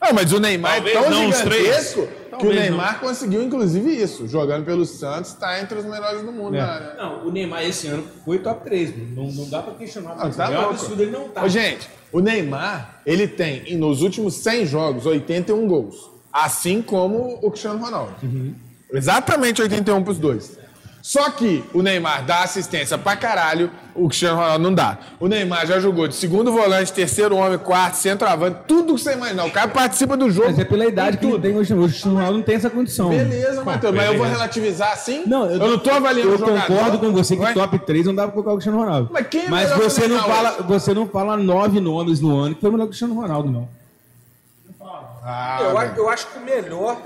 Speaker 1: Ah, mas o Neymar
Speaker 2: Talvez
Speaker 1: é tão
Speaker 2: não os
Speaker 1: gigantesco
Speaker 2: três.
Speaker 1: que o
Speaker 2: Talvez
Speaker 1: Neymar conseguiu, inclusive, isso. Jogando pelo Santos, tá entre os melhores do mundo.
Speaker 3: É.
Speaker 1: né?
Speaker 3: Não, o Neymar esse ano foi top 3, mano. É, não, não dá pra questionar.
Speaker 1: Ah,
Speaker 3: mas
Speaker 1: tá
Speaker 3: é um
Speaker 1: louco.
Speaker 3: absurdo ele não tá.
Speaker 1: Ô, gente, o Neymar, ele tem, em- nos últimos 100 jogos, 81 gols. Assim como o Cristiano Ronaldo.
Speaker 3: Uhum.
Speaker 1: Exatamente 81 pros dois. Só que o Neymar dá assistência pra caralho, o Cristiano Ronaldo não dá. O Neymar já jogou de segundo volante, terceiro homem, quarto, centroavante, tudo que você imaginar. O cara participa do jogo.
Speaker 3: Mas é pela idade que ele tem hoje. O Cristiano Ronaldo não tem essa condição.
Speaker 1: Beleza, Matheus, mas eu vou relativizar assim?
Speaker 3: Não,
Speaker 1: eu, não tô avaliando
Speaker 3: Eu
Speaker 1: o jogador.
Speaker 3: concordo com você que
Speaker 1: Vai?
Speaker 3: top 3 não dá pra colocar o Cristiano Ronaldo.
Speaker 1: Mas quem é melhor que o
Speaker 3: você, não
Speaker 1: Neymar
Speaker 3: fala, você não fala nove nomes no ano que foi melhor que o Cristiano Ronaldo, não.
Speaker 1: Ah,
Speaker 4: Eu, acho- eu acho que o melhor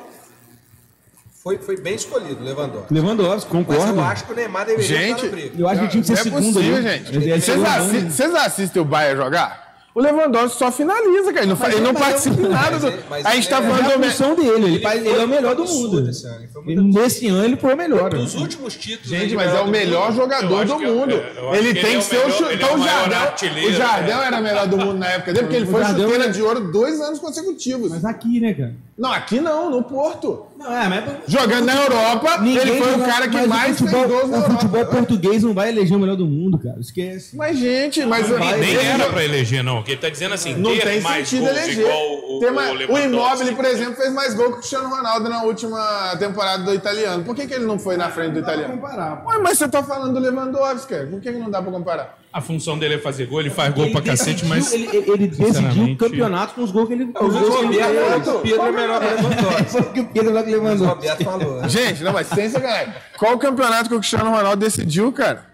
Speaker 4: foi, foi bem escolhido, Lewandowski.
Speaker 3: Lewandowski,
Speaker 4: Mas
Speaker 3: concordo.
Speaker 4: eu acho que o Neymar deveria estar
Speaker 1: Gente,
Speaker 4: na briga.
Speaker 3: Eu acho que tinha que ser
Speaker 1: não
Speaker 3: segundo
Speaker 1: É possível,
Speaker 3: ali.
Speaker 1: gente.
Speaker 3: Ele é
Speaker 1: Vocês
Speaker 3: segundo,
Speaker 1: assi-
Speaker 3: né?
Speaker 1: vocês assistem o Bayern jogar? O Lewandowski só finaliza, cara. Ele não, fa- ele não
Speaker 3: mas é-
Speaker 1: participa em nada.
Speaker 4: mas
Speaker 1: Do...
Speaker 4: é- mas
Speaker 1: a gente
Speaker 4: é-
Speaker 1: tá
Speaker 4: é
Speaker 1: falando
Speaker 3: É a
Speaker 1: do Me-
Speaker 3: função dele. Ele, ele
Speaker 4: foi
Speaker 3: é o melhor do
Speaker 4: absurdo
Speaker 3: mundo.
Speaker 4: esse ano, ele foi muito
Speaker 3: Ele- Nesse ano ele foi o melhor.
Speaker 4: Dos
Speaker 3: né?
Speaker 4: últimos títulos.
Speaker 1: Gente,
Speaker 4: ele
Speaker 1: mas é o
Speaker 4: do
Speaker 1: melhor
Speaker 4: mundo.
Speaker 2: Eu
Speaker 1: jogador
Speaker 2: acho
Speaker 1: do
Speaker 2: que é-
Speaker 1: mundo.
Speaker 2: é, eu acho
Speaker 1: ele
Speaker 2: que
Speaker 1: tem
Speaker 2: ele é
Speaker 1: que
Speaker 2: o
Speaker 1: ser o
Speaker 2: melhor-
Speaker 1: chute.
Speaker 2: ele é o
Speaker 1: Então o
Speaker 2: maior
Speaker 1: Jardel. O
Speaker 2: artilheiro,
Speaker 1: Jardel
Speaker 2: é.
Speaker 1: era melhor do mundo na época dele, porque ele
Speaker 3: O
Speaker 1: foi
Speaker 3: Jardel
Speaker 1: chuteira
Speaker 3: é-
Speaker 1: de ouro dois anos consecutivos.
Speaker 3: Mas aqui, né, cara?
Speaker 1: Não, aqui não, no Porto.
Speaker 3: Não, é, mas...
Speaker 1: Jogando na Europa, ele foi o
Speaker 3: joga-
Speaker 1: cara que
Speaker 3: mas
Speaker 1: mais
Speaker 3: o futebol,
Speaker 1: fez gols na
Speaker 3: O futebol
Speaker 1: Europa. né?
Speaker 3: português não vai eleger o melhor do mundo, cara. Esquece.
Speaker 1: Mas, gente, mas.
Speaker 2: E nem
Speaker 1: ele-
Speaker 2: era pra eleger, não. Porque ele tá dizendo assim,
Speaker 1: Não
Speaker 2: ter
Speaker 1: tem
Speaker 2: mais
Speaker 1: sentido
Speaker 2: gols
Speaker 1: eleger.
Speaker 2: igual o,
Speaker 1: Ter
Speaker 2: o
Speaker 1: mais- o,
Speaker 2: Lewandowski.
Speaker 1: Immobile, por exemplo, fez mais gol que o Cristiano Ronaldo na última temporada do italiano. Por que, que ele não foi na frente do italiano?
Speaker 3: comparar.
Speaker 1: Ué, mas você tá falando do Lewandowski, cara. Por que, que não dá pra comparar?
Speaker 2: A função dele é fazer gol, ele faz gol pra cacete, mas...
Speaker 3: Ele, ele decidiu o
Speaker 2: Sinceramente.
Speaker 3: campeonato com os gols que ele...
Speaker 4: O
Speaker 3: os gols que ele
Speaker 4: Roberto falou
Speaker 3: fez.
Speaker 4: que o Pedro é melhor que o Lewandowski.
Speaker 3: Foi o que o Pedro Locke
Speaker 4: O
Speaker 3: levantou.
Speaker 4: Roberto falou. né?
Speaker 1: Gente, não, mas sem sacanagem. Qual o campeonato que o Cristiano Ronaldo decidiu, cara?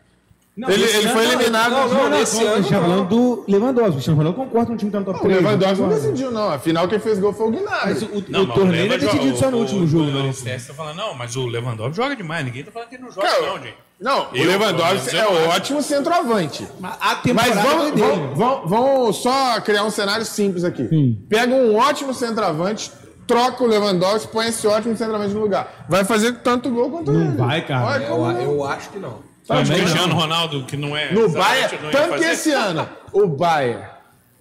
Speaker 3: Não,
Speaker 1: Ele-
Speaker 3: esse
Speaker 1: ele foi
Speaker 3: ano-
Speaker 1: eliminado.
Speaker 3: Não, não,
Speaker 4: Não,
Speaker 3: não.
Speaker 4: esse
Speaker 3: Esse ano,
Speaker 4: ano
Speaker 3: já
Speaker 4: não.
Speaker 3: falando do Lewandowski. O Cristiano Ronaldo concorda com um time que tá no top
Speaker 1: O
Speaker 3: 3.
Speaker 1: Lewandowski não decidiu, não. Afinal, quem fez gol foi o
Speaker 3: Mas o,
Speaker 1: Gnabry.
Speaker 3: o,
Speaker 2: Não, mas
Speaker 3: torneio ele é
Speaker 2: Leva
Speaker 3: decidido
Speaker 2: joga-
Speaker 3: só no
Speaker 2: o-
Speaker 3: último
Speaker 2: o-
Speaker 3: jogo. né?
Speaker 2: O
Speaker 3: não.
Speaker 2: Alicerce tá falando, não, mas o Lewandowski joga demais. Ninguém tá falando que ele não joga,
Speaker 1: Cara,
Speaker 2: não, gente.
Speaker 1: Não,
Speaker 2: Eu,
Speaker 1: o Lewandowski
Speaker 2: pelo
Speaker 1: é
Speaker 2: menos, eu
Speaker 1: ótimo centroavante.
Speaker 3: A
Speaker 1: Mas
Speaker 3: temporada foi
Speaker 1: vamos,
Speaker 3: dele.
Speaker 1: vamos, vamos- vamos só criar um cenário simples aqui. Pega um ótimo centroavante, troca o Lewandowski, põe esse ótimo centroavante no lugar. Vai fazer tanto gol quanto ele.
Speaker 3: vai, cara.
Speaker 1: Olha
Speaker 4: Eu,
Speaker 1: como-
Speaker 4: eu acho que não.
Speaker 2: Mas
Speaker 3: Também
Speaker 2: Cristiano Ronaldo, que não é.
Speaker 1: No
Speaker 2: exatamente,
Speaker 1: Bayern,
Speaker 2: não ia
Speaker 1: tanto que
Speaker 2: fazer.
Speaker 1: esse ano o Bayern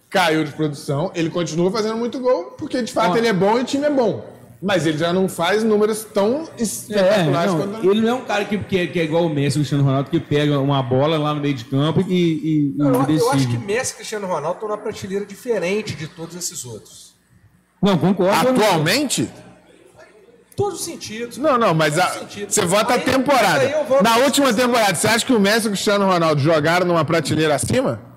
Speaker 1: caiu de produção, ele continua fazendo muito gol, porque de fato ele é bom e o time é bom. Mas ele já não faz números tão
Speaker 3: É,
Speaker 1: espetaculares
Speaker 3: não,
Speaker 1: quanto...
Speaker 3: ele não é um cara que, que, é- que é igual o Messi, o Cristiano Ronaldo, que pega uma bola lá no meio de campo e, e, e
Speaker 4: Eu, eu
Speaker 3: decide.
Speaker 4: acho que Messi e Cristiano Ronaldo estão numa prateleira diferente de todos esses outros.
Speaker 3: Não, concordo.
Speaker 1: Atualmente?
Speaker 4: Todos os sentidos.
Speaker 1: Não, não, mas a-
Speaker 4: Faz sentido.
Speaker 1: você vota a
Speaker 4: Aí-
Speaker 1: temporada.
Speaker 4: aí eu voto-
Speaker 1: Na última temporada, você acha que o Messi e o Cristiano Ronaldo jogaram numa prateleira acima?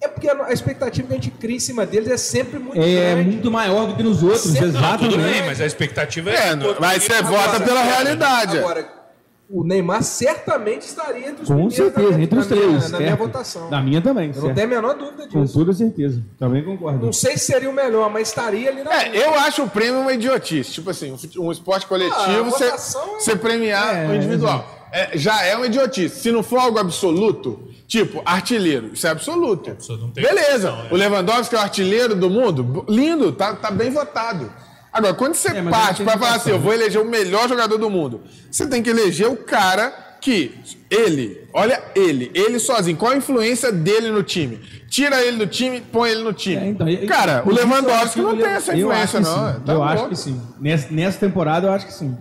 Speaker 4: É porque a a expectativa que a gente cria em cima deles é sempre muito
Speaker 3: É
Speaker 4: grande.
Speaker 3: muito maior do que nos outros,
Speaker 4: Não,
Speaker 2: Não, tudo bem,
Speaker 3: exatamente.
Speaker 2: mas a expectativa
Speaker 1: Ah,
Speaker 2: é.
Speaker 1: É,
Speaker 2: todo mundo
Speaker 1: mas você
Speaker 2: que-
Speaker 1: vota pela realidade.
Speaker 4: Agora, o Neymar certamente estaria entre os
Speaker 3: Com
Speaker 4: primeiros na
Speaker 3: certeza,
Speaker 4: minha-
Speaker 3: entre os
Speaker 4: na minha-
Speaker 3: três.
Speaker 4: na minha
Speaker 3: certo.
Speaker 4: votação.
Speaker 3: Na minha também,
Speaker 4: Eu
Speaker 3: certo.
Speaker 4: não tenho a menor dúvida
Speaker 3: Com
Speaker 4: disso.
Speaker 3: toda certeza. Também concordo.
Speaker 4: Não sei se seria o melhor, mas estaria ali na.
Speaker 1: É, eu acho o prêmio uma idiotice. Tipo assim, um fut- um esporte
Speaker 4: Ah, a
Speaker 1: coletivo, você
Speaker 4: votação é-
Speaker 1: você premiar o individual. É, já é uma idiotice. Se não for algo absoluto, tipo artilheiro, isso é absoluto.
Speaker 2: Absoluto, não tem
Speaker 1: Beleza.
Speaker 2: discussão, é.
Speaker 1: O Lewandowski é o artilheiro do mundo, b- lindo, tá, tá bem votado. Agora, quando você
Speaker 3: É, mas aí
Speaker 1: parte
Speaker 3: tem
Speaker 1: pra falar assim,
Speaker 3: votação.
Speaker 1: eu vou eleger o melhor jogador do mundo, você tem que eleger o cara que, ele, olha ele, ele sozinho, qual a influência dele no time? Tira ele do time, põe ele no time.
Speaker 3: É, então, e-
Speaker 1: Cara, o
Speaker 3: e-
Speaker 1: Lewandowski
Speaker 3: eu
Speaker 1: não
Speaker 3: acho que
Speaker 1: tem essa
Speaker 3: eu
Speaker 1: influência,
Speaker 3: acho que
Speaker 1: não.
Speaker 3: sim.
Speaker 1: Tá
Speaker 3: eu
Speaker 1: louco.
Speaker 3: acho que sim. Nessa, nessa temporada, eu acho que sim.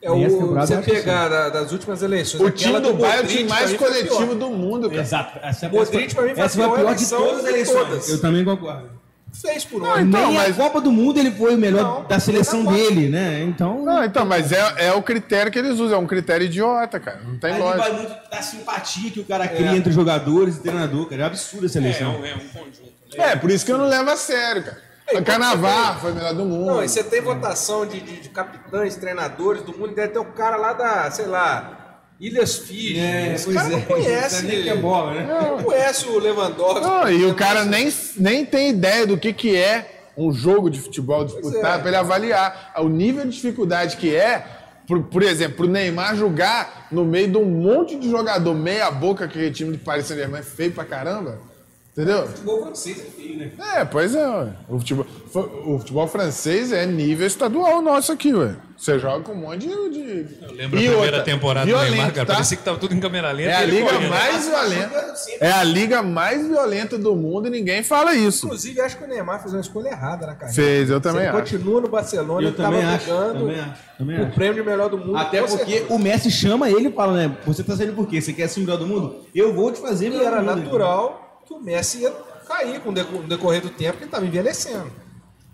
Speaker 4: É o,
Speaker 3: Nessa temporada, eu
Speaker 4: você
Speaker 3: acho assim. que
Speaker 4: pegar da- das últimas eleições.
Speaker 1: O
Speaker 4: aquela
Speaker 1: time do Bayern é o
Speaker 4: Modric,
Speaker 1: time
Speaker 4: pra
Speaker 1: mais
Speaker 4: mim, foi a pior.
Speaker 1: coletivo do mundo, cara.
Speaker 3: Exato. Essa,
Speaker 4: Modric, pra mim, foi a
Speaker 3: essa foi a
Speaker 4: pior
Speaker 3: pior de
Speaker 4: eleição
Speaker 3: todas as
Speaker 4: de
Speaker 3: eleições.
Speaker 4: todas.
Speaker 3: Eu também concordo.
Speaker 4: Fez por
Speaker 1: Não,
Speaker 4: onde?
Speaker 1: então,
Speaker 3: Nem
Speaker 1: mas-
Speaker 3: a Copa do Mundo ele foi o melhor
Speaker 4: Não,
Speaker 3: da seleção
Speaker 4: não.
Speaker 3: dele, né? Então.
Speaker 1: Não, então, mas é, é o critério que eles usam, é um critério idiota, cara. Não tem
Speaker 3: Aí
Speaker 1: lógica.
Speaker 3: vai muito da simpatia que o cara cria entre os jogadores e treinador, cara. É absurdo essa
Speaker 2: É, é
Speaker 3: eleição.
Speaker 2: um, é um conjunto. né?
Speaker 1: É, por isso que eu não levo a sério, cara.
Speaker 4: É,
Speaker 1: O Carnaval foi o melhor do mundo.
Speaker 4: Não, e você tem votação de, de- de capitães, treinadores do mundo, e deve ter o cara lá da, sei lá, Ilhas Fiji.
Speaker 3: É,
Speaker 4: Esse cara não conhece.
Speaker 3: nem que é bola, né?
Speaker 4: Não conhece o Lewandowski.
Speaker 1: Não, é. e o cara
Speaker 4: nem
Speaker 1: nem, nem tem ideia do que, que é um jogo de futebol disputado,
Speaker 4: é.
Speaker 1: pra ele avaliar o nível de dificuldade que é, por, por exemplo, o Neymar jogar no meio de um monte de jogador meia-boca, que o time do Paris Saint-Germain é feio pra caramba. Entendeu?
Speaker 4: Futebol francês, enfim, né?
Speaker 1: É, pois é. ué. O futebol, fo- o futebol francês é nível estadual nosso aqui, ué. Você joga com um monte de. tá? de...
Speaker 2: Eu lembro a primeira temporada do Neymar, cara. Parecia que tava tudo em câmera lenta.
Speaker 1: É a
Speaker 2: e ele
Speaker 1: liga
Speaker 2: correndo.
Speaker 1: mais violenta. É a liga mais violenta do mundo e ninguém fala isso.
Speaker 4: Inclusive, acho que o Neymar fez uma escolha errada na carreira.
Speaker 1: Fez, eu
Speaker 4: Se
Speaker 1: também
Speaker 4: ele
Speaker 1: acho.
Speaker 4: continua no Barcelona,
Speaker 3: Eu
Speaker 4: ele tava
Speaker 3: também acho,
Speaker 4: brigando
Speaker 3: também acho, também
Speaker 4: o
Speaker 3: acho.
Speaker 4: prêmio de melhor do mundo.
Speaker 3: Até
Speaker 4: com
Speaker 3: porque
Speaker 4: certeza.
Speaker 3: o Messi chama ele e fala, né? Você tá saindo por quê? Você quer ser o melhor do mundo? Eu vou te fazer
Speaker 4: E
Speaker 3: melhor
Speaker 4: era
Speaker 3: do mundo.
Speaker 4: natural que o Messi ia cair com o deco- no decorrer do tempo, porque ele tava envelhecendo.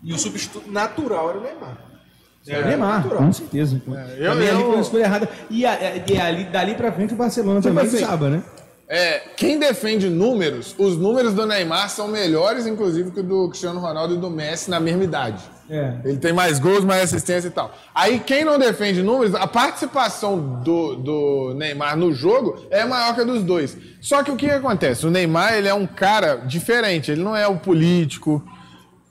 Speaker 4: E o substituto natural era o Neymar.
Speaker 3: É o Neymar,
Speaker 4: natural.
Speaker 3: com certeza.
Speaker 1: eu-
Speaker 3: também ali
Speaker 1: eu-
Speaker 3: foi uma escolha errada. E, a- a- e ali, dali pra frente o Barcelona
Speaker 1: Tipo
Speaker 3: também
Speaker 1: assim,
Speaker 3: desaba, né?
Speaker 1: É, quem defende números, os números do Neymar são melhores, inclusive, que o do Cristiano Ronaldo e do Messi na mesma idade.
Speaker 3: É.
Speaker 1: Ele tem mais gols, mais assistência e tal. Aí quem não defende números, a participação do, do Neymar no jogo é maior que a dos dois. Só que o que, que acontece? O Neymar ele é um cara diferente, ele não é o político.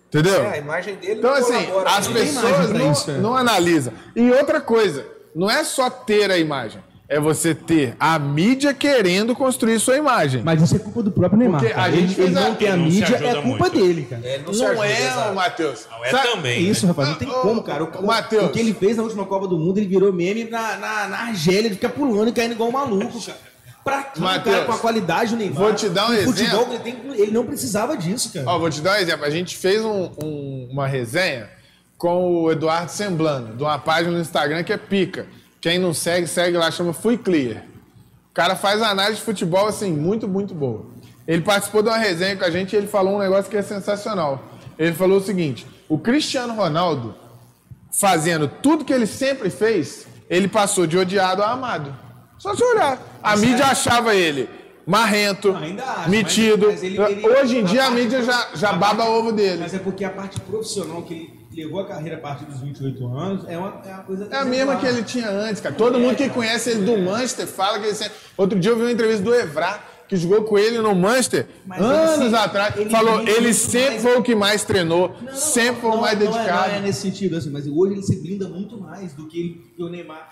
Speaker 1: Entendeu?
Speaker 4: É, a imagem dele
Speaker 1: Então,
Speaker 4: não
Speaker 1: assim,
Speaker 4: colabora.
Speaker 1: as
Speaker 4: Ele-
Speaker 1: pessoas
Speaker 3: imagem pra
Speaker 1: não,
Speaker 3: isso, é.
Speaker 1: não analisam. E outra coisa, não é só ter a imagem, é você ter a mídia querendo construir sua imagem.
Speaker 3: Mas isso é culpa do próprio Neymar.
Speaker 1: Porque a
Speaker 3: cara.
Speaker 1: gente
Speaker 3: ele,
Speaker 1: fez
Speaker 3: ele não
Speaker 1: a-
Speaker 3: tem a
Speaker 2: Não se
Speaker 3: mídia,
Speaker 2: ajuda
Speaker 3: é culpa
Speaker 2: muito.
Speaker 3: dele, cara.
Speaker 4: É, ele não se
Speaker 1: não
Speaker 4: ajuda,
Speaker 1: é,
Speaker 4: exato.
Speaker 1: Matheus.
Speaker 2: Não, é
Speaker 1: Sabe-
Speaker 2: também.
Speaker 3: É Isso,
Speaker 2: né?
Speaker 3: rapaz, não tem
Speaker 1: Ah,
Speaker 3: como,
Speaker 1: ô,
Speaker 3: cara. O,
Speaker 1: Matheus.
Speaker 3: o que ele fez na última Copa do Mundo, ele virou meme na, na, na Argélia, ele fica pulando e caindo igual um maluco, cara. Pra quê,
Speaker 1: Matheus,
Speaker 3: cara, com a qualidade do Neymar?
Speaker 1: vou te dar um
Speaker 3: O futebol,
Speaker 1: exemplo.
Speaker 3: ele, tem- ele não precisava disso, cara.
Speaker 1: Ó, vou te dar um exemplo. A gente fez um- um- uma resenha com o Eduardo Semblano, de uma página no Instagram que é pica. Quem não segue, segue lá, chama Fui Clear. O cara faz análise de futebol, assim, muito, muito boa. Ele participou de uma resenha com a gente e ele falou um negócio que é sensacional. Ele falou o seguinte: o Cristiano Ronaldo, fazendo tudo que ele sempre fez, ele passou de odiado a amado. Só se olhar. A mídia achava ele marrento,
Speaker 3: Não, é. ainda acho, mas-
Speaker 1: metido.
Speaker 3: mas ele- ele-
Speaker 1: Hoje em
Speaker 3: a
Speaker 1: dia a
Speaker 3: parte
Speaker 1: mídia
Speaker 3: do-
Speaker 1: já, já
Speaker 3: a
Speaker 1: baba
Speaker 3: parte-
Speaker 1: ovo dele.
Speaker 3: Mas é porque a parte profissional que ele levou a carreira a partir dos 28 anos é uma, é uma coisa...
Speaker 1: É a mesma que ele tinha antes, cara. Todo mundo que conhece ele do Manchester fala que ele sempre... Outro dia eu vi uma entrevista do Evra, que jogou com ele no Manchester
Speaker 3: Mas ele
Speaker 1: anos
Speaker 3: sempre-
Speaker 1: atrás.
Speaker 3: ele
Speaker 1: falou,
Speaker 3: brinca
Speaker 1: ele
Speaker 3: muito
Speaker 1: sempre
Speaker 3: mais.
Speaker 1: foi o que mais treinou,
Speaker 3: Não,
Speaker 1: sempre foi o
Speaker 3: não,
Speaker 1: mais
Speaker 3: não é-
Speaker 1: dedicado.
Speaker 3: Não é nesse sentido, assim, mas hoje ele se blinda muito mais do que, ele- que o Neymar.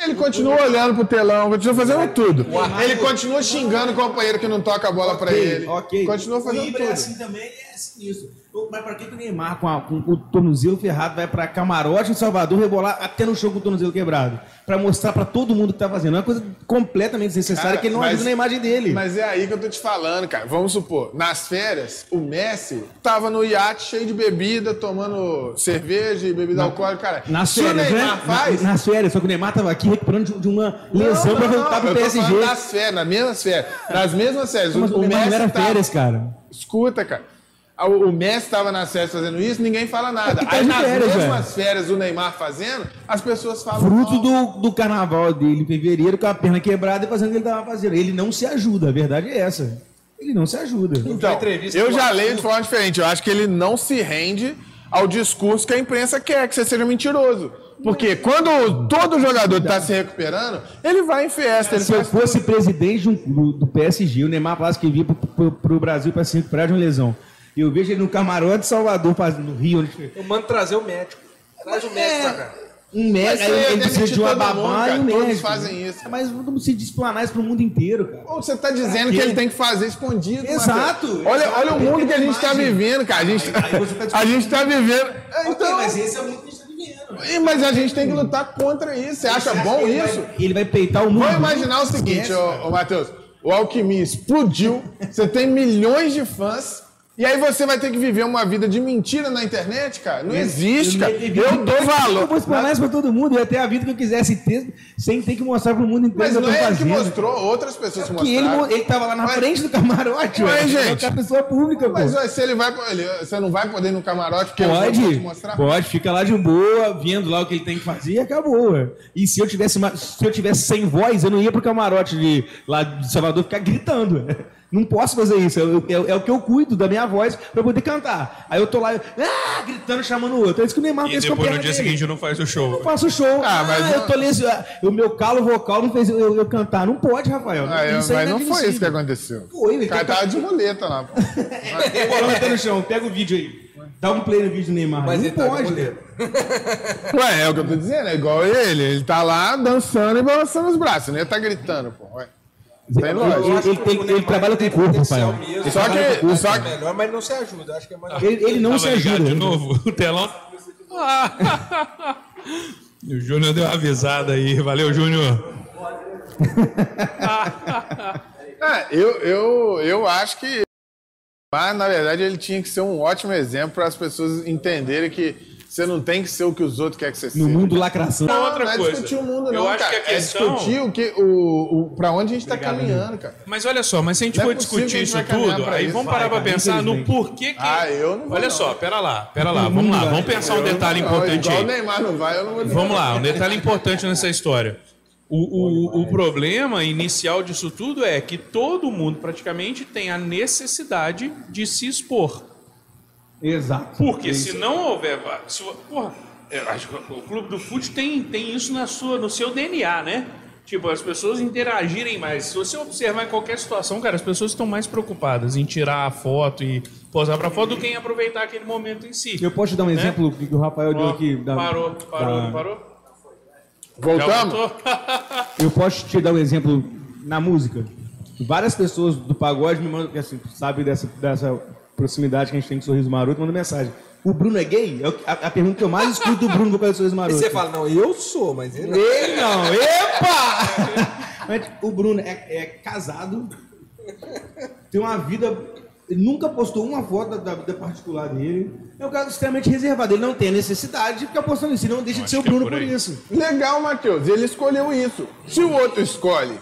Speaker 1: Ele continua olhando pro telão, continua fazendo tudo. Ele continua xingando o companheiro que não toca a bola pra ele.
Speaker 3: ok.
Speaker 1: Continua
Speaker 3: O
Speaker 1: fazendo
Speaker 3: Ibra é
Speaker 1: tudo.
Speaker 3: assim também, é sinistro. Então, Mas pra que que o Neymar, com, a- com o tornozelo ferrado, vai pra camarote em Salvador rebolar até no show com o tornozelo quebrado? Pra mostrar pra todo mundo que tá fazendo. É uma coisa completamente desnecessária
Speaker 1: Cara,
Speaker 3: que ele não
Speaker 1: mas-
Speaker 3: ajuda na imagem dele.
Speaker 1: Mas é aí que eu tô te falando, cara. Vamos supor, nas férias, o Messi tava no iate cheio de bebida, tomando cerveja e bebida alcoólica, cara.
Speaker 3: Nas
Speaker 1: Se o
Speaker 3: férias, né?
Speaker 1: Neymar faz.
Speaker 3: Na- nas férias, só que o Neymar tava aqui recuperando de, de uma lesão pra voltar pro
Speaker 1: eu tô
Speaker 3: PSG.
Speaker 1: falando das férias, nas mesmas férias. Nas mesmas férias.
Speaker 3: Mas o Neymar não era
Speaker 1: tava-
Speaker 3: férias, cara.
Speaker 1: Escuta, cara. O o Messi tava nas férias fazendo isso, ninguém fala nada.
Speaker 3: É que tá
Speaker 1: Aí
Speaker 3: de
Speaker 1: nas
Speaker 3: férias,
Speaker 1: mesmas férias o Neymar fazendo, as pessoas falam.
Speaker 3: Fruto
Speaker 1: mal.
Speaker 3: do, do carnaval dele em fevereiro, com a perna quebrada e fazendo o que ele tava fazendo. Ele não se ajuda, a verdade é essa. Ele não se ajuda.
Speaker 4: uma
Speaker 1: Então,
Speaker 4: entrevista
Speaker 1: eu
Speaker 4: do
Speaker 1: já
Speaker 4: Arthur.
Speaker 1: leio de forma diferente. Eu acho que ele não se rende ao discurso que a imprensa quer, que você seja mentiroso. Porque quando todo jogador está se recuperando, ele vai em festa, ele
Speaker 3: Se eu
Speaker 1: faz
Speaker 3: fosse presidente de um- do, do PSG, o Neymar falasse que vinha pro, pro, pro Brasil para se recuperar de uma lesão. Eu vejo ele no camarote de Salvador, faz- no Rio, onde-
Speaker 4: Eu mando trazer o médico. Traz o médico pra cá.
Speaker 3: um
Speaker 1: Mas
Speaker 3: médico, aí
Speaker 1: você ia
Speaker 3: ele precisa
Speaker 1: demitir
Speaker 3: de uma
Speaker 1: todo mundo,
Speaker 3: babá
Speaker 1: cara,
Speaker 3: e um
Speaker 1: todos
Speaker 3: médico.
Speaker 1: fazem isso.
Speaker 3: Mas vamos se desplanar isso pro mundo inteiro, cara.
Speaker 1: Ou você está dizendo que ele tem que fazer escondido.
Speaker 3: Exato,
Speaker 1: Matheus. Olha,
Speaker 3: exato,
Speaker 1: olha o
Speaker 3: ele
Speaker 1: mundo
Speaker 3: tem
Speaker 1: que a gente está
Speaker 3: imagem.
Speaker 1: vivendo, cara. A gente
Speaker 3: aí você tá
Speaker 1: *laughs* a gente tá vivendo.
Speaker 3: Ok,
Speaker 1: Então,
Speaker 3: mas esse é o mundo que a gente tá vivendo.
Speaker 1: Ih, Mas a gente tem que lutar contra isso. Você acha bom
Speaker 3: Ele vai-
Speaker 1: isso?
Speaker 3: Ele vai peitar o mundo.
Speaker 1: Vamos imaginar o seguinte,
Speaker 3: Esquece,
Speaker 1: ô, ô Matheus. O Alquimia explodiu, você tem milhões de fãs, e aí você vai ter que viver uma vida de mentira na internet, cara? Não existe, cara. Eu dou
Speaker 3: Eu vou
Speaker 1: valor.
Speaker 3: explanar isso pra todo mundo. Eu ia ter a vida que eu quisesse ter, sem ter que mostrar pro mundo inteiro
Speaker 1: Mas
Speaker 3: o que eu
Speaker 1: não
Speaker 3: tô
Speaker 1: é ele que
Speaker 3: fazendo. É
Speaker 1: mostrou, outras pessoas
Speaker 3: Que ele,
Speaker 1: mostraram.
Speaker 3: ele tava lá na
Speaker 1: Mas-
Speaker 3: frente do camarote,
Speaker 1: Mas,
Speaker 3: ué.
Speaker 1: gente-
Speaker 3: É uma pessoa pública,
Speaker 1: Mas
Speaker 3: pô.
Speaker 1: ó, se ele vai, ele, você não vai poder ir no camarote porque eu vou te
Speaker 3: Pode,
Speaker 1: mostrar.
Speaker 3: pode, fica lá de boa, vendo lá o que ele tem que fazer e acabou. ué. E se eu tivesse, uma- se eu tivesse sem voz, eu não ia pro camarote de, lá de Salvador ficar gritando. ué. Não posso fazer isso. eu- eu- é o que eu cuido da minha voz pra eu poder cantar. Aí eu tô lá, ah, gritando, chamando o outro. É isso que o Neymar
Speaker 2: E
Speaker 3: fez com a
Speaker 2: depois no
Speaker 3: perna
Speaker 2: dia
Speaker 3: dele.
Speaker 2: seguinte não faz o
Speaker 3: Eu
Speaker 2: show.
Speaker 3: faço show.
Speaker 1: Ah,
Speaker 3: Ah,
Speaker 1: mas
Speaker 3: mas
Speaker 1: não-
Speaker 3: eu tô lesionado. O meu calo vocal não fez eu, eu- eu cantar. Não pode, Rafael.
Speaker 1: Ah, eu-
Speaker 3: é
Speaker 1: mas não foi isso que
Speaker 3: inadmissível.
Speaker 1: aconteceu.
Speaker 3: Foi, ele
Speaker 1: o cara
Speaker 3: tá-
Speaker 1: tava de muleta lá.
Speaker 3: *laughs*
Speaker 1: pô.
Speaker 3: É, o bolão tá no chão. Pega o vídeo aí. Dá um play no vídeo do Neymar.
Speaker 4: Mas
Speaker 3: não
Speaker 4: ele tá
Speaker 3: pode.
Speaker 4: de boleto.
Speaker 1: Ué, é o que eu tô dizendo, é igual ele. Ele tá lá dançando e balançando os braços, né? Ele tá gritando, pô. Ué. Tem
Speaker 3: Ele-
Speaker 1: lógico.
Speaker 3: ele, tem- ele trabalha com o corpo, Rafael. Ele
Speaker 1: Só
Speaker 3: trabalha
Speaker 1: que-
Speaker 3: com o corpo.
Speaker 1: só
Speaker 2: né?
Speaker 4: É melhor, mas não se ajuda. Acho que é mais.
Speaker 3: Ele, ele não
Speaker 2: Tava
Speaker 3: se
Speaker 2: ligado
Speaker 3: ajuda.
Speaker 1: né?
Speaker 2: de novo, *laughs* o telão. Ah. *laughs* o Júnior deu uma avisada aí. Valeu, Júnior.
Speaker 1: É, eu, eu, eu acho que. Mas, na verdade, ele tinha que ser um ótimo exemplo para as pessoas entenderem que você não tem que ser o que os outros querem que você seja.
Speaker 3: No mundo lacração.
Speaker 2: Não,
Speaker 1: Não,
Speaker 2: outra
Speaker 1: não é
Speaker 2: coisa.
Speaker 1: discutir o mundo,
Speaker 2: Eu
Speaker 1: não,
Speaker 2: acho
Speaker 1: cara.
Speaker 2: que a questão-
Speaker 1: É discutir o que, o, o, para onde a gente está caminhando, cara.
Speaker 2: Mas olha só, mas se a gente
Speaker 1: Não é
Speaker 2: for
Speaker 1: possível que a
Speaker 2: discutir
Speaker 1: gente
Speaker 2: isso
Speaker 1: vai caminhar
Speaker 2: tudo,
Speaker 1: pra
Speaker 2: aí
Speaker 1: isso.
Speaker 2: vamos parar
Speaker 3: Vai,
Speaker 2: pra
Speaker 3: cara,
Speaker 2: pensar no
Speaker 3: infelizmente.
Speaker 2: porquê que.
Speaker 1: Ah, eu não vou,
Speaker 2: Olha
Speaker 1: não.
Speaker 2: só, pera lá, pera lá. Vamos lá, vamos pensar um detalhe importante
Speaker 1: Igual
Speaker 2: aí.
Speaker 1: o Neymar não vai, eu não vou
Speaker 2: Vamos lá, um detalhe importante nessa história. O, o- o problema inicial disso tudo é que todo mundo praticamente tem a necessidade de se expor.
Speaker 3: Exato.
Speaker 2: Porque se não houver. va- Se, o- porra, eu acho que o clube do fute tem, tem isso na sua, no seu DNA, né? Tipo, as pessoas interagirem mais. Se você observar em qualquer situação, cara, as pessoas estão mais preocupadas em tirar a foto e posar pra foto do que em aproveitar aquele momento em si.
Speaker 3: Eu posso te dar um exemplo que o Rafael deu
Speaker 2: Né? Ó,
Speaker 3: aqui? da-
Speaker 2: parou, parou,
Speaker 3: da-
Speaker 2: parou. Já
Speaker 1: Voltamos?
Speaker 2: voltou?
Speaker 3: Eu posso te dar um exemplo na música. Várias pessoas do pagode me mandam, que assim, sabe dessa, dessa proximidade que a gente tem com o Sorriso Maroto, mandam mensagem. O Bruno é gay? É o- a, a pergunta que eu mais escuto do Bruno por causa do
Speaker 4: E
Speaker 3: Sorriso Maroto.
Speaker 4: você fala, não, eu sou, mas ele não.
Speaker 3: Ele não, epa! Mas o Bruno é, é casado, tem uma vida. Ele nunca postou uma foto da, da vida particular dele. É um cara extremamente reservado. Ele não tem a necessidade de ficar postando isso. Ele não deixa de
Speaker 2: Acho
Speaker 3: ser o
Speaker 2: que é
Speaker 3: Bruno
Speaker 2: por
Speaker 3: por
Speaker 2: aí.
Speaker 3: isso.
Speaker 1: Legal, Matheus, ele escolheu isso. Se o outro escolhe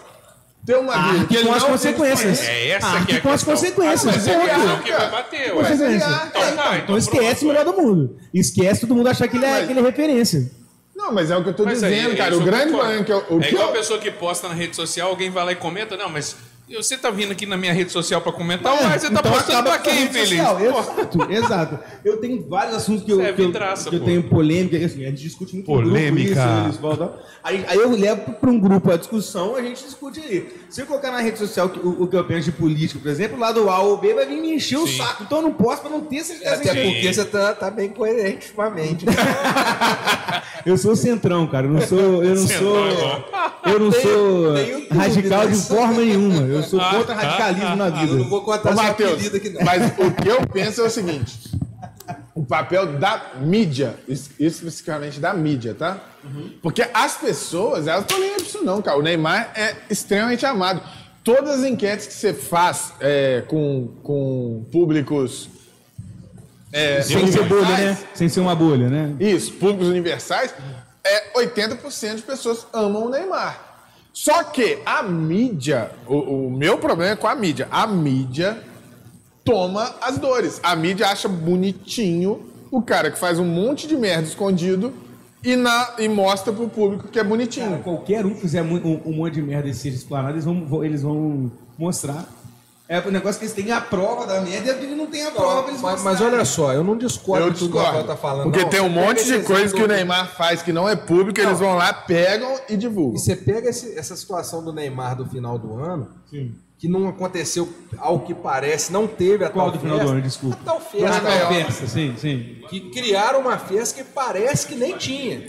Speaker 1: ter uma
Speaker 2: Ah,
Speaker 1: vida que
Speaker 3: Arte
Speaker 1: ele
Speaker 3: com as
Speaker 1: não
Speaker 3: consequências.
Speaker 2: É essa
Speaker 3: Arte
Speaker 2: que é a
Speaker 3: com as
Speaker 2: questão.
Speaker 3: consequências.
Speaker 1: Ah, mas é
Speaker 3: ponto.
Speaker 1: que
Speaker 2: Não, que vai bater,
Speaker 1: Mas ele
Speaker 2: ué.
Speaker 3: Consequência.
Speaker 1: acha,
Speaker 2: Então,
Speaker 1: então.
Speaker 2: tá,
Speaker 3: Então
Speaker 2: então
Speaker 3: esquece o
Speaker 2: pronto,
Speaker 3: melhor do mundo. Esquece todo mundo achar que ele é,
Speaker 1: Mas-
Speaker 3: que ele é referência.
Speaker 1: Não, mas é o que eu tô
Speaker 2: Mas aí,
Speaker 1: dizendo, cara.
Speaker 2: isso
Speaker 1: O
Speaker 2: eu
Speaker 1: grande
Speaker 2: concordo.
Speaker 1: problema que eu. O
Speaker 2: é
Speaker 1: que
Speaker 2: igual
Speaker 1: eu-
Speaker 2: a pessoa que posta na rede social, alguém vai lá e comenta, não, mas Você tá vindo aqui na minha rede social pra comentar,
Speaker 3: É,
Speaker 2: mas você tá
Speaker 3: então
Speaker 2: postando
Speaker 3: acaba
Speaker 2: pra
Speaker 3: com a
Speaker 2: quem,
Speaker 3: rede
Speaker 2: Felipe?
Speaker 3: social,
Speaker 2: Pô,
Speaker 3: Exato, exato. Eu tenho vários assuntos que eu,
Speaker 2: Isso é
Speaker 3: que eu,
Speaker 2: vidraça,
Speaker 3: que eu
Speaker 2: pô.
Speaker 3: tenho polêmica, que assim, a gente discute muito no
Speaker 2: Polêmica.
Speaker 3: grupo, isso, né, eles voltam. Aí, aí eu levo para um grupo a discussão, a gente discute aí. Se eu colocar na rede social que- o, o que eu penso de político, por exemplo, lá do A ou B vai vir me encher o
Speaker 2: Sim. É,
Speaker 3: saco. Então eu não posso para não ter essas dessas
Speaker 4: Até
Speaker 3: enchentes.
Speaker 4: porque você tá, tá bem coerente ultimamente.
Speaker 3: Eu sou centrão, cara. Eu não sou. Eu não
Speaker 2: Centrão
Speaker 3: sou.
Speaker 2: é bom. né?
Speaker 3: Eu não sou
Speaker 4: tenho dúvidas.
Speaker 3: radical de forma nenhuma. Eu sou
Speaker 2: Ah,
Speaker 3: contra radicalismo na
Speaker 4: Eu não
Speaker 3: vida.
Speaker 4: vou contar
Speaker 1: Ô,
Speaker 4: sua
Speaker 1: Matheus,
Speaker 4: apelido aqui, não.
Speaker 1: mas o que eu penso é o seguinte: o papel da mídia, es- especificamente da mídia, tá? Porque as pessoas, elas estão nem aí pra isso, não, cara. O Neymar é extremamente amado. Todas as enquetes que você faz é, com, com públicos. é,
Speaker 3: Sem ser bolha,
Speaker 1: universais,
Speaker 3: né? Sem ser uma bolha, né?
Speaker 1: Isso, públicos universais, é 80% de pessoas amam o Neymar. Só que a mídia, o, o meu problema é com a mídia. A mídia toma as dores. A mídia acha bonitinho o cara que faz um monte de merda escondido e, na, e mostra pro público que é
Speaker 3: Cara,
Speaker 1: bonitinho.
Speaker 3: qualquer um que fizer mu- um, um monte de merda e seja explanado, eles vão, vão- eles vão mostrar. É o negócio que eles têm a prova da merda e ele não tem a prova pra eles
Speaker 4: Mas, mas
Speaker 3: mostrarem.
Speaker 4: olha só, eu não discordo
Speaker 1: Eu
Speaker 4: de tudo que o Rafael
Speaker 1: discordo.
Speaker 4: tá falando.
Speaker 1: porque
Speaker 4: não.
Speaker 1: tem um
Speaker 4: Pega
Speaker 1: monte
Speaker 4: esse
Speaker 1: de coisa
Speaker 4: exemplo
Speaker 1: que o
Speaker 4: do-
Speaker 1: Neymar faz que não é público, eles vão lá, pegam e
Speaker 4: E
Speaker 1: divulgam.
Speaker 4: você pega esse- essa situação do Neymar do final do ano, que não aconteceu, ao que parece, não teve a
Speaker 3: Qual
Speaker 4: tal
Speaker 3: do final do
Speaker 4: festa,
Speaker 3: ano, desculpa.
Speaker 4: A tal
Speaker 3: Não,
Speaker 4: festa,
Speaker 1: Rafael.
Speaker 3: festa, sim, sim.
Speaker 4: que criaram uma festa que parece que nem tinha.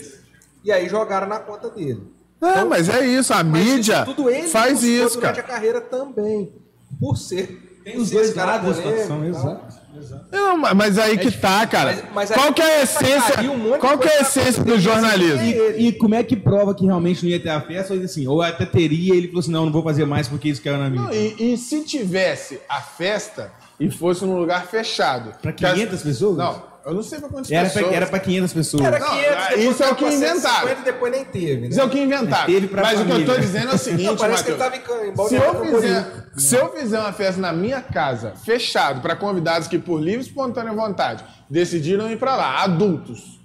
Speaker 4: E aí jogaram na conta dele.
Speaker 1: Não, mas é isso, a
Speaker 4: Mas
Speaker 1: mídia
Speaker 4: isso tudo ele
Speaker 1: faz
Speaker 4: buscou
Speaker 1: isso,
Speaker 4: durante
Speaker 1: cara.
Speaker 4: a carreira também. Por ser.
Speaker 3: Tem os
Speaker 4: ser
Speaker 3: dois
Speaker 4: esse cara
Speaker 3: lados da
Speaker 4: polêmico
Speaker 3: situação,
Speaker 4: e tal.
Speaker 3: exato.
Speaker 1: Não, ma- mas aí que tá, cara.
Speaker 4: Mas- mas aí
Speaker 1: qual que é a essência?
Speaker 4: caiu um monte de
Speaker 1: qual que é a
Speaker 4: coisa
Speaker 1: essência do
Speaker 4: dentro
Speaker 1: jornalismo?
Speaker 3: E, e como é que prova que realmente não ia ter a festa? Ou assim, ou até teria, e ele falou assim: não, não vou fazer mais porque isso caiu na minha.
Speaker 1: Não, e, e se tivesse a festa e fosse num lugar fechado?
Speaker 3: Pra
Speaker 1: Que as-
Speaker 3: 500 pessoas?
Speaker 1: Não, eu não sei pra quantas
Speaker 3: Era pra,
Speaker 1: pessoas.
Speaker 3: era pra 500 pessoas.
Speaker 4: Era
Speaker 1: Não,
Speaker 4: 500,
Speaker 1: isso
Speaker 4: depois
Speaker 1: é o
Speaker 4: foi
Speaker 1: que
Speaker 4: pra
Speaker 1: inventaram.
Speaker 4: 150, depois nem teve, né?
Speaker 1: Isso é o que inventaram.
Speaker 3: Mas teve pra
Speaker 1: Mas o que eu tô
Speaker 3: família.
Speaker 1: dizendo é o seguinte,
Speaker 4: *laughs* Não, parece que ele
Speaker 1: Matheus.
Speaker 4: tava em Can- em
Speaker 1: Se
Speaker 4: Balneário
Speaker 1: eu,
Speaker 4: Camboriú.
Speaker 1: fizer, se eu fizer uma festa na minha casa, fechado, pra convidados que por livre e espontânea vontade decidiram ir pra lá, adultos,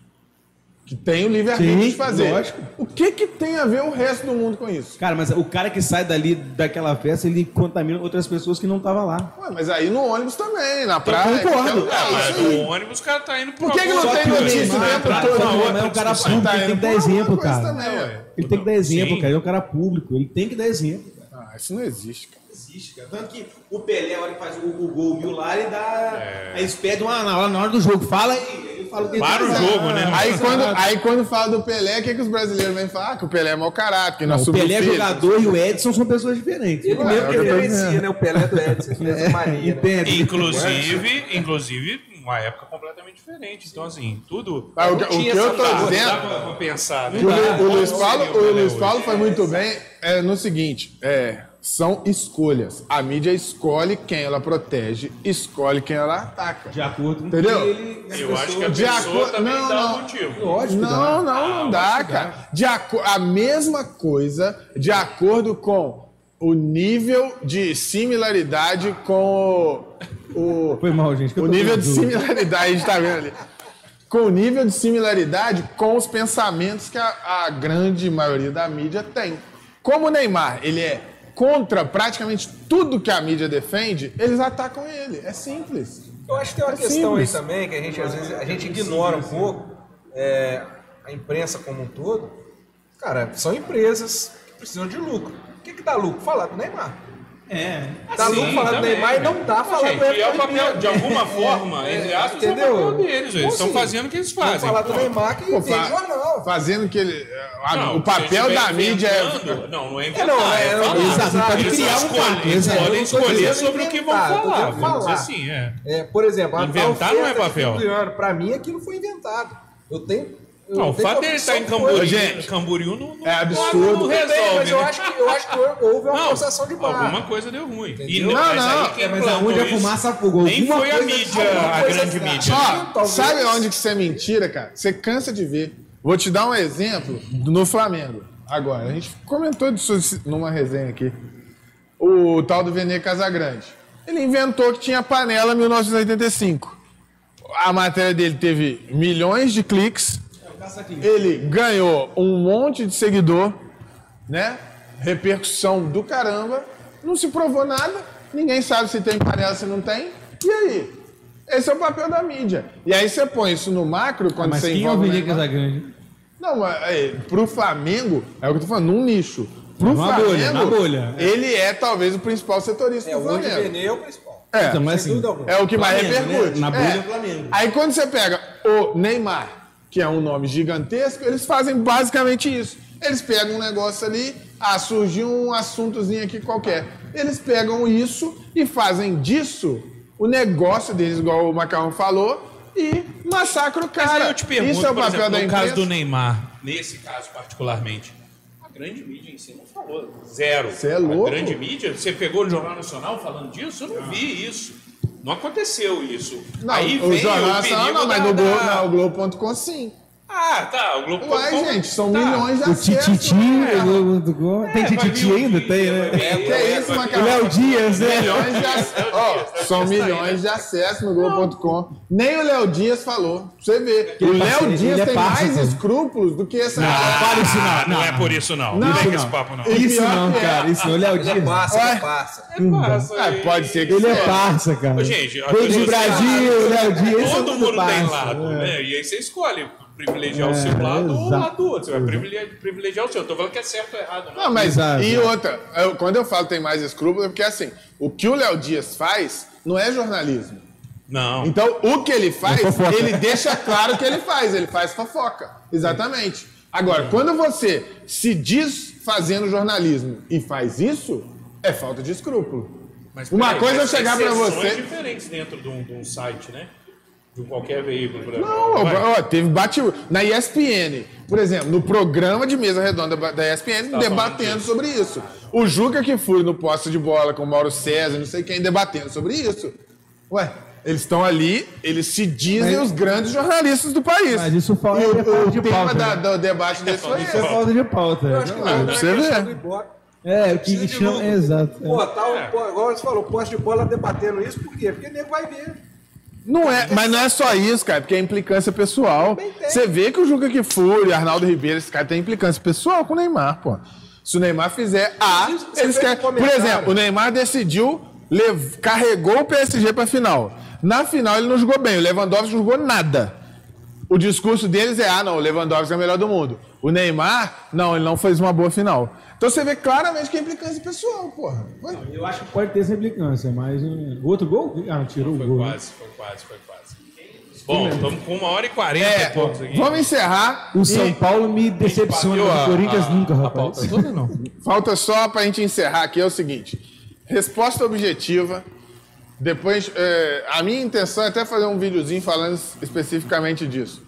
Speaker 1: que tem o livre-arbítrio
Speaker 3: Sim,
Speaker 1: de fazer,
Speaker 3: lógico.
Speaker 1: o que que tem a ver o resto do mundo com isso?
Speaker 3: Cara, mas o cara que sai dali daquela festa, ele contamina outras pessoas que não estavam lá.
Speaker 1: Ué, mas aí no ônibus também, na praia.
Speaker 3: concordo.
Speaker 1: entendeu?
Speaker 2: Ah,
Speaker 1: É,
Speaker 2: mas
Speaker 1: isso aí.
Speaker 2: no ônibus o cara tá indo pro
Speaker 1: Por que que não
Speaker 3: Só
Speaker 1: tem
Speaker 3: que o
Speaker 1: notícia o
Speaker 3: Neymar-
Speaker 1: tempo todo? né? Uma
Speaker 3: Não, mas é um
Speaker 1: outra
Speaker 3: cara
Speaker 1: discussão.
Speaker 3: público, ele tem que dar exemplo,
Speaker 1: Tá indo por
Speaker 3: cara.
Speaker 1: alguma coisa também, ué.
Speaker 3: Ele tem que dar exemplo,
Speaker 2: Sim.
Speaker 3: cara. Ele é um cara público. Ele tem que dar exemplo.
Speaker 1: Ah, isso não existe, cara.
Speaker 3: Existe, cara. Tanto que o Pelé, a hora que faz o, o gol, o Mil lá, ele dá. Aí eles pedem uma, na, hora, na hora do jogo. Fala e ele fala o que ele
Speaker 2: Para o
Speaker 3: tá dizendo.
Speaker 2: jogo, né?
Speaker 1: Aí quando, aí quando fala do Pelé, o que, que os brasileiros vêm falar? Ah, que o Pelé é mau caráter, que nós
Speaker 3: O Pelé é
Speaker 1: filho.
Speaker 3: jogador e o Edson são pessoas diferentes.
Speaker 4: Ele
Speaker 1: Ué, é o
Speaker 4: mesmo
Speaker 1: que eu tô É,
Speaker 4: referencia, né? O Pelé do Edson. ele fez essa mania, né?
Speaker 1: *laughs*
Speaker 3: Entende?
Speaker 2: Inclusive, inclusive, uma época completamente diferente. Então, assim, tudo.
Speaker 1: Ah, o que-
Speaker 2: Não tinha
Speaker 1: o que eu
Speaker 2: essa
Speaker 1: tô
Speaker 2: base,
Speaker 1: dizendo-
Speaker 2: Dá pra, pra pensar, né?
Speaker 1: Que O, Lu- o Luiz Paulo,
Speaker 2: Não
Speaker 1: o
Speaker 2: seria
Speaker 1: Luiz
Speaker 2: Pelé
Speaker 1: Paulo
Speaker 2: hoje.
Speaker 1: foi muito bem é, no seguinte: é, são escolhas. A mídia escolhe quem ela protege, escolhe quem ela ataca.
Speaker 3: De acordo com o que
Speaker 1: Entendeu?
Speaker 3: ele.
Speaker 2: Eu acho que a
Speaker 1: De acordo-
Speaker 2: pessoa também
Speaker 1: não,
Speaker 2: dá
Speaker 1: não.
Speaker 2: um motivo.
Speaker 4: Lógico. que dá.
Speaker 1: Não, não, não dá, cara. De aco- a mesma coisa de acordo com o nível de similaridade com o. o-
Speaker 3: Foi mal, gente. que eu
Speaker 1: o
Speaker 3: tô
Speaker 1: nível
Speaker 3: vendo
Speaker 1: de
Speaker 3: tudo.
Speaker 1: similaridade, *laughs* a gente tá vendo ali. Com o nível de similaridade com os pensamentos que a, a grande maioria da mídia tem. Como o Neymar, ele é contra praticamente tudo que a mídia defende, eles atacam ele. É simples.
Speaker 4: Eu acho que tem uma
Speaker 1: É
Speaker 4: questão
Speaker 1: simples.
Speaker 4: aí também que a gente às vezes a gente ignora um pouco é, a imprensa como um todo. Cara, são empresas que precisam de lucro. O que, que dá lucro? Falar do Neymar.
Speaker 3: É.
Speaker 4: Dá
Speaker 2: Sim,
Speaker 4: lucro falar do
Speaker 2: também,
Speaker 4: Neymar e
Speaker 2: né?
Speaker 4: não dá falar
Speaker 2: Gente,
Speaker 4: do
Speaker 2: e é o
Speaker 4: Neymar.
Speaker 2: papel, de alguma forma, entre aspas, é o
Speaker 4: Entendeu?
Speaker 2: papel deles. Eles
Speaker 4: Então,
Speaker 2: estão
Speaker 4: assim,
Speaker 2: fazendo o que eles
Speaker 4: Vamos
Speaker 2: fazem.
Speaker 4: falar do Neymar que
Speaker 1: Pô,
Speaker 4: tem
Speaker 1: fa-
Speaker 4: jornal.
Speaker 1: Fazendo que ele. a-
Speaker 2: Não,
Speaker 1: o papel
Speaker 2: se
Speaker 1: da
Speaker 2: estiver
Speaker 1: mídia é.
Speaker 2: inventando- Não, não é
Speaker 4: É, não,
Speaker 2: inventar, é
Speaker 4: é, não,
Speaker 2: falar.
Speaker 4: exato, pode
Speaker 2: Eles
Speaker 4: criar um
Speaker 2: escolhem,
Speaker 4: fato,
Speaker 2: eles
Speaker 4: exato.
Speaker 2: podem
Speaker 4: Eu não tô
Speaker 2: escolher
Speaker 4: dizendo
Speaker 2: sobre o que vão
Speaker 4: inventar, tô
Speaker 2: falar.
Speaker 4: dizendo
Speaker 2: Vamos dizer
Speaker 4: falar.
Speaker 2: assim, é.
Speaker 4: É, por exemplo, a
Speaker 2: Inventar não é papel.
Speaker 4: Para mim, aquilo foi inventado. Eu tenho. eu
Speaker 2: Não, o
Speaker 4: tenho
Speaker 2: fato dele estar em
Speaker 4: opção com ele.
Speaker 2: Camboriú,
Speaker 1: gente,
Speaker 2: Camboriú não, não-
Speaker 1: é absurdo.
Speaker 2: não
Speaker 4: Tudo bem,
Speaker 2: resolve,
Speaker 4: mas eu
Speaker 2: né?
Speaker 4: acho que eu acho que houve uma forçação de barra.
Speaker 2: Alguma coisa deu ruim. E não,
Speaker 4: Entendeu?
Speaker 2: é,
Speaker 1: Não,
Speaker 2: mas aí
Speaker 1: não.
Speaker 2: quem
Speaker 3: Mas
Speaker 2: plantou
Speaker 3: aonde a
Speaker 2: isso
Speaker 3: fumaça afogou?
Speaker 2: Nem
Speaker 3: Alguma
Speaker 2: foi a
Speaker 3: coisa-
Speaker 2: mídia, a
Speaker 4: coisa
Speaker 2: grande
Speaker 4: está-
Speaker 2: mídia. né?
Speaker 1: Ó,
Speaker 4: Talvez.
Speaker 1: sabe onde que isso é mentira, cara? Você cansa de ver. Vou te dar um exemplo no Flamengo. Agora, a gente comentou disso numa resenha aqui. O tal do Vene Casagrande. Ele inventou que tinha panela em 1985. A matéria dele teve milhões de cliques. Ele ganhou um monte de seguidor, né? Repercussão do caramba. não se provou nada, ninguém sabe se tem panela, se não tem. E aí? Esse é o papel da mídia. E aí você põe isso no macro quando
Speaker 3: Mas
Speaker 1: você
Speaker 3: quem é o
Speaker 1: envolve.
Speaker 3: Vinícius
Speaker 1: o negócio-
Speaker 3: Casagrande?
Speaker 1: Não, mas, é, pro Flamengo, é o que eu tô falando, num nicho. Pro
Speaker 3: Numa
Speaker 1: Flamengo,
Speaker 3: bolha, na bolha.
Speaker 1: ele é talvez o principal setorista
Speaker 4: É,
Speaker 1: do
Speaker 4: hoje o
Speaker 1: Flamengo.
Speaker 4: Nenê é o principal.
Speaker 1: É.
Speaker 3: Então, mas
Speaker 4: Sem
Speaker 3: assim,
Speaker 4: dúvida alguma.
Speaker 1: É o que mais
Speaker 6: Flamengo,
Speaker 1: repercute.
Speaker 6: né? Na bolha,
Speaker 1: é.
Speaker 6: Flamengo.
Speaker 1: Aí quando você pega o Neymar, que é um nome gigantesco, eles fazem basicamente isso. Eles pegam um negócio ali, ah, surgiu um assuntozinho aqui qualquer. Eles pegam isso e fazem disso o negócio deles, igual o Macarrão falou, e massacra o cara.
Speaker 2: Mas aí eu te pergunto,
Speaker 1: isso é o
Speaker 2: por
Speaker 1: papel
Speaker 2: exemplo,
Speaker 1: da
Speaker 2: no
Speaker 1: imprensa.
Speaker 2: caso do Neymar, nesse caso particularmente, a grande mídia em si não falou. Zero.
Speaker 1: Você é louco? Ah.
Speaker 2: A grande mídia, você pegou o Jornal Nacional falando disso? Eu não vi isso. Não aconteceu isso.
Speaker 1: Não,
Speaker 2: aí
Speaker 1: o
Speaker 2: vem
Speaker 1: Jornal
Speaker 2: o perigo
Speaker 1: Nacional não, mas
Speaker 2: da-
Speaker 1: no Globo,
Speaker 2: da-
Speaker 1: não, o Globo.com sim.
Speaker 2: Ah, tá. O Globo.
Speaker 1: Uai, gente, são
Speaker 2: Tá.
Speaker 1: milhões de
Speaker 3: O
Speaker 1: acessos.
Speaker 3: Tititi,
Speaker 1: né?
Speaker 3: o Globo do Gol. Tem
Speaker 2: É, vai vir
Speaker 3: Tititi
Speaker 2: o
Speaker 3: ainda?
Speaker 2: Dias,
Speaker 3: Tem,
Speaker 2: vai vir-
Speaker 3: né?
Speaker 1: É, que é isso,
Speaker 2: vai-
Speaker 1: Macarrão?
Speaker 3: O Léo Dias, né?
Speaker 1: milhões de acessos. Ó, são milhões de acessos no Globo.com. Nem o Léo Dias falou. Pra você ver. O
Speaker 3: ele é
Speaker 1: Léo
Speaker 3: parceiro,
Speaker 1: Dias
Speaker 3: ele é
Speaker 1: tem
Speaker 3: parceiro.
Speaker 1: mais escrúpulos do que essa.
Speaker 2: Ah,
Speaker 3: Para isso, não.
Speaker 2: Não,
Speaker 3: Não,
Speaker 2: é
Speaker 3: não.
Speaker 2: por isso, não.
Speaker 1: Não,
Speaker 2: Não vem com
Speaker 1: não.
Speaker 2: esse papo, não.
Speaker 1: E
Speaker 3: Isso
Speaker 1: pior
Speaker 3: não,
Speaker 1: que é.
Speaker 3: cara. Isso não. O Léo
Speaker 4: Ele é
Speaker 3: Dias.
Speaker 4: parça,
Speaker 1: Ué.
Speaker 4: ele é parça.
Speaker 2: Passa
Speaker 1: Ah,
Speaker 2: aí.
Speaker 1: pode ser que
Speaker 3: Ele é
Speaker 1: seja.
Speaker 3: parça, cara.
Speaker 2: Ô, gente, as
Speaker 3: Vem de
Speaker 2: pessoas-
Speaker 3: Brasil, Léo Dias. esse
Speaker 1: um
Speaker 3: é
Speaker 2: Todo
Speaker 3: muito
Speaker 2: mundo tem
Speaker 3: parça,
Speaker 2: lado,
Speaker 1: É.
Speaker 3: né?
Speaker 2: né? E aí você escolhe privilegiar
Speaker 3: É,
Speaker 2: o seu lado ou o
Speaker 3: exato.
Speaker 2: lado do outro. Você vai privilegiar, privilegiar o seu. Eu tô falando que é certo ou errado, não.
Speaker 1: Não, mas
Speaker 3: Exato.
Speaker 1: e outra, eu- quando eu falo tem mais escrúpulos, é porque assim, o que o Léo Dias faz não é jornalismo.
Speaker 2: Não.
Speaker 1: Então, o que ele faz,
Speaker 3: É fofoca.
Speaker 1: ele deixa claro que ele faz, ele faz fofoca. Exatamente. Agora, quando você se diz fazendo jornalismo e faz isso, é falta de escrúpulo.
Speaker 2: Mas,
Speaker 1: Uma
Speaker 2: peraí,
Speaker 1: coisa é eu
Speaker 2: mas tem
Speaker 1: chegar pra
Speaker 2: seções
Speaker 1: você.
Speaker 2: diferentes dentro de um, de um site, né? De um qualquer veículo. por exemplo.
Speaker 1: Não,
Speaker 2: Vai.
Speaker 1: ó, teve bate na ESPN, por exemplo, no programa de mesa redonda ba- da ESPN,
Speaker 2: Tá
Speaker 1: debatendo sobre isso. O Juca que foi no posto de bola com o Mauro César, não sei quem, debatendo sobre isso. Ué, eles estão ali, eles se dizem
Speaker 3: Mas-
Speaker 1: os grandes jornalistas do país.
Speaker 3: Mas isso fala-
Speaker 1: E o,
Speaker 3: é falta
Speaker 1: o
Speaker 3: de
Speaker 1: tema
Speaker 3: pauta,
Speaker 1: da-
Speaker 3: né?
Speaker 1: do debate desse foi
Speaker 3: Isso é
Speaker 1: esse.
Speaker 3: falta de pauta.
Speaker 4: Eu acho que
Speaker 3: né?
Speaker 1: Ah,
Speaker 4: não,
Speaker 1: pra
Speaker 4: né?
Speaker 1: você
Speaker 4: A questão
Speaker 1: ver.
Speaker 4: do Ibope.
Speaker 3: É, o que
Speaker 4: Precisa de
Speaker 3: chama.
Speaker 4: lucro.
Speaker 3: é, Exato. é.
Speaker 4: Pô, tá,
Speaker 2: É.
Speaker 4: o- pô, igual você falou, poste de bola debatendo isso, por quê? Porque o nego vai ver.
Speaker 1: Não é, mas não é só isso, cara, porque é implicância pessoal.
Speaker 4: Também tem.
Speaker 1: Você vê que o Juca Kifuri, Arnaldo Ribeiro, esse cara tem implicância pessoal com o Neymar, pô. Se o Neymar fizer A,
Speaker 4: Mas isso- você
Speaker 1: eles
Speaker 4: vê
Speaker 1: querem.
Speaker 4: no
Speaker 1: Por
Speaker 4: comentário.
Speaker 1: exemplo, o Neymar decidiu, lev- carregou o PSG pra final. Na final ele não jogou bem, o Lewandowski não jogou nada. O discurso deles é: ah, não, o Lewandowski é o melhor do mundo. O Neymar, não, ele não fez uma boa final. Então você vê claramente que é implicância pessoal, porra. Ué,
Speaker 3: Eu acho que pode ter essa implicância, mas. eh, Outro gol? Ah, não, tirou o
Speaker 2: Foi
Speaker 3: gol. né?
Speaker 2: quase, foi quase, foi quase. Bom, estamos com uma hora e quarenta
Speaker 1: É,
Speaker 2: e poucos aqui.
Speaker 1: vamos encerrar.
Speaker 3: O São Paulo me decepciona.
Speaker 2: bateu a-
Speaker 3: O Corinthians
Speaker 2: a-
Speaker 3: nunca,
Speaker 2: a
Speaker 3: rapaz.
Speaker 2: pauta toda, não.
Speaker 1: Falta só pra gente encerrar aqui é o seguinte: resposta objetiva. Depois, é, a minha intenção é até fazer um videozinho falando es- especificamente disso.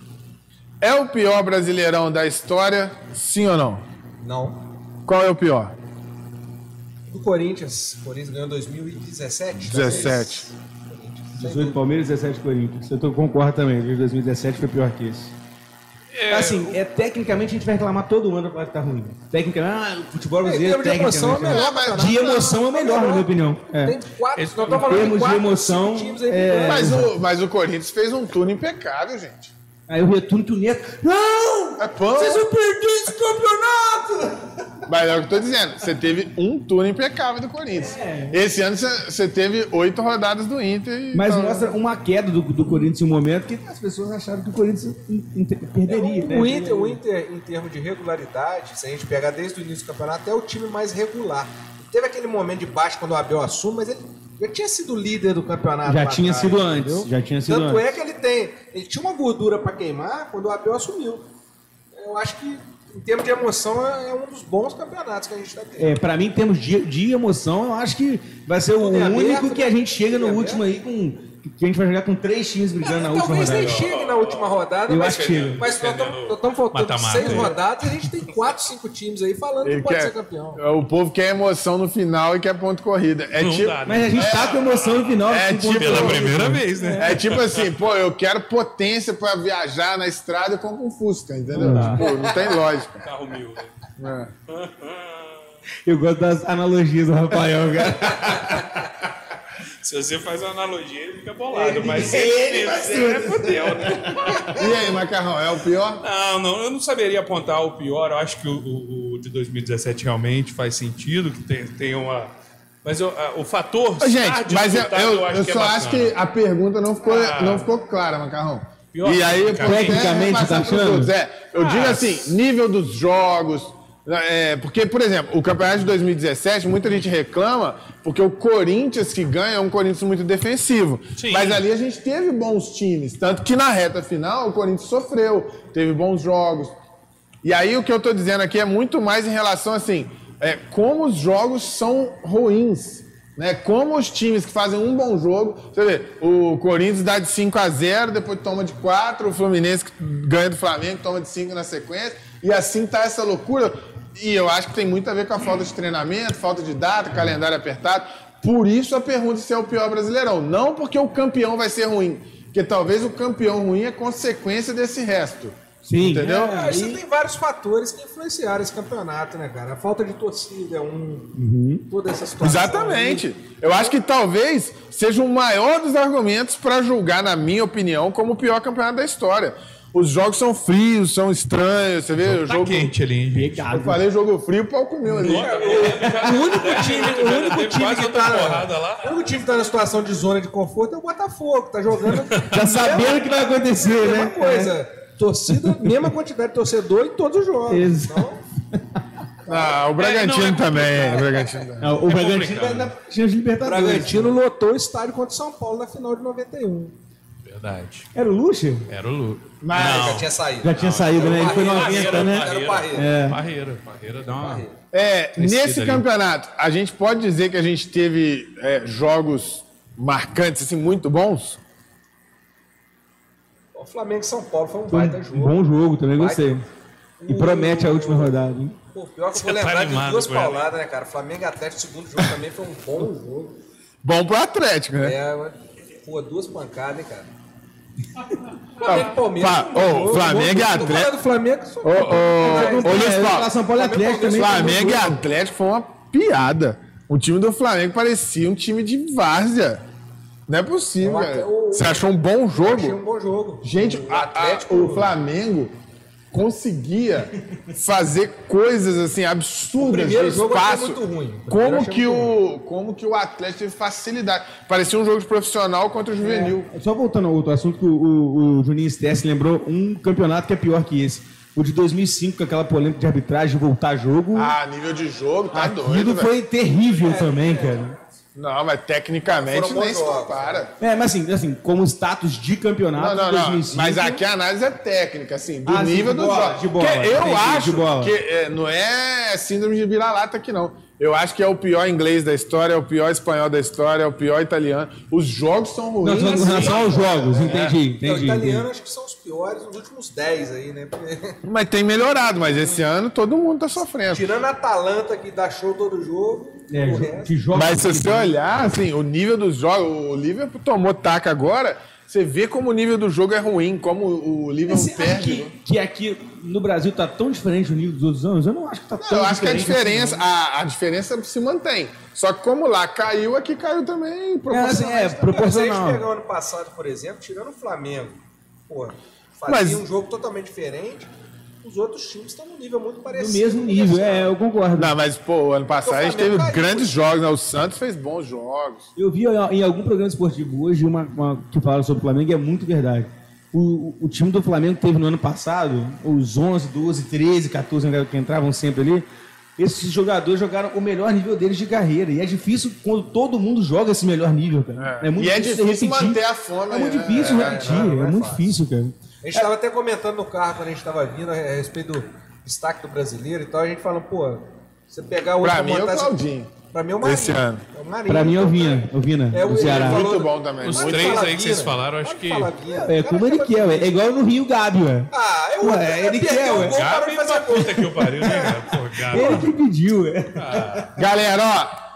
Speaker 1: É o pior brasileirão da história, sim ou não?
Speaker 4: Não.
Speaker 1: Qual é o pior?
Speaker 4: Do Corinthians. O Corinthians ganhou 2017.
Speaker 1: 17.
Speaker 3: 18 Palmeiras, 17 Corinthians. Eu tô, concordo também. de 2017 foi pior que esse. assim, é, tecnicamente a gente vai reclamar todo ano pra estar ruim. Tecnicamente, ah, o futebol
Speaker 4: Em termos
Speaker 3: brasileiro
Speaker 4: de emoção é
Speaker 3: tecnicamente.
Speaker 4: melhor.
Speaker 1: mas-
Speaker 4: campeonato.
Speaker 3: De emoção é melhor, na minha opinião. É.
Speaker 4: Tem quatro.
Speaker 2: Esse-
Speaker 4: Nós estamos falando
Speaker 3: termos de
Speaker 4: quatro,
Speaker 3: emoção,
Speaker 4: cinco times aí
Speaker 3: é-
Speaker 4: brigando.
Speaker 1: Mas o, mas o Corinthians fez um turno impecável, gente.
Speaker 3: Aí o retorno que o Neto. Não!
Speaker 1: É pão.
Speaker 3: Vocês vão perder esse campeonato!
Speaker 1: Mas é o que eu tô dizendo. Você teve um turno impecável do Corinthians.
Speaker 3: É.
Speaker 1: Esse ano você você teve oito rodadas do Inter. e
Speaker 3: Mas
Speaker 4: Então.
Speaker 1: tal.
Speaker 3: mostra uma queda do, do Corinthians em um momento que as pessoas acharam que o Corinthians in- in- perderia. né?
Speaker 4: O Inter, o Inter, em termos de regularidade, se a gente pegar desde o início do campeonato, é o time mais regular. Teve aquele momento de baixo quando o Abel assume, mas ele já tinha sido líder do campeonato.
Speaker 3: Já
Speaker 4: lá
Speaker 3: tinha
Speaker 4: atrás,
Speaker 3: sido antes, já tinha sido
Speaker 4: Tanto é
Speaker 3: antes.
Speaker 4: que ele tem. Ele tinha uma gordura pra queimar quando o Abel assumiu. Eu acho que, em termos de emoção, é é um dos bons campeonatos que a gente tá tendo.
Speaker 3: É, pra mim, em termos de, de emoção, eu acho que vai ser o
Speaker 4: Tudo em é aberto, né? é
Speaker 3: único que a gente chega no
Speaker 4: tudo em
Speaker 3: último aí com. Que a gente vai jogar com três times brigando na última
Speaker 4: É, Talvez
Speaker 3: rodada.
Speaker 4: nem chegue na última rodada,
Speaker 3: Eu
Speaker 4: mas,
Speaker 3: acho que chega.
Speaker 4: mas nós
Speaker 2: Dependendo
Speaker 4: estamos faltando
Speaker 2: mata-mata,
Speaker 4: seis
Speaker 2: é.
Speaker 4: rodadas e a gente tem quatro, cinco times aí falando
Speaker 1: Ele
Speaker 4: que pode
Speaker 1: quer- É,
Speaker 4: ser campeão.
Speaker 1: O povo quer emoção no final e quer ponto corrida. *laughs* É
Speaker 2: Não
Speaker 1: tipo,
Speaker 2: dá, né?
Speaker 3: Mas a gente tá com emoção no final.
Speaker 1: É,
Speaker 3: com
Speaker 1: tipo,
Speaker 3: pontuação.
Speaker 2: Pela primeira vez, né?
Speaker 1: é tipo assim, pô, eu quero potência pra viajar na estrada e compro um Fusca, entendeu? Tipo, não tem lógica.
Speaker 2: Carro mil. né?
Speaker 1: né?
Speaker 3: Eu gosto das analogias do Rafael,
Speaker 4: *laughs*
Speaker 3: cara.
Speaker 2: Se você faz uma analogia, ele fica bolado. mas *laughs* ele, é fudeu, né?
Speaker 1: E aí, Macarrão, é o pior?
Speaker 2: Não, Ah, não, eu não saberia apontar o pior. Eu acho que o, o- o de 2017 realmente faz sentido, que tem, tem uma, Mas eu- ah, o fator.
Speaker 1: Ô,
Speaker 2: estar
Speaker 1: Gente, mas eu,
Speaker 2: disputado,
Speaker 1: eu- eu
Speaker 2: é
Speaker 1: só acho
Speaker 2: bacana.
Speaker 1: que a pergunta não ficou,
Speaker 2: Ah.
Speaker 1: não ficou clara, Macarrão.
Speaker 2: Pior é,
Speaker 1: e aí,
Speaker 2: tecnicamente,
Speaker 1: até repassar
Speaker 3: tá
Speaker 1: pros
Speaker 3: achando?
Speaker 1: outros. É, eu
Speaker 2: Ah,
Speaker 1: digo assim,
Speaker 2: s-
Speaker 1: nível dos jogos. é, porque, por exemplo, o campeonato de 2017, muita gente reclama porque o Corinthians que ganha é um Corinthians muito defensivo.
Speaker 2: Sim.
Speaker 1: Mas ali a gente teve bons times. Tanto que na reta final o Corinthians sofreu, teve bons jogos. E aí o que eu tô dizendo aqui é muito mais em relação assim, é, como os jogos são ruins, né? Como os times que fazem um bom jogo, você vê, o Corinthians dá de 5 a 0, depois toma de 4, o Fluminense que ganha do Flamengo, toma de 5 na sequência, e assim tá essa loucura. E eu acho que tem muito a ver com a falta de treinamento, falta de data, calendário apertado. Por isso a pergunta se é o pior brasileirão, não porque o campeão vai ser ruim, porque talvez o campeão ruim é consequência desse resto.
Speaker 3: Sim.
Speaker 1: Entendeu?
Speaker 4: É, acho que tem vários fatores que influenciaram esse campeonato, né, cara? A falta de torcida é um.
Speaker 3: Uhum.
Speaker 4: Toda essa situação.
Speaker 1: Exatamente. Eu acho que talvez seja o maior dos argumentos para julgar, na minha opinião, como o pior campeonato da história. Os jogos são frios, são estranhos. Você vê o
Speaker 2: Tá
Speaker 1: jogo.
Speaker 2: quente ali, hein, gente?
Speaker 1: Eu
Speaker 3: Pegado.
Speaker 1: falei jogo frio, o pau comeu ali.
Speaker 2: É,
Speaker 4: O único time, o único time
Speaker 2: Quase
Speaker 4: que
Speaker 2: outra
Speaker 4: tá
Speaker 2: porrada lá. é
Speaker 4: na, o único time que tá na situação de zona de conforto é o Botafogo, tá
Speaker 3: *laughs*
Speaker 4: jogando.
Speaker 3: Já sabendo o que vai acontecer,
Speaker 4: mesma
Speaker 3: É, né?
Speaker 4: É coisa. Torcida, mesma quantidade de torcedor em todos os jogos.
Speaker 3: Exato.
Speaker 4: Então,
Speaker 1: Ah, o
Speaker 2: É, não,
Speaker 1: Bragantino
Speaker 2: é
Speaker 1: também. é, O Bragantino também.
Speaker 3: Não, Ah, o
Speaker 2: É
Speaker 3: Bragantino vai
Speaker 2: complicado.
Speaker 3: dar chance de
Speaker 4: o
Speaker 3: Libertadores.
Speaker 4: Bragantino lotou o estádio contra o São Paulo na final de 91.
Speaker 2: Verdade.
Speaker 3: Era o Lucha?
Speaker 2: Era o Lu.
Speaker 4: Mas
Speaker 2: Não.
Speaker 4: É, já tinha saído.
Speaker 3: Já tinha saído, né? Ele foi
Speaker 4: Barreira,
Speaker 3: 90, né?
Speaker 4: Era o Parreira.
Speaker 2: Barreira. Barreira. Barreira dá uma.
Speaker 1: É,
Speaker 2: Crescida
Speaker 1: nesse
Speaker 2: ali.
Speaker 1: campeonato, a gente pode dizer que a gente teve é, jogos marcantes, assim, muito bons?
Speaker 4: O Flamengo e São Paulo foi um
Speaker 3: Foi
Speaker 4: baita
Speaker 3: um
Speaker 4: jogo.
Speaker 3: bom jogo, também
Speaker 4: Vai.
Speaker 3: gostei. E promete a última rodada, hein?
Speaker 4: Pô, pior que eu
Speaker 2: Você
Speaker 4: vou
Speaker 2: tá
Speaker 4: lembrar de
Speaker 2: animado
Speaker 4: duas
Speaker 2: com ela.
Speaker 4: pauladas, né, cara? Flamengo e Atlético, segundo jogo também foi um bom jogo.
Speaker 1: Bom pro Atlético, né?
Speaker 4: É, mas, pô, duas
Speaker 1: *laughs*
Speaker 4: pancadas, hein, cara? Flamengo e
Speaker 1: Fa-
Speaker 4: Palmeiras. um
Speaker 1: ô,
Speaker 4: bom jogo.
Speaker 1: Flamengo e
Speaker 4: Tô
Speaker 1: Atlético.
Speaker 4: falando do Flamengo, só...
Speaker 1: Ô, ô, ô, Luiz
Speaker 3: É,
Speaker 1: Paulo.
Speaker 3: São Paulo e Atlético também. tá
Speaker 1: Flamengo e Atlético foi uma piada. O time do Flamengo parecia um time de várzea. Não é possível,
Speaker 4: Eu
Speaker 1: cara.
Speaker 4: até- o-
Speaker 1: Você achou um bom
Speaker 4: achei um
Speaker 1: jogo?
Speaker 4: bom jogo.
Speaker 1: Gente,
Speaker 4: o
Speaker 1: a- a-
Speaker 4: Atlético...
Speaker 1: o Flamengo
Speaker 4: *laughs*
Speaker 1: conseguia fazer coisas assim
Speaker 4: O
Speaker 1: absurdas no
Speaker 4: primeiro jogo eu achei
Speaker 1: espaço.
Speaker 4: muito ruim. O primeiro eu
Speaker 1: Como
Speaker 4: achei
Speaker 1: que
Speaker 4: muito
Speaker 1: o como que o Atlético teve facilidade? Parecia um jogo de profissional contra
Speaker 3: É.
Speaker 1: o juvenil.
Speaker 3: Só voltando ao outro assunto, que o, o, o Juninho Stess lembrou um campeonato que é pior que esse. O de 2005, com aquela polêmica de arbitragem, voltar jogo.
Speaker 1: Ah, nível de jogo, tá doido,
Speaker 3: Aquilo
Speaker 1: velho. É.
Speaker 3: foi terrível também, cara.
Speaker 1: Não, mas tecnicamente
Speaker 4: Foram bons
Speaker 1: nem se
Speaker 4: jogos.
Speaker 1: compara.
Speaker 3: É, mas assim, assim como status de
Speaker 1: Não,
Speaker 3: campeonato
Speaker 1: não,
Speaker 3: de
Speaker 1: não.
Speaker 3: 2005.
Speaker 1: Mas aqui a análise é técnica, assim, do
Speaker 3: Ah, sim,
Speaker 1: nível
Speaker 3: de
Speaker 1: dos
Speaker 3: bola,
Speaker 1: jogos.
Speaker 3: de bola.
Speaker 1: Porque eu
Speaker 3: Entendi,
Speaker 1: acho
Speaker 3: de bola.
Speaker 1: que é, não é síndrome de vira-lata aqui, não. Eu acho que é o pior inglês da história, é o pior espanhol da história, é o pior italiano. Os jogos são
Speaker 3: Não,
Speaker 1: ruins.
Speaker 3: só com relação aos jogos,
Speaker 1: né?
Speaker 3: entendi,
Speaker 4: Então, o
Speaker 3: entendi.
Speaker 4: italiano
Speaker 3: entendi.
Speaker 4: acho que são os piores nos últimos 10 aí, né? *laughs* Porque-
Speaker 1: Mas tem melhorado, mas esse ano todo mundo tá sofrendo.
Speaker 4: Tirando a Atalanta, que dá show todo jogo,
Speaker 3: É,
Speaker 4: o
Speaker 3: jo-
Speaker 4: resto...
Speaker 3: que joga
Speaker 1: Mas se você olhar, assim, o nível dos jogos, o Liverpool tomou taca agora, você vê como o nível do jogo é ruim, como o
Speaker 3: Mas
Speaker 1: Liverpool
Speaker 3: você acha
Speaker 1: perde. né?
Speaker 3: que, que aqui no Brasil tá tão diferente o nível dos outros anos? Eu não acho que tá tão
Speaker 1: Então, Eu acho que a
Speaker 3: diferente assim,
Speaker 1: diferença, a, a diferença se mantém. Só que como lá caiu, aqui caiu também
Speaker 3: não. É,
Speaker 1: proporcionalmente.
Speaker 3: assim, é,
Speaker 4: Cara, se a gente
Speaker 3: proporcional.
Speaker 4: pegar o ano passado, por exemplo, tirando o Flamengo, pô,
Speaker 1: Mas-
Speaker 4: fazia um jogo totalmente diferente, os outros times estão num nível muito
Speaker 3: Do
Speaker 4: parecido. né,
Speaker 3: mesmo nível, é, eu concordo.
Speaker 1: Não, mas, pô, ano passado a gente
Speaker 4: Porque o
Speaker 1: teve
Speaker 4: Flamengo caiu.
Speaker 1: grandes jogos, né? O Santos fez bons jogos.
Speaker 3: Eu vi em algum programa esportivo hoje uma, uma que fala sobre o Flamengo e é muito verdade. O, o time do Flamengo teve no ano passado, os 11, 12, 13, 14 né, que entravam sempre ali, esses jogadores jogaram o melhor nível deles de carreira. E é difícil quando todo mundo joga esse melhor nível, cara. É, muito
Speaker 1: e é
Speaker 3: difícil
Speaker 1: difícil
Speaker 3: repetir.
Speaker 1: manter a fome.
Speaker 3: É muito
Speaker 1: né?
Speaker 3: difícil
Speaker 1: É,
Speaker 3: repetir,
Speaker 4: não, não
Speaker 3: é,
Speaker 4: é
Speaker 3: muito
Speaker 4: fácil.
Speaker 3: difícil, cara.
Speaker 4: A gente estava até comentando no carro quando a gente estava vindo a respeito do destaque do brasileiro e tal, a gente falando, pô, você pegar o
Speaker 1: Pra
Speaker 4: outro
Speaker 1: mim é o
Speaker 4: montar-
Speaker 1: Claudinho.
Speaker 4: Pra mim é o Marinho.
Speaker 1: Esse ano.
Speaker 4: É o Marinho.
Speaker 3: Pra mim é o Vina, o Vina,
Speaker 4: É, o-
Speaker 3: do Ceará.
Speaker 4: ele falou-
Speaker 1: Muito bom também.
Speaker 2: Os
Speaker 1: muito
Speaker 4: Pode
Speaker 2: três
Speaker 4: falar
Speaker 2: aí que
Speaker 4: Vina.
Speaker 2: vocês falaram, acho
Speaker 4: Pode
Speaker 2: que-
Speaker 4: falar Vina.
Speaker 3: É como ele quer, ué. é igual no Rio Gabi, ué.
Speaker 4: Ah, eu
Speaker 3: Ué, ele
Speaker 4: perdeu
Speaker 3: quer,
Speaker 4: o
Speaker 3: ué.
Speaker 4: gol, parou
Speaker 2: Gabi
Speaker 4: de
Speaker 2: pra
Speaker 4: fazer gol.
Speaker 2: puta que o pariu, né, cara? Pô, Gabi.
Speaker 3: Ele que pediu, ué.
Speaker 1: Galera, ó.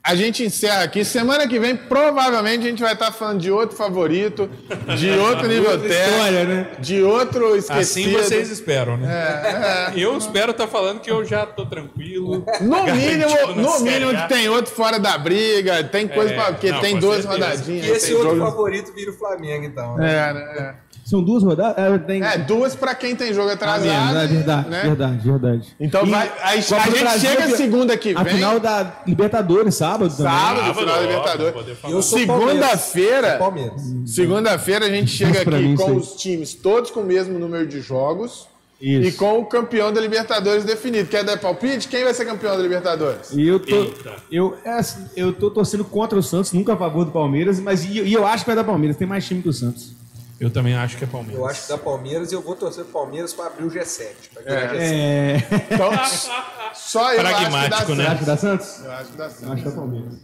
Speaker 1: A gente encerra aqui. Semana que vem, provavelmente, a gente vai estar falando de outro favorito, de outro
Speaker 3: *laughs*
Speaker 1: nível
Speaker 3: história,
Speaker 1: técnico,
Speaker 3: né?
Speaker 1: de outro
Speaker 2: Assim
Speaker 1: esquecido.
Speaker 2: vocês esperam, né? Eu espero estar falando que eu já tô tranquilo.
Speaker 1: É, No mínimo,
Speaker 2: Garantido tipo, na
Speaker 1: no
Speaker 2: Série
Speaker 1: mínimo
Speaker 2: A.
Speaker 1: que tem outro fora da briga, tem coisa
Speaker 2: É,
Speaker 1: pra, porque
Speaker 2: não,
Speaker 1: tem
Speaker 2: com
Speaker 1: duas
Speaker 2: certeza.
Speaker 1: rodadinhas.
Speaker 4: E esse
Speaker 1: tem
Speaker 4: outro
Speaker 1: jogo-
Speaker 4: favorito vira o Flamengo, então. né?
Speaker 1: É, né?
Speaker 3: São duas rodadas? É, tem...
Speaker 1: É. É, duas pra quem tem jogo
Speaker 3: Ah,
Speaker 1: atrasado.
Speaker 3: mesmo, é verdade,
Speaker 1: né?
Speaker 3: verdade, verdade.
Speaker 1: Então
Speaker 3: E
Speaker 1: vai- a- a
Speaker 3: Copa do
Speaker 1: gente chega segunda que
Speaker 3: A
Speaker 1: vem.
Speaker 3: final da Libertadores, sábado também.
Speaker 1: Sábado, final da
Speaker 2: Sábado,
Speaker 1: Libertadores.
Speaker 2: poder falar.
Speaker 4: Eu sou
Speaker 1: Segunda-feira,
Speaker 4: É Palmeiras. Palmeiras.
Speaker 1: segunda-feira a gente chega
Speaker 3: Passa pra
Speaker 1: aqui
Speaker 3: mim
Speaker 1: com
Speaker 3: isso aí.
Speaker 1: os times todos com o mesmo número de jogos
Speaker 3: Isso.
Speaker 1: e com o campeão da Libertadores definido. Quer dar palpite? Quem vai ser campeão da Libertadores?
Speaker 3: E eu tô,
Speaker 2: Eita.
Speaker 3: eu, é assim, eu tô torcendo contra o Santos, nunca a favor do Palmeiras, mas e, e eu acho que vai dar Palmeiras, tem mais time que o Santos.
Speaker 2: Eu também acho que é Palmeiras.
Speaker 4: Eu acho que dá Palmeiras e eu vou torcer pro Palmeiras pra abrir o G7. Pra virar G7.
Speaker 3: É. *laughs*
Speaker 1: Então, só eu acho que dá
Speaker 2: Pragmático, né?
Speaker 1: certo.
Speaker 3: Acho que dá Santos?
Speaker 1: Eu acho que dá certo.
Speaker 3: Acho que dá Palmeiras.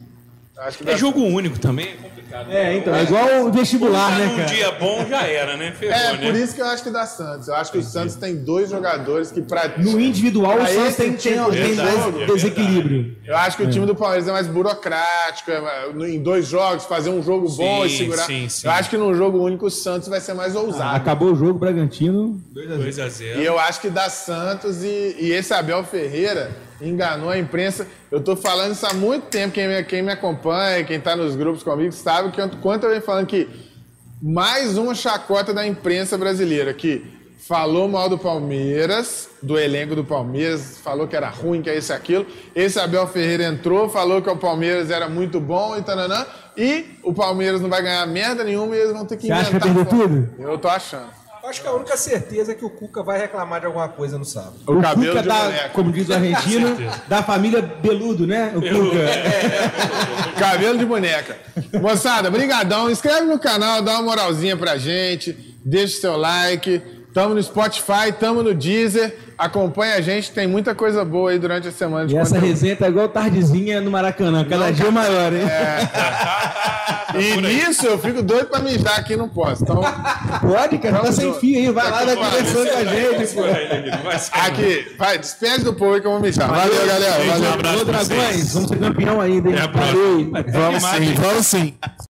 Speaker 1: Acho que dá
Speaker 2: É jogo único também, é complicado.
Speaker 3: É, então, é igual o
Speaker 2: Tá
Speaker 1: um
Speaker 3: vestibular,
Speaker 2: num
Speaker 3: né, cara?
Speaker 2: dia bom já era, né? Ferrou,
Speaker 1: É,
Speaker 2: né?
Speaker 1: por isso que eu acho que dá Santos. Eu acho que o Santos tem dois jogadores que pra...
Speaker 3: No individual, o
Speaker 1: Pra
Speaker 3: Santos
Speaker 1: esse
Speaker 3: tem, tem,
Speaker 1: tipo de
Speaker 3: tem
Speaker 2: jogo,
Speaker 3: mais
Speaker 2: é verdade.
Speaker 3: desequilíbrio.
Speaker 1: Eu acho que o time do Palmeiras é mais burocrático, é mais- em dois jogos, fazer um jogo bom e
Speaker 2: Sim,
Speaker 1: segurar.
Speaker 2: sim, sim.
Speaker 1: Eu acho que num jogo único o Santos vai ser mais ousado.
Speaker 3: Acabou o jogo, Bragantino.
Speaker 2: 2x0.
Speaker 1: E eu acho que dá Santos e, e esse Abel Ferreira enganou a imprensa. Eu tô falando isso há muito tempo. Quem me, quem me acompanha, quem tá nos grupos comigo, sabe que quanto- quanto eu venho falando que mais uma chacota da imprensa brasileira que falou mal do Palmeiras, do elenco do Palmeiras, falou que era ruim, que é isso e aquilo. Esse Abel Ferreira entrou, falou que o Palmeiras era muito bom e tananã. E o Palmeiras não vai ganhar merda nenhuma e eles vão ter que
Speaker 3: Você acha que vai
Speaker 1: inventar
Speaker 3: perder
Speaker 1: fora.
Speaker 3: tudo?
Speaker 1: Eu tô achando.
Speaker 4: Eu acho que a única certeza é que o Cuca vai reclamar de alguma coisa no sábado.
Speaker 1: O, cabelo
Speaker 3: Cuca
Speaker 1: de
Speaker 3: da-
Speaker 1: boneco. *laughs*
Speaker 3: como diz o argentino, da família Beludo, né? O Cuca.
Speaker 1: Cabelo de boneca. Moçada, brigadão. Inscreve no canal, dá uma moralzinha pra gente. Deixa o seu like. Tamo no Spotify, tamo no Deezer. Acompanha a gente, tem muita coisa boa aí durante a semana de
Speaker 3: E essa
Speaker 1: conteúdo.
Speaker 3: resenha tá igual tardezinha no Maracanã, cada dia maior, hein?
Speaker 1: E nisso eu fico doido pra mijar aqui, não posso. Então,
Speaker 3: Pode, cara, tá
Speaker 1: Vamos,
Speaker 3: sem
Speaker 1: Dudu.
Speaker 3: fio aí, vai lá, vai conversando com a gente, pô.
Speaker 1: aqui, vai, despede do povo aí que eu vou mijar. Valeu, galera.
Speaker 2: gente, um
Speaker 1: Valeu.
Speaker 2: abraço
Speaker 3: Ô,
Speaker 2: pra vocês.
Speaker 3: Dragões, vamos ser campeão ainda, hein?
Speaker 2: Até a próxima.
Speaker 3: Valeu.
Speaker 1: Vamos sim, vamos sim.